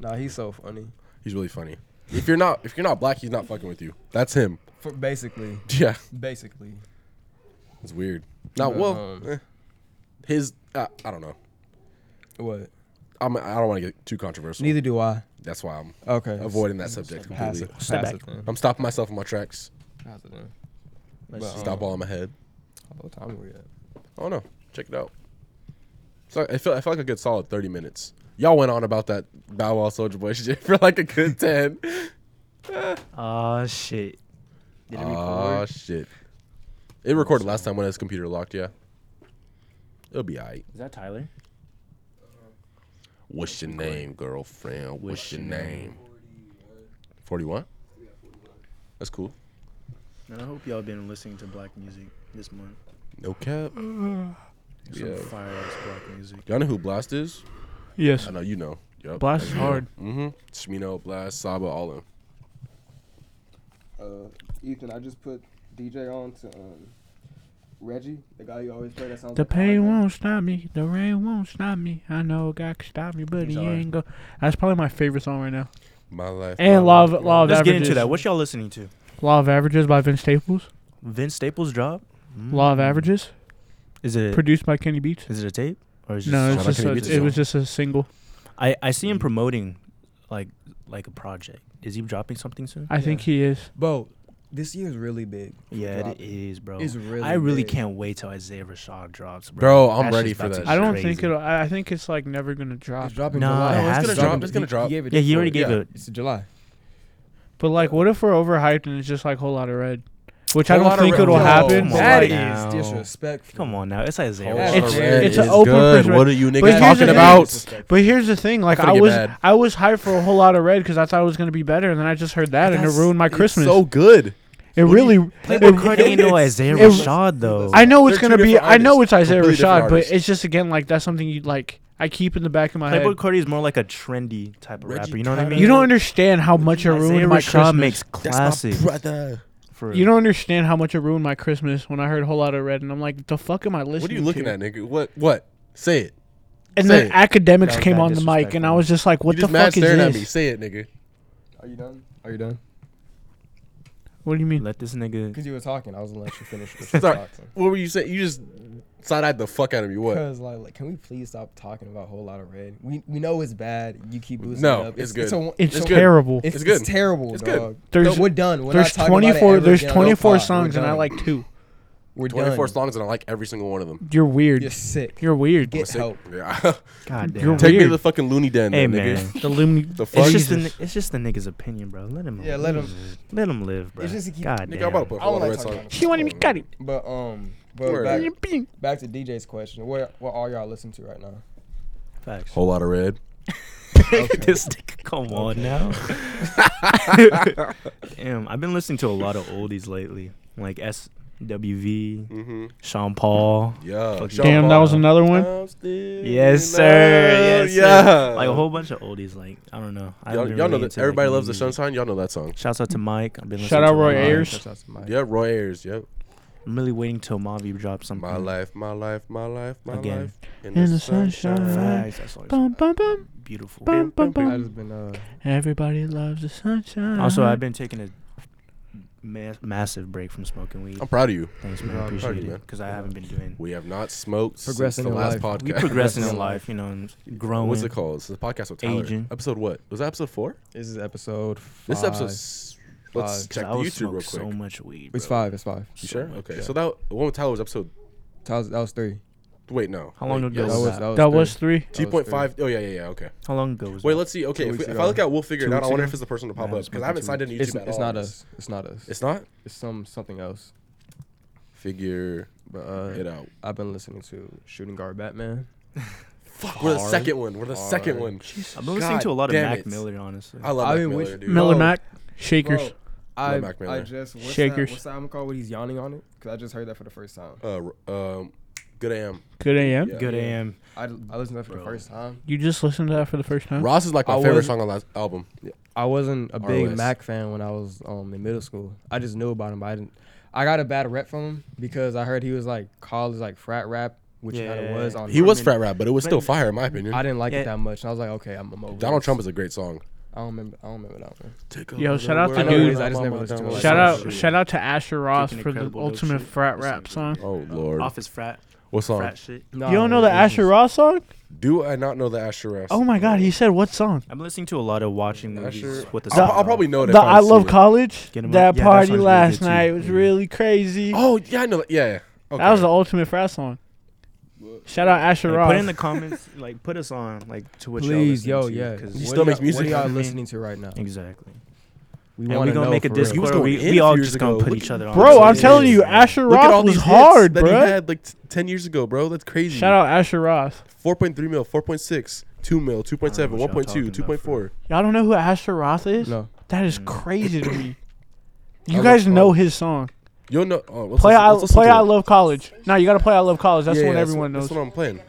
Speaker 3: Nah, he's so funny.
Speaker 2: he's really funny. If you're not, if you're not black, he's not fucking with you. That's him.
Speaker 3: For basically,
Speaker 2: Yeah,
Speaker 3: basically.
Speaker 2: it's weird. Not
Speaker 3: But,
Speaker 2: well.
Speaker 3: um,
Speaker 2: eh. His, uh, I don't know.
Speaker 3: What?
Speaker 2: I'm, I don't want to get too controversial.
Speaker 3: Neither do I.
Speaker 2: That's why I'm
Speaker 3: Okay.
Speaker 2: avoiding that subject
Speaker 3: Pass
Speaker 2: completely.
Speaker 3: it.
Speaker 4: Step
Speaker 3: Pass
Speaker 4: back.
Speaker 3: it then.
Speaker 2: I'm stopping myself in my tracks.
Speaker 3: Pass it then.
Speaker 4: Let's
Speaker 3: But,
Speaker 2: Stop
Speaker 3: um,
Speaker 2: all in my head.
Speaker 3: What time were we at?
Speaker 2: I don't know. Check it out. So I feel I feel like a good solid thirty minutes. Y'all went on about that Bow Wow Soldier Boy shit for like a good ten.
Speaker 4: Oh shit. Did it
Speaker 2: Aw,
Speaker 4: record?
Speaker 2: shit! It recorded last time when his computer locked. Yeah, it'll be alright.
Speaker 4: Is that Tyler?
Speaker 2: What's your name, girlfriend? What's your name? Forty-one. That's cool.
Speaker 6: Man, I hope y'all been listening to black music this month.
Speaker 2: No cap.
Speaker 6: Some
Speaker 2: Yeah.
Speaker 6: fire ass black music.
Speaker 2: Y'all know who Blast is?
Speaker 5: Yes.
Speaker 2: I know you know. Yep.
Speaker 5: Blast is hard.
Speaker 2: Mm-hmm. Shmino, Blast, Saba, all of them.
Speaker 3: Uh, Ethan, I just put DJ on to um, Reggie, the guy you always play that sounds
Speaker 5: The pain won't stop me. The rain won't stop me. I know God can stop me, but
Speaker 4: He's
Speaker 5: he
Speaker 4: all right.
Speaker 5: ain't go. That's probably my favorite song right now.
Speaker 2: My life.
Speaker 5: And
Speaker 2: my
Speaker 5: Law
Speaker 2: life,
Speaker 5: of,
Speaker 2: my
Speaker 5: Law of
Speaker 4: Let's get
Speaker 5: Averages.
Speaker 4: into that. What y'all listening to?
Speaker 5: Law of Averages by Vince Staples.
Speaker 4: Vince Staples' drop. Mm.
Speaker 5: Law of Averages,
Speaker 4: Is it?
Speaker 5: produced by Kenny Beats.
Speaker 4: is it a tape or is it just
Speaker 5: No, it's
Speaker 2: Shout out
Speaker 5: just
Speaker 2: Kenny
Speaker 5: a,
Speaker 2: Beats'
Speaker 5: it was
Speaker 2: song.
Speaker 5: just a single.
Speaker 4: I I see him promoting, like like a project. Is he dropping something soon?
Speaker 5: I think he is.
Speaker 3: Bro, this year's really big.
Speaker 4: Yeah,
Speaker 3: Drop.
Speaker 4: it is, bro.
Speaker 3: It's really
Speaker 4: I really
Speaker 3: big.
Speaker 4: can't wait till Isaiah Rashad drops, bro.
Speaker 2: Bro, I'm
Speaker 4: That's
Speaker 2: ready
Speaker 4: just
Speaker 2: for
Speaker 4: about
Speaker 2: that.
Speaker 4: to
Speaker 5: I don't
Speaker 4: Crazy.
Speaker 5: think it'll. I I think it's like never gonna drop.
Speaker 3: It's dropping
Speaker 4: Nah,
Speaker 3: July.
Speaker 4: it No, it's has
Speaker 2: gonna to. drop, it's gonna
Speaker 3: He-
Speaker 2: drop.
Speaker 3: He gave it
Speaker 4: Yeah, he already
Speaker 3: before.
Speaker 4: gave
Speaker 3: Yeah,
Speaker 4: it-
Speaker 3: It's July.
Speaker 5: But like, what if we're overhyped and it's just like whole lot of red, which I
Speaker 2: Whole
Speaker 5: don't
Speaker 2: Lotta
Speaker 5: think
Speaker 2: Red-
Speaker 5: it'll
Speaker 2: Yo,
Speaker 5: happen.
Speaker 4: come on.
Speaker 5: but,
Speaker 3: That
Speaker 4: like-
Speaker 3: is
Speaker 4: Now.
Speaker 3: disrespectful.
Speaker 4: Come on now, it's Isaiah.
Speaker 2: Hold
Speaker 3: Yeah,
Speaker 2: on,
Speaker 5: it's
Speaker 2: Red
Speaker 5: it's
Speaker 2: is
Speaker 5: an open
Speaker 2: good.
Speaker 5: prison.
Speaker 2: What are you
Speaker 5: here's
Speaker 2: niggas
Speaker 5: the
Speaker 2: talking
Speaker 5: thing.
Speaker 2: about?
Speaker 5: But here's the thing: like,
Speaker 2: gonna
Speaker 5: I
Speaker 2: get
Speaker 5: was
Speaker 2: bad.
Speaker 5: I was hyped for a whole lot of red because I thought it was gonna be better, and then I just heard that and it
Speaker 2: That's-
Speaker 5: ruined my
Speaker 2: it's
Speaker 5: Christmas.
Speaker 2: so good.
Speaker 5: it really.
Speaker 4: Playboy
Speaker 5: it-
Speaker 4: Cardi ain't no Isaiah
Speaker 5: it-
Speaker 4: Rashad though.
Speaker 5: I know it's
Speaker 2: They're two
Speaker 5: gonna be.
Speaker 2: different
Speaker 5: I know it's
Speaker 2: artists,
Speaker 5: Isaiah
Speaker 2: completely different
Speaker 5: Rashad, but
Speaker 2: artists.
Speaker 5: it's just again like that's something you like. I keep in the back of my
Speaker 4: Playboy
Speaker 5: head.
Speaker 4: Cardi is more like a trendy type of
Speaker 2: Reggie
Speaker 4: rapper. You know what I
Speaker 2: Tyler.
Speaker 4: mean?
Speaker 5: You don't understand how much it
Speaker 4: Isaiah
Speaker 5: ruined my
Speaker 4: Rashad
Speaker 5: Christmas.
Speaker 4: makes
Speaker 2: That's
Speaker 4: classic.
Speaker 2: my brother.
Speaker 4: For
Speaker 5: you don't understand how much it ruined my Christmas when I heard a whole lot of red, and I'm like, the fuck am I listening?
Speaker 2: What are you looking
Speaker 5: to?
Speaker 2: at, nigga? What? What? Say it.
Speaker 5: And
Speaker 2: Say
Speaker 5: then
Speaker 2: it.
Speaker 5: academics
Speaker 4: That was
Speaker 5: came
Speaker 4: mad
Speaker 5: on the mic, and I
Speaker 4: disrespectful.
Speaker 5: was just like, "What
Speaker 2: you
Speaker 5: the
Speaker 2: just mad
Speaker 5: fuck is
Speaker 2: staring at me.
Speaker 5: this?
Speaker 2: Say it, nigga.
Speaker 3: Are you done? Are you done?
Speaker 5: What do you mean?"
Speaker 4: let this nigga.
Speaker 3: Because you were talking, I was gonna let you finish. what you were
Speaker 2: Sorry.
Speaker 3: talking.
Speaker 2: What were you saying? You just side eyed the fuck out of me. What?
Speaker 3: Because like, like, can we please stop talking about whole lot of red? We we know it's bad. You keep boosting
Speaker 2: No,
Speaker 3: it up.
Speaker 2: it's
Speaker 3: It's,
Speaker 2: good.
Speaker 3: a,
Speaker 5: It's,
Speaker 3: it's, a-
Speaker 5: terrible.
Speaker 3: It's,
Speaker 2: It's
Speaker 3: it's
Speaker 2: good.
Speaker 3: terrible,
Speaker 2: It's good.
Speaker 3: dog.
Speaker 5: There's-
Speaker 3: we're done. We're
Speaker 5: there's
Speaker 3: not talking about it
Speaker 5: 24.
Speaker 3: ever
Speaker 5: There's
Speaker 3: again on the
Speaker 5: 24
Speaker 3: pod. We're
Speaker 5: songs, and I
Speaker 3: done.
Speaker 5: like two.
Speaker 3: We're
Speaker 2: Twenty four
Speaker 3: done.
Speaker 2: songs and I like every single one of them.
Speaker 5: You're weird.
Speaker 3: You're sick.
Speaker 5: You're weird.
Speaker 3: Get help.
Speaker 2: Yeah.
Speaker 4: God damn.
Speaker 5: You're
Speaker 2: Take me to
Speaker 5: Weird.
Speaker 2: the fucking loony den,
Speaker 4: Hey
Speaker 2: then,
Speaker 4: man,
Speaker 2: nigga.
Speaker 5: the Lumni.
Speaker 2: The fuck?
Speaker 4: it's just the, ni-
Speaker 5: Jesus.
Speaker 4: it's just the nigga's opinion, bro. Let him.
Speaker 3: Yeah, let him-
Speaker 4: Let him live, bro.
Speaker 3: It's just he keep-
Speaker 4: God
Speaker 2: Nigga,
Speaker 4: damn.
Speaker 2: I'm about to put
Speaker 3: I
Speaker 2: a lot
Speaker 3: don't
Speaker 2: of
Speaker 3: like
Speaker 2: red
Speaker 3: talking
Speaker 2: songs.
Speaker 3: about
Speaker 5: She wanted me got it.
Speaker 3: But um, but
Speaker 2: Word.
Speaker 3: back,
Speaker 5: Bing.
Speaker 3: back to DJ's question. What what are y'all listening to right now?
Speaker 4: Facts.
Speaker 2: Whole lot of red.
Speaker 4: this nigga, come on now. Damn, I've been listening to a lot of oldies lately, like SWV,
Speaker 2: Mm-hmm.
Speaker 4: Sean Paul.
Speaker 2: Yeah.
Speaker 4: Fuck
Speaker 2: Sean
Speaker 5: Damn, that
Speaker 2: Paul.
Speaker 5: was another one.
Speaker 2: I'm still
Speaker 4: Yes,
Speaker 2: in
Speaker 4: sir.
Speaker 2: love.
Speaker 4: Yes,
Speaker 2: Yeah.
Speaker 4: sir. Like a whole bunch of oldies. Like I don't know. I
Speaker 2: Y'all,
Speaker 4: haven't been
Speaker 2: y'all know
Speaker 4: really
Speaker 2: that
Speaker 4: into, like,
Speaker 2: everybody
Speaker 4: new
Speaker 2: loves the
Speaker 4: music.
Speaker 2: sunshine. Y'all know that song.
Speaker 4: Shouts out to Mike. I've been
Speaker 5: Shout
Speaker 4: listening
Speaker 5: out
Speaker 4: to
Speaker 5: Roy
Speaker 4: Mike.
Speaker 5: Ayers.
Speaker 2: Yeah, Roy Ayers. Yep.
Speaker 4: I'm really waiting till Mavi drops something.
Speaker 2: My life, my life, my life, my
Speaker 4: Again.
Speaker 2: life.
Speaker 5: In the sunshine.
Speaker 4: Facts, that's all-
Speaker 5: Bum, bum, bum,
Speaker 4: Beautiful.
Speaker 5: bum, bum,
Speaker 3: I
Speaker 5: bum.
Speaker 3: just been uh,
Speaker 5: Everybody loves the sunshine.
Speaker 4: Also,
Speaker 3: Uh-huh.
Speaker 4: I've been taking a ma- massive break from smoking weed.
Speaker 2: I'm proud of you.
Speaker 4: Thanks, man.
Speaker 3: proud
Speaker 4: I
Speaker 3: of you.
Speaker 4: appreciate
Speaker 2: Yeah.
Speaker 4: it because I haven't been doing.
Speaker 2: We have not smoked
Speaker 3: Progressing
Speaker 2: since
Speaker 3: in
Speaker 2: the last
Speaker 3: life.
Speaker 4: We
Speaker 2: podcast.
Speaker 4: progressing in life, you know, and growing.
Speaker 2: What's it called? It's the podcast with Tyler.
Speaker 4: Aging.
Speaker 2: Episode what? Was that episode four?
Speaker 3: this is episode. Five.
Speaker 2: This episode. s- Let's
Speaker 3: Five.
Speaker 2: check
Speaker 4: I
Speaker 2: the
Speaker 4: was
Speaker 2: YouTube real
Speaker 4: smoking
Speaker 2: quick.
Speaker 4: so much weed.
Speaker 3: It's
Speaker 4: bro.
Speaker 3: five. It's five.
Speaker 4: so
Speaker 2: you sure?
Speaker 4: much,
Speaker 2: okay.
Speaker 4: yeah.
Speaker 2: So that the one with Tyler was episode.
Speaker 3: That was, that was three.
Speaker 2: Wait, no.
Speaker 4: How long
Speaker 2: Wait,
Speaker 4: ago
Speaker 3: That
Speaker 2: yes.
Speaker 4: was
Speaker 3: was
Speaker 4: that?
Speaker 3: that was,
Speaker 5: that
Speaker 3: three.
Speaker 5: was three.
Speaker 3: That was
Speaker 2: Two point five. Oh yeah, yeah, yeah. Okay.
Speaker 4: How long ago was
Speaker 2: Wait,
Speaker 4: that?
Speaker 2: let's see. Okay,
Speaker 3: Two
Speaker 2: if, we,
Speaker 3: weeks
Speaker 2: if I
Speaker 3: ago.
Speaker 2: look at, we'll figure
Speaker 4: Two
Speaker 2: it out. I
Speaker 4: weeks
Speaker 2: wonder
Speaker 4: ago?
Speaker 2: if it's the person to pop
Speaker 4: Nah,
Speaker 2: up
Speaker 4: it's
Speaker 2: because
Speaker 4: been
Speaker 2: I haven't
Speaker 4: two
Speaker 2: signed into YouTube
Speaker 3: It's,
Speaker 2: at
Speaker 3: it's
Speaker 2: all.
Speaker 3: not us. It's not us.
Speaker 2: It's not.
Speaker 3: It's some something else.
Speaker 2: Figure
Speaker 3: But uh,
Speaker 2: it out.
Speaker 3: I've been listening to Shooting Guard Batman.
Speaker 2: Fuck, we're the
Speaker 3: Hard.
Speaker 2: second one. We're the second
Speaker 3: Hard.
Speaker 2: one.
Speaker 4: I've been listening
Speaker 2: God
Speaker 4: to a lot of
Speaker 2: damn
Speaker 4: Mac
Speaker 2: it.
Speaker 4: Miller, honestly.
Speaker 2: I love
Speaker 3: I
Speaker 2: Mac
Speaker 3: mean,
Speaker 2: Miller,
Speaker 3: which-
Speaker 2: dude.
Speaker 5: Miller
Speaker 3: Bro.
Speaker 5: Mac, Shakers.
Speaker 3: I
Speaker 2: Mac
Speaker 3: I
Speaker 2: Miller.
Speaker 3: just what's
Speaker 5: Shakers.
Speaker 3: That, what's that album called? What he's yawning on it? Cause I just heard that for the first time.
Speaker 2: Uh, r- um, good am.
Speaker 5: Good AM.
Speaker 2: Yeah.
Speaker 4: Good AM.
Speaker 3: I, I listened to that for
Speaker 4: Bro.
Speaker 3: the first time.
Speaker 5: You just listened to that for the first time?
Speaker 2: Ross is like my
Speaker 3: I
Speaker 2: favorite
Speaker 3: was-
Speaker 2: song on last album. Yeah.
Speaker 3: I wasn't a big
Speaker 2: ROS.
Speaker 3: Mac fan when I was um in middle school. I just knew about him, but I didn't. I got a bad rep from him because I heard he was like college like frat rap, which he kind
Speaker 4: Yeah.
Speaker 3: of was on.
Speaker 2: He was
Speaker 4: Herman-
Speaker 2: frat rap, but it was still
Speaker 4: but-
Speaker 2: fire in my opinion.
Speaker 3: I didn't like
Speaker 4: Yeah.
Speaker 3: it that much. And I was like, okay, I'm, I'm over.
Speaker 2: Donald
Speaker 3: this.
Speaker 2: Trump is a great song.
Speaker 3: I don't remember. I don't remember that one.
Speaker 5: Yo, shout out
Speaker 3: I
Speaker 5: to
Speaker 3: know it is,
Speaker 5: dude.
Speaker 3: I just never listened to it.
Speaker 5: Shout
Speaker 4: Like,
Speaker 5: out, shout out to Asher Ross
Speaker 4: Kicking
Speaker 5: for the
Speaker 4: Incredible Dope
Speaker 5: ultimate
Speaker 4: Shit.
Speaker 5: frat
Speaker 4: Listen
Speaker 5: rap
Speaker 4: to it.
Speaker 5: song.
Speaker 2: Oh lord,
Speaker 4: Office frat.
Speaker 2: what song?
Speaker 4: Frat shit.
Speaker 3: No,
Speaker 5: You don't know the
Speaker 3: it was
Speaker 5: Asher Ross song?
Speaker 2: Do I not know the Asher Ross?
Speaker 5: Oh my god, he said what song?
Speaker 4: I'm listening to a lot of watching movies
Speaker 2: Asher-
Speaker 4: with the
Speaker 2: I'll,
Speaker 4: sound
Speaker 2: I'll
Speaker 4: off.
Speaker 2: probably know it.
Speaker 5: The
Speaker 2: if
Speaker 5: I
Speaker 2: see
Speaker 5: Love
Speaker 2: it.
Speaker 5: College.
Speaker 4: Get 'em
Speaker 5: that
Speaker 4: up. Yeah, that
Speaker 5: party
Speaker 4: sounds really
Speaker 5: last
Speaker 4: good, too.
Speaker 5: night was
Speaker 4: Mhm.
Speaker 5: really crazy.
Speaker 2: Oh yeah, I know. that- Yeah, yeah. Okay.
Speaker 5: That was the ultimate frat song. Shout out Asher
Speaker 4: Like,
Speaker 5: Ross.
Speaker 4: put in the comments, like put us on, like to what y'all
Speaker 3: Please,
Speaker 4: listen
Speaker 3: yo,
Speaker 4: to,
Speaker 3: yeah.
Speaker 4: 'cause-
Speaker 2: He
Speaker 3: What
Speaker 2: still
Speaker 3: are
Speaker 2: makes
Speaker 3: y'all-
Speaker 2: music.
Speaker 3: What are y'all listening to right now?
Speaker 4: exactly.
Speaker 3: We
Speaker 4: And
Speaker 3: want
Speaker 4: we're
Speaker 3: to
Speaker 4: gonna
Speaker 3: know
Speaker 4: make a
Speaker 3: for real.
Speaker 2: He was
Speaker 4: Discord. where
Speaker 2: going
Speaker 4: We,
Speaker 2: in
Speaker 4: we
Speaker 2: a
Speaker 4: all
Speaker 2: few years
Speaker 4: just gonna
Speaker 2: ago.
Speaker 4: put
Speaker 2: Look
Speaker 4: each
Speaker 2: at-
Speaker 4: other on.
Speaker 5: Bro,
Speaker 4: It's
Speaker 5: I'm
Speaker 4: really
Speaker 5: telling
Speaker 4: good.
Speaker 5: you, Asher
Speaker 2: Look at all
Speaker 5: Ross was
Speaker 2: these hits
Speaker 5: hard,
Speaker 2: that he
Speaker 5: bro.
Speaker 2: had like t- ten years ago, bro. That's crazy.
Speaker 5: Shout out Asher Ross.
Speaker 2: 4.3 mil, 4.6, 2 mil, 2.7,
Speaker 4: what y'all
Speaker 2: 1.2,
Speaker 4: talking about,
Speaker 2: 2.4.
Speaker 5: Y'all don't know who Asher Roth is?
Speaker 3: No.
Speaker 5: That
Speaker 4: Mm.
Speaker 5: is crazy to me. You
Speaker 2: I
Speaker 5: guys
Speaker 2: love
Speaker 5: know
Speaker 2: College.
Speaker 5: his song.
Speaker 2: You'll know. Oh, let's
Speaker 5: Play
Speaker 2: listen-
Speaker 5: I
Speaker 2: let's listen
Speaker 5: play
Speaker 2: to
Speaker 5: I
Speaker 2: it.
Speaker 5: love college. No, you gotta play I love college. That's
Speaker 2: Yeah,
Speaker 5: the one
Speaker 2: yeah,
Speaker 5: everyone
Speaker 2: that's,
Speaker 5: knows.
Speaker 2: That's what I'm playing.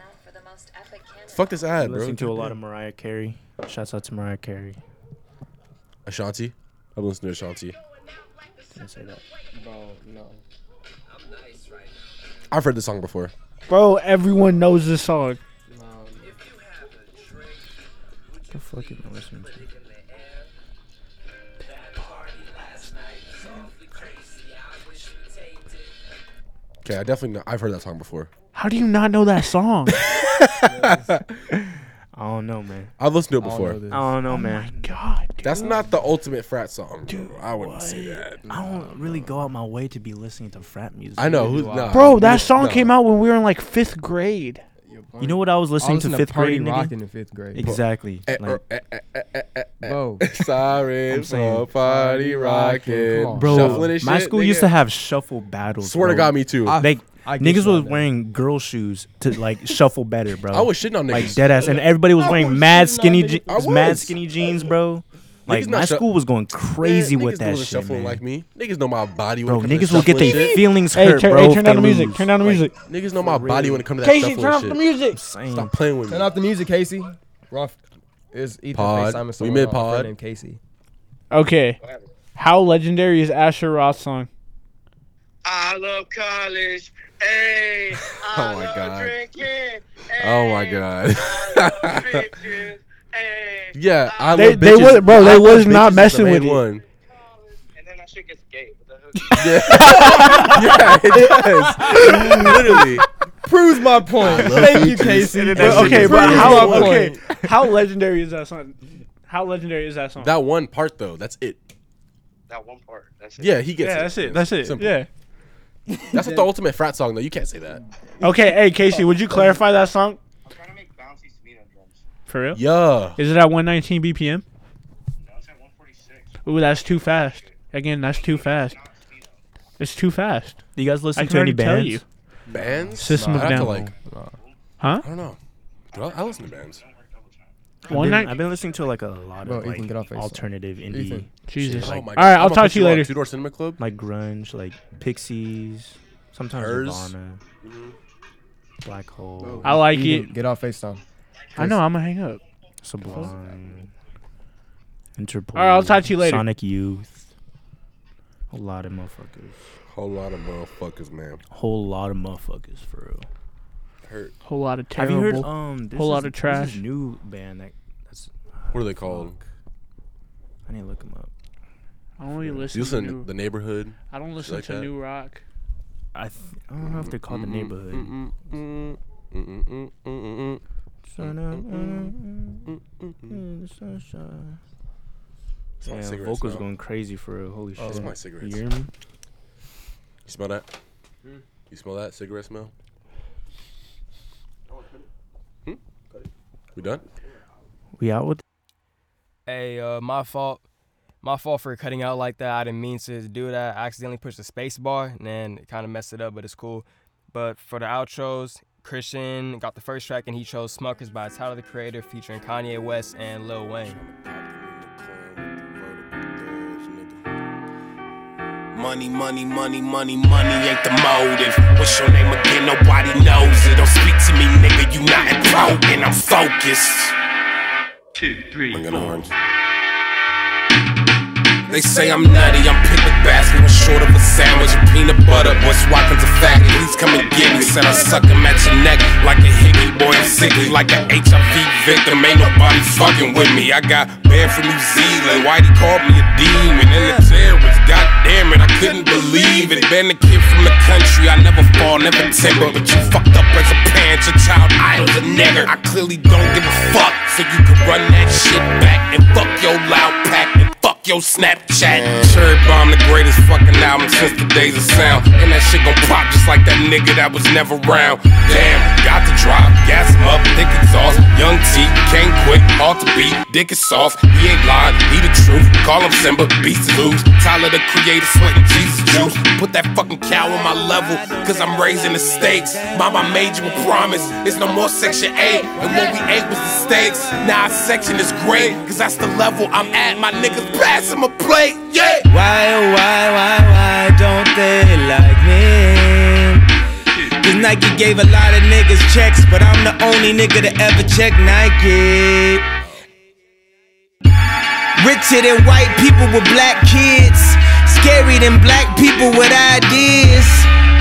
Speaker 2: Fuck this ad,
Speaker 4: I'm
Speaker 2: bro.
Speaker 4: listening to a lot of Mariah Carey. Shouts out to Mariah Carey.
Speaker 2: Ashanti. I'm listening to Ashanti.
Speaker 4: Didn't say that.
Speaker 2: I've heard this song before.
Speaker 5: Bro, everyone knows this song.
Speaker 4: The fuck am I listening to?
Speaker 2: Okay, I definitely know. I've heard that song before.
Speaker 5: How do you not know that song?
Speaker 4: I don't know, man.
Speaker 2: I've listened to it
Speaker 3: I don't know
Speaker 2: before.
Speaker 4: I
Speaker 3: this.
Speaker 4: don't know,
Speaker 5: oh my
Speaker 4: man.
Speaker 5: god, dude.
Speaker 2: That's not the ultimate frat song. Dude, I wouldn't say that.
Speaker 4: I don't really go out my way to be listening to frat music.
Speaker 2: I know
Speaker 3: do
Speaker 2: who's
Speaker 3: I.
Speaker 2: not.
Speaker 5: Bro, that song came out when we were in like fifth grade.
Speaker 4: You know what I was
Speaker 3: I
Speaker 4: listening
Speaker 3: listened
Speaker 4: to fifth
Speaker 3: Party
Speaker 4: grade,
Speaker 3: Rock
Speaker 4: nigga?
Speaker 3: in fifth grade.
Speaker 4: Exactly.
Speaker 2: Eh,
Speaker 4: Like,
Speaker 2: eh, eh, eh, eh, eh, eh.
Speaker 3: Bro,
Speaker 2: Sorry
Speaker 4: I'm
Speaker 2: for
Speaker 4: saying-
Speaker 2: party
Speaker 3: Rockin', come
Speaker 2: rocking.
Speaker 3: on.
Speaker 4: bro,
Speaker 2: Shuffling
Speaker 4: my
Speaker 2: and shit,
Speaker 4: school used
Speaker 2: nigga.
Speaker 4: to have shuffle battles.
Speaker 2: Swear to
Speaker 4: bro.
Speaker 2: God, me too. I,
Speaker 4: Like
Speaker 3: I get
Speaker 4: niggas
Speaker 3: you on
Speaker 4: was
Speaker 3: that.
Speaker 4: wearing girl shoes to like shuffle better, bro.
Speaker 2: was shitting on niggas.
Speaker 4: like dead ass, and everybody was
Speaker 2: I
Speaker 4: wearing
Speaker 2: was
Speaker 4: mad
Speaker 2: shitting on
Speaker 4: skinny,
Speaker 2: niggas.
Speaker 4: je-
Speaker 2: I
Speaker 4: mad
Speaker 2: was.
Speaker 4: skinny jeans, bro. Like
Speaker 2: not
Speaker 4: my
Speaker 2: shu-
Speaker 4: school was going crazy
Speaker 2: Man,
Speaker 4: with
Speaker 2: niggas
Speaker 4: that
Speaker 2: wasn't
Speaker 4: shit,
Speaker 2: shuffling
Speaker 4: man.
Speaker 2: like me. Niggas know my body when
Speaker 4: bro,
Speaker 2: it comes to
Speaker 4: niggas will get
Speaker 2: shuffling
Speaker 4: their
Speaker 2: shit.
Speaker 4: feelings
Speaker 5: Hey,
Speaker 4: hurt,
Speaker 5: turn,
Speaker 4: bro.
Speaker 5: hey,
Speaker 4: if
Speaker 5: turn
Speaker 4: they
Speaker 5: down the music.
Speaker 4: lose.
Speaker 5: Turn down the music.
Speaker 2: Niggas know my body when it comes to that
Speaker 5: Casey, turn off the
Speaker 2: shuffling shit.
Speaker 5: music.
Speaker 4: Same.
Speaker 2: Stop playing with me.
Speaker 3: Turn off the music, Casey. Roth is Ethan
Speaker 2: Pod.
Speaker 3: FaceTime
Speaker 2: We
Speaker 3: with someone
Speaker 2: mid
Speaker 3: else, a friend
Speaker 2: pod.
Speaker 3: named Casey.
Speaker 5: Okay. How legendary is Asher Roth's song?
Speaker 7: I love college. Hey, I
Speaker 2: Oh my
Speaker 7: love
Speaker 2: God.
Speaker 7: drinking. Hey,
Speaker 2: Oh my god.
Speaker 7: I love bitches. Hey,
Speaker 2: yeah, I
Speaker 5: They-
Speaker 2: love
Speaker 5: they
Speaker 2: bitches.
Speaker 5: was- bro, they
Speaker 2: I love
Speaker 5: was not
Speaker 2: bitches is the
Speaker 5: messing
Speaker 2: main
Speaker 5: with you.
Speaker 2: one.
Speaker 7: and then I should get gay. What the hook?
Speaker 2: Yeah. yeah, it does. Literally.
Speaker 3: Proves my point. Thank you, Casey.
Speaker 5: But, okay,
Speaker 2: Bro,
Speaker 5: but
Speaker 2: you
Speaker 5: how
Speaker 2: got
Speaker 5: okay? How legendary is that song? How legendary is that song?
Speaker 2: That one part though, that's it.
Speaker 7: That one part. That's it.
Speaker 2: Yeah, he gets
Speaker 5: yeah,
Speaker 2: it.
Speaker 5: that's it. That's it.
Speaker 2: Simple.
Speaker 5: Yeah.
Speaker 2: That's not the ultimate frat song though. You can't say that.
Speaker 5: Okay, hey Casey, would you clarify that song
Speaker 7: I'm trying to make bouncy sweet on drums.
Speaker 5: for real?
Speaker 2: Yeah.
Speaker 5: Is it at 119 BPM?
Speaker 7: No, it's at 146.
Speaker 5: Ooh, that's too fast. Again, that's too fast.
Speaker 7: Not speedo.
Speaker 5: It's too fast.
Speaker 4: Do you guys
Speaker 5: I
Speaker 4: listen
Speaker 5: can
Speaker 4: to any
Speaker 5: already tell
Speaker 4: bands?
Speaker 5: you.
Speaker 2: Bands?
Speaker 5: System
Speaker 2: Nah,
Speaker 5: of
Speaker 2: I'd have to,
Speaker 5: Down.
Speaker 2: like,
Speaker 5: Huh?
Speaker 2: I don't know. Do I, I listen to bands.
Speaker 7: Don't work double time.
Speaker 4: I've
Speaker 5: One
Speaker 4: been,
Speaker 5: night.
Speaker 4: I've been listening to like a lot
Speaker 3: Bro,
Speaker 4: of
Speaker 3: Ethan,
Speaker 4: like
Speaker 3: get off Facebook.
Speaker 4: alternative indie,
Speaker 3: Ethan.
Speaker 5: Jesus.
Speaker 4: Like-
Speaker 2: Oh my
Speaker 5: All right,
Speaker 2: I'm
Speaker 5: I'll
Speaker 2: gonna
Speaker 5: talk
Speaker 2: put
Speaker 5: to you
Speaker 2: on
Speaker 5: later.
Speaker 2: uh, Two Door Cinema Club.
Speaker 4: like grunge, like Pixies, sometimes
Speaker 2: Hers.
Speaker 4: Nirvana, Black Hole,
Speaker 5: I like it.
Speaker 3: Mm-hmm. Ethan, Get off FaceTime.
Speaker 5: I know. I'm gonna hang up.
Speaker 4: Sublime, Interpol.
Speaker 5: I'll talk to you later.
Speaker 4: Sonic Youth. A lot of motherfuckers.
Speaker 2: Whole lot of motherfuckers, man.
Speaker 4: Whole lot of motherfuckers for real.
Speaker 2: Hurt.
Speaker 5: Whole lot of
Speaker 4: Have
Speaker 5: terrible.
Speaker 4: you heard um this
Speaker 5: Whole
Speaker 4: is,
Speaker 5: lot of
Speaker 4: This
Speaker 5: trash.
Speaker 4: is new band that that's
Speaker 2: What are they called?
Speaker 4: I need to look them up.
Speaker 5: I only
Speaker 2: Do
Speaker 5: listen,
Speaker 2: you listen
Speaker 5: to
Speaker 2: to
Speaker 5: new,
Speaker 2: the neighborhood?
Speaker 5: I don't listen
Speaker 2: like
Speaker 5: to
Speaker 2: that?
Speaker 5: new rock.
Speaker 4: I th- I don't know if they're called the neighborhood.
Speaker 2: Mm, mm, mm, mm, mm,
Speaker 4: uh,
Speaker 2: mm, mm, mm. It's my
Speaker 4: Yeah,
Speaker 2: cigarette
Speaker 4: vocals
Speaker 2: smell.
Speaker 4: going crazy for real. Holy shit!
Speaker 2: Oh, it's my
Speaker 4: You
Speaker 2: cigarettes.
Speaker 4: hear me?
Speaker 2: You smell that? You smell that cigarette smell? Hmm? We done?
Speaker 4: We out with
Speaker 3: Hey, uh, my fault. My fault for cutting out like that. I didn't mean to do that. I accidentally pushed the space bar and then it kind of messed it up, but it's cool. But for the outros, Christian got the first track and he chose Smuckers by Tyler the Creator featuring Kanye West and Lil Wayne.
Speaker 8: Money, money, money, money, money ain't the motive. What's your name again? Nobody knows it. Don't speak to me, nigga. You not important. I'm focused. Bring it on. They say I'm nutty, I'm picnic basket. What's short of a sandwich and peanut butter? Boy, swapping's a fact. Please come and get me. Said I suck him at your neck like a hickey. Boy, I'm sickly like a HIV victim. Ain't nobody fucking with me. I got banned from New Zealand. Whitey called me a demon and a terrorist. God damn it, I couldn't believe it. Been a kid from the country. I never fall, never temper. But you fucked up as a parent. Your child idol's a nigger. I clearly don't give a fuck. So you can run that shit back and fuck your loud pack and fuck your Snapchat. Cherry Bomb, the greatest fucking album since the days of sound. And that shit gon' pop just like that nigga that was never round. Damn, got to drop, gas him up, thick exhaust. Young T, can't quit, hard to beat, dick is soft. He ain't lying, he the truth. Call him Simba, beast to lose. Tyler the creator, sweating Jesus juice. Put that fucking cow on my level, cause I'm raising the stakes. Mama made you a promise, it's no more section 8. And what we ate was the stakes. Now our section is great, cause that's the level I'm at. My niggas passing my plate, yeah.
Speaker 9: Why, oh, why, why, why don't they like me? Cause Nike gave a lot of niggas checks, but I'm the only nigga to ever check Nike. Richer than white people with black kids, scary than black people with ideas.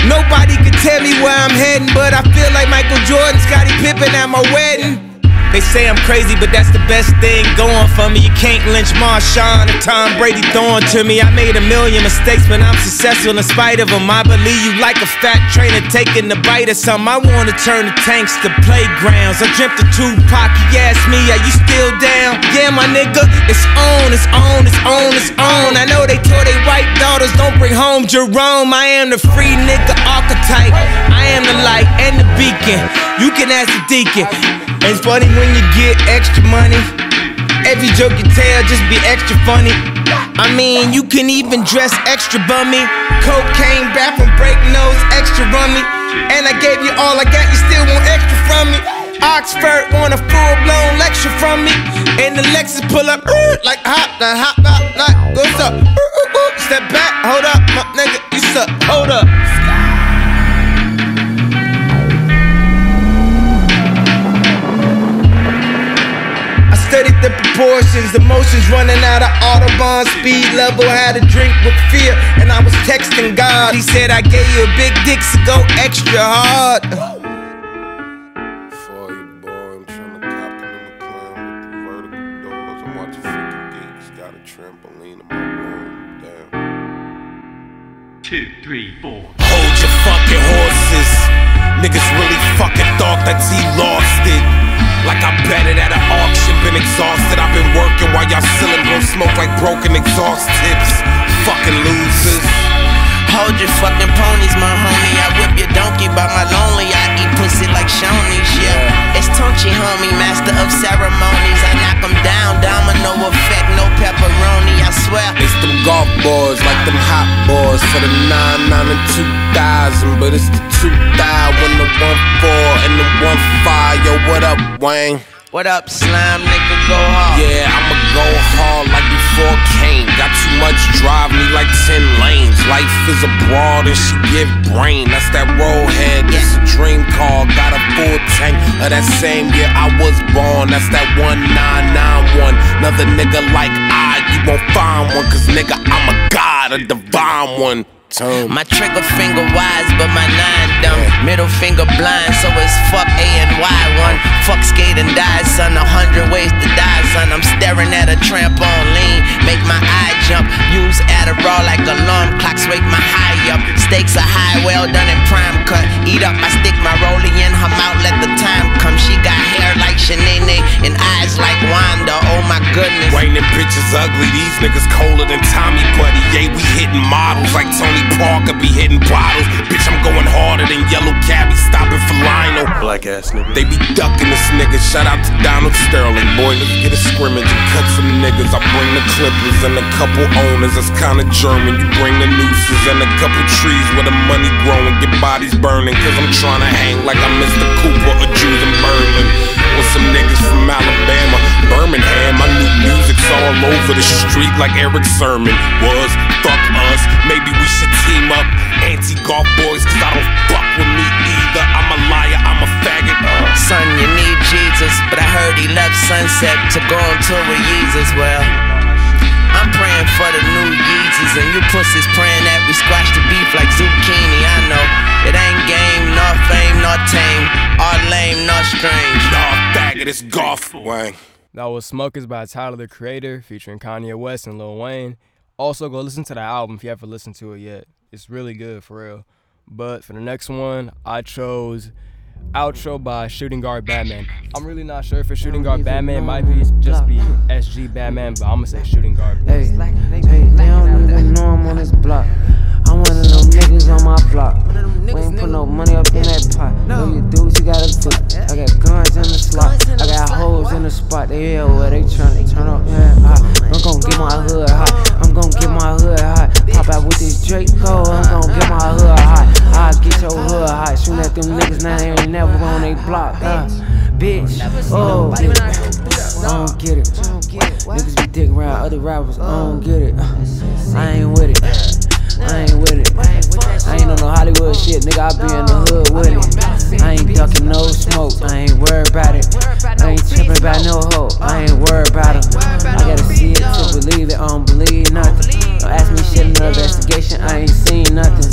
Speaker 9: Nobody could tell me where I'm heading, but I feel like Michael Jordan, Scottie Pippen at my wedding. They say I'm crazy, but that's the best thing going for me. You can't lynch Marshawn or Tom Brady throwing to me. I made a million mistakes, but I'm successful in spite of them. I believe you like a fat trainer taking a bite of something. I wanna turn the tanks to playgrounds. I dreamt of Tupac. He asked me, Are you still down? Yeah, my nigga, it's on, it's on, it's on, it's on. I know they tore they white daughters, don't bring home Jerome. I am the free nigga archetype. I am the light and the beacon. You can ask the deacon. It's funny when you get extra money. Every joke you tell just be extra funny. I mean, you can even dress extra bummy. Cocaine, bathroom break nose, extra rummy. And I gave you all I got, you still want extra from me. Oxford want a full blown lecture from me. And the Lexus pull up, "Ooh," like hop, the hop, hop, like, what's up? Ooh, ooh, ooh. Step back, hold up, my nigga, you suck, hold up. I studied the proportions, emotions running out of Audubon speed level. Had a drink with fear, and I was texting God. He said, I gave you a big dick, so go extra hard.
Speaker 8: For your boy, I'm tryna cop them in the clown with the vertical doors. I'm watching freaking geeks, got a trampoline in my room. Damn. Hold your fucking horses. Niggas really fucking thought that he lost it. Like I bet it at an auction, been exhausted. I've been working while y'all selling blow smoke like broken exhaust tips. Fucking losers.
Speaker 9: Hold your fucking ponies, my homie. I whip your donkey by my lonely. I eat pussy like Shoney's, yeah. It's Tonchi, homie, master of ceremonies. I knock 'em down, domino effect, no pepperoni, I swear.
Speaker 8: It's them golf boys, like them hot boys for the 9, 9, and 2000. But it's the 2 die when the 1 4 and the 1 5. Yo, what up, Wayne?
Speaker 9: What up, slime nigga? Go hard.
Speaker 8: Yeah, I'ma go hard like before Kane. Got too much drive, me like 10 lanes. Life is a broad and she give brain. That's that roll head, that's a dream call. Got a full tank of that same year I was born. That's that 1991. Another nigga like I, you won't find one. Cause nigga, I'm a god, a divine one. Tone.
Speaker 9: My trigger finger wise, but my nine dumb. Middle finger blind, so it's fuck A and Y one. Fuck skate and die, son. A hundred ways to die, son. I'm staring at a trampoline, make my eye jump. Use Adderall like alarm clocks, wake my high up. Stakes are high, well done and prime cut. Eat up, I stick my rollie in her mouth, let the time come. She got hair like Shanae and eyes like Wanda. Oh my goodness.
Speaker 8: Raining bitches ugly, these niggas colder than Tommy Buddy. Yeah, we hitting models like Tony Parker be hitting bottles. Bitch, I'm going harder than Yellow Cab, we stopping for Lionel. Black ass nigga. They be ducking this nigga. Shout out to Donald Sterling, boy. Let's get a scrimmage and cut some niggas. I bring the clippers and a couple owners. That's kinda German. You bring the nooses and a couple trees where the money growing. Get bodies burning, cause I'm trying to hang like I'm Mr. Cooper or Jews in Berlin. With some niggas from Alabama, Birmingham. My new music's all over the street like Eric Sermon was. Fuck us, maybe we should team up. Anti golf boys, cause I don't fuck with me either. I'm a liar, I'm a faggot. Uh,
Speaker 9: Son, you need Jesus, but I heard he left sunset to go on tour with Jesus. Well, I'm praying for the new Yeezys, and you pussies praying that we squash the beef like zucchini. I know it ain't game, nor fame, nor tame, or lame, nor strange.
Speaker 8: nah, faggot, it's golf. Wang.
Speaker 3: That was Smokers by Tyler the Creator featuring Kanye West and Lil Wayne. Also, go listen to the album if you haven't listened to it yet. It's really good for real. But for the next one, I chose Outro by Shooting Guard Batman. I'm really not sure if it's Shooting Guard Batman, might be just be SG Batman, but I'm gonna say Shooting Guard.
Speaker 10: Hey, hey, they don't even know I'm on this block. I'm one of them niggas on my block. We ain't put no money up in that pot. What you do, you gotta do. I got guns in the slot. I got hoes in the spot. They yeah, where they tryna turn up. Yeah, hot. I'm gonna get my hood hot. I'm gonna get my hood hot. Pop out with this Draco. I'm gonna get my hood hot. I get your hood hot. Shoot at them niggas now. They ain't never on they block. Uh, bitch. Oh, I don't get it. Uh. Niggas be dick around other rappers. I don't get it. I ain't with it. I ain't with it. I ain't on no Hollywood shit, nigga. I be in the hood with it. I ain't ducking no smoke. I ain't worried about it. I ain't tripping about no hoe. I ain't worried about it. I gotta see it to believe it. I don't believe nothing. Don't ask me shit in the investigation. I ain't seen nothing.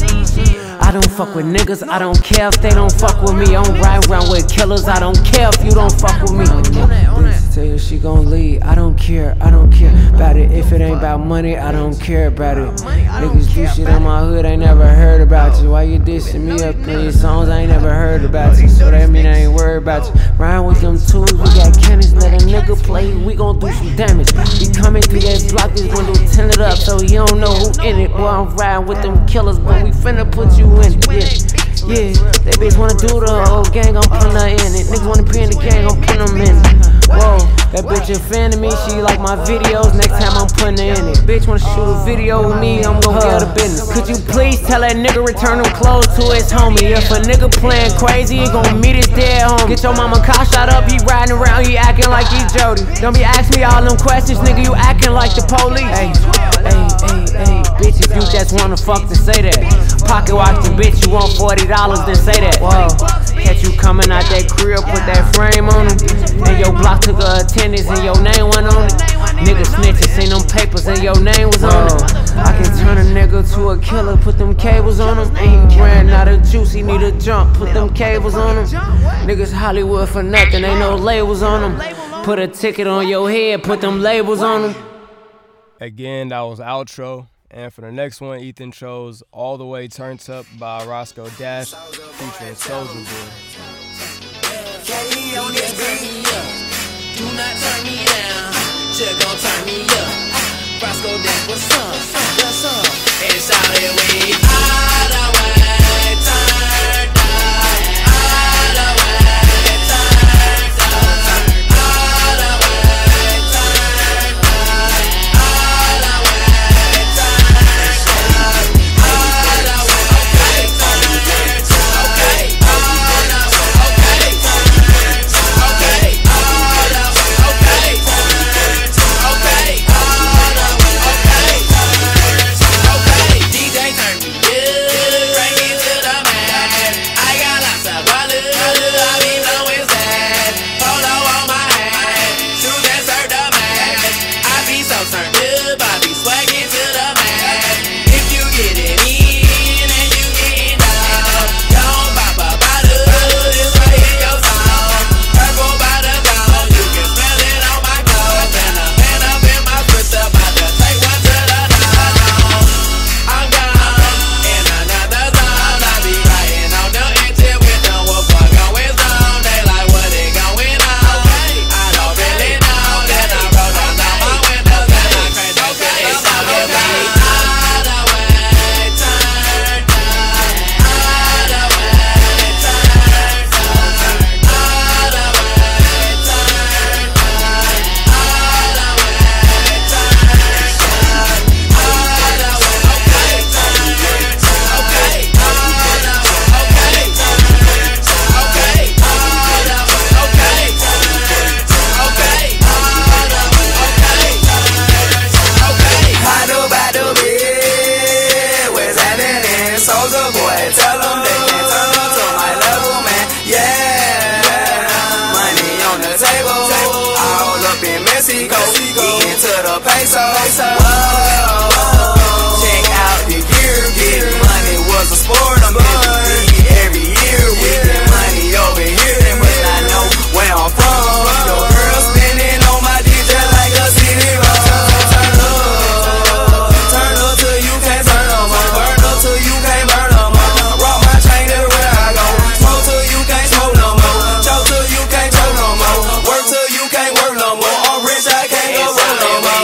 Speaker 10: I don't fuck with niggas, I don't care if they don't fuck with me. I don't ride around with killers, I don't care if you don't fuck with me. Bitch, tell you she gon' leave, I don't care, I don't care about it. If it ain't about money, I don't care about it. Niggas do shit on my hood, I ain't never heard about you. Why you dissing me up in your songs, I ain't never heard about you. So that mean I ain't worried about you. Ryan with them tools, we got cannons, let a nigga play, we gon' do some damage. We coming through that block, this window tinted up, so you don't know who in it. Boy, I'm riding with them killers, but we finna put you in it. Yeah. Yeah, that bitch wanna do the whole gang, I'm putting her in it. Niggas wanna be in the gang, I'm putting them in it. Whoa, that bitch offended me, she like my videos, next time I'm putting her in it. Bitch wanna shoot a video with me, I'm gonna get her the business. Could you please tell that nigga return them clothes to his homie? If a nigga playing crazy, he gon' meet his dead homie. Get your mama car shot up, he riding around, he acting like he Jody. Don't be asking me all them questions, nigga, you acting like the police. Hey, hey, hey, hey, bitch, if you just wanna fuck to say that. Pocket watch the bitch, you want 40 dollars dollars, then say that. Whoa. Catch you coming out that crib, put that frame on him. And your block took a attendance and your name went on it. Niggas snitching, seen them papers and your name was on it. I can turn a nigga to a killer, put them cables on him. Ain't ran out of juice, he need a jump, put them cables on him. Niggas Hollywood for nothing, ain't no labels on them. Put a ticket on your head, put them labels on them.
Speaker 3: Again, that was outro. And for the next one, Ethan chose All the Way Turns Up by Roscoe Dash featuring Soldier Boy.
Speaker 10: Don't get me up. Do not turn me down. Just gon' turn me up. Roscoe Dash, what's up? What's up? And shout it, we all the way turned up. All the way turned up. All the way turned up. All the way turned up. All the way turned up. DJ turn me up.
Speaker 11: peso. Whoa. Check out the gear. Getting money was a sport. I'm busy every year. We get money over here. They must not know where I'm from. Your girl standing on my DJ like a city road. Turn up. Turn up till you can't turn no more. Burn up till you can't burn no more. Rock my chain everywhere I go. Smoke till you can't smoke no more. Choke till you can't choke no more. Work till you can't work no more. I'm rich, I can't go broke no more.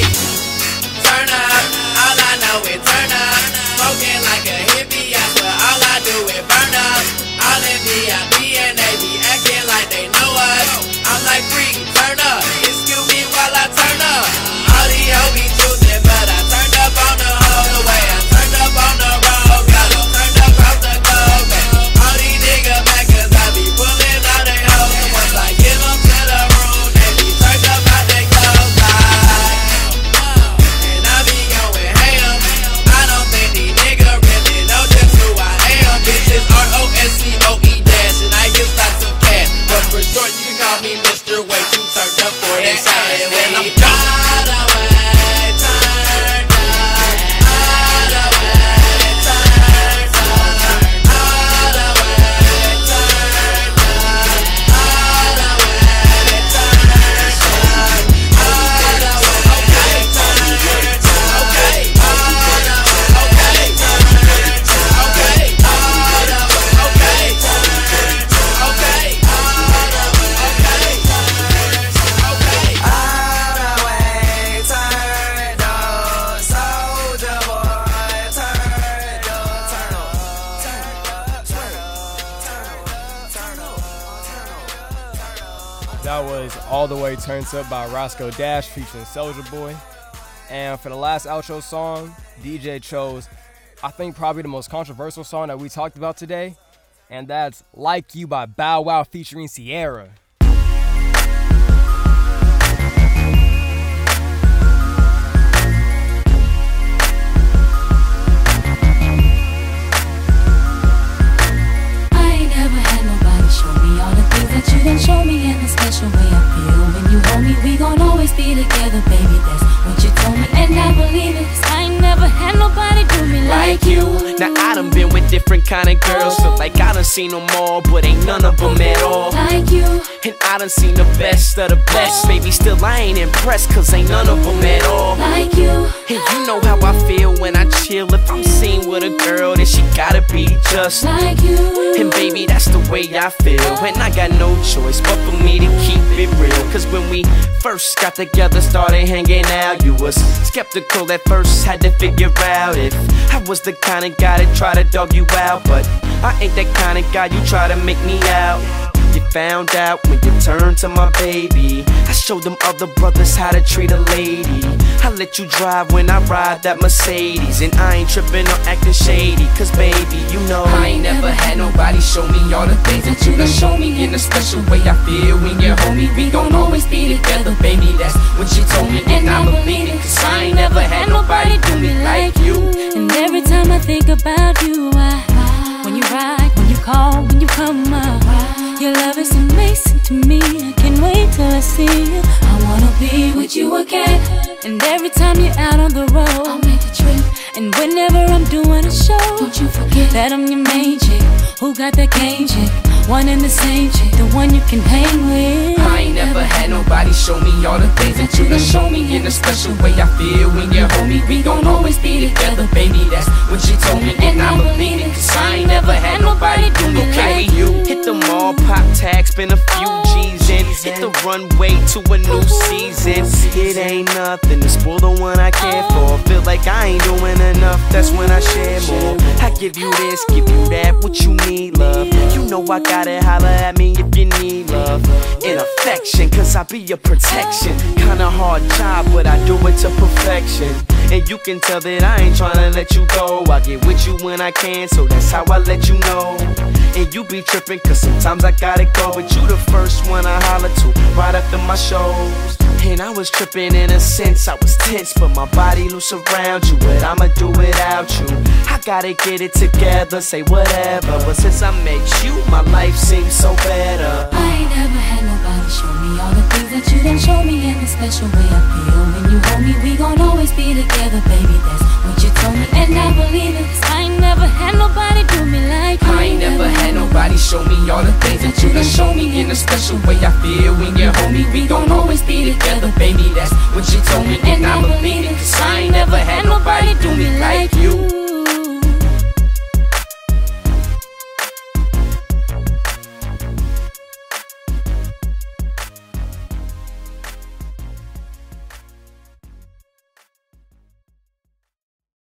Speaker 11: Turn up, all I know is turn up. Smoking like a hippie, I swear all I do is burn up. All in VIP and they be acting like they know us. I'm like freak, turn up. Excuse me while I turn up. All these hoes be choosing, but I turned up on the whole way. I turned up on the road, got 'em turned up off the go All these niggas mad 'cause I be pulling all they hoes. Once I give 'em to the room, they be turned up out they clothes. And I be going ham. I don't think these niggas really know just who I am. Bitches R O S C O E dash, and I get lots of cash. But for short, you call me Mr. Way too turned up for that shit. When I'm gone.
Speaker 3: That was All the Way Turns Up by Roscoe Dash featuring Soldier Boy. And for the last outro song, DJ chose, I think, probably the most controversial song that we talked about today. And that's Like You by Bow Wow featuring Sierra.
Speaker 12: I ain't never had nobody show me all the things that you done show me and the special way I feel when you hold me. We gon' always be together, baby. That's what you told me, and I believe it. 'Cause I ain't never had nobody do me like you.
Speaker 13: Now I done been with different kind of girls, feel like I done seen them all, but ain't none of them at all.
Speaker 12: Like you. Oh.
Speaker 13: And I done seen the best of the best, baby. Still I ain't impressed, cause ain't none of them at all.
Speaker 12: Like you.
Speaker 13: And you know how I feel when I chill. If I'm seen with a girl, then she gotta be just
Speaker 12: like you. Oh.
Speaker 13: And baby, that's the way I feel. And I got no choice but for me to keep it real. Cause when we first got together, started hanging out, you was skeptical at first. Had to figure out if I was the kind of guy that try to dog you out. But I ain't that kind of guy you try to make me out. You found out when you turned to my baby. I showed them other brothers how to treat a lady. I let you drive when I ride that Mercedes. And I ain't tripping or acting shady. Cause baby, you know.
Speaker 11: I ain't never had nobody show me all the things that you done show me in a special way. I feel when you hold me, we gon' always be together, baby. That's what you told me, and I believe it. Cause I ain't never had nobody do me like you.
Speaker 12: And every time I think about you, I when you ride, when you call, when you come up, your love is amazing to me. I can't wait till I see you. I wanna be with you again. And every time you're out on the road, I'll make a trip. And whenever I'm doing a show, don't you forget that I'm your main chick. Who got that game chick? One and the same chick, the one you can hang with.
Speaker 11: I ain't never had nobody show me all the things that you done show me in a special way. I feel when you hold me, we gon' always be together, baby. That's what you told me, and I believe it. Cause I ain't never had nobody do me
Speaker 13: Okay,
Speaker 11: like
Speaker 13: we hit the mall, pop tags, spend a few G's in Hit the runway to a new season. It ain't nothing to spoil the one I care for. Feel like I ain't doing enough, that's when I share more. I give you this, give you that, what you need, love. You know I got it, holla at me if you need love. In affection, cause I be your protection. Kinda hard job, but I do it to perfection. And you can tell that I ain't tryna let you go. I get with you when I can, so that's how I let you know. And you be tripping, cause sometimes I gotta go. But you the first one I holler to right after my shows. And I was tripping in a sense, I was tense, but my body loose around you. But I'ma do without you. I gotta get it together, say whatever. But since I met you, my life seems so better.
Speaker 12: I ain't never had nobody show me all the things that you done show me and the special way I feel when you hold me. We gon' always be together, baby. That's what you told me, and I believe it. 'Cause I ain't never had nobody do me like you.
Speaker 13: I ain't never had nobody show me all the things that you done show me in a special way. I feel when you're homie, we gon' always be together, baby. That's what you told me, and I believe it. Cause I ain't never had nobody do me like you.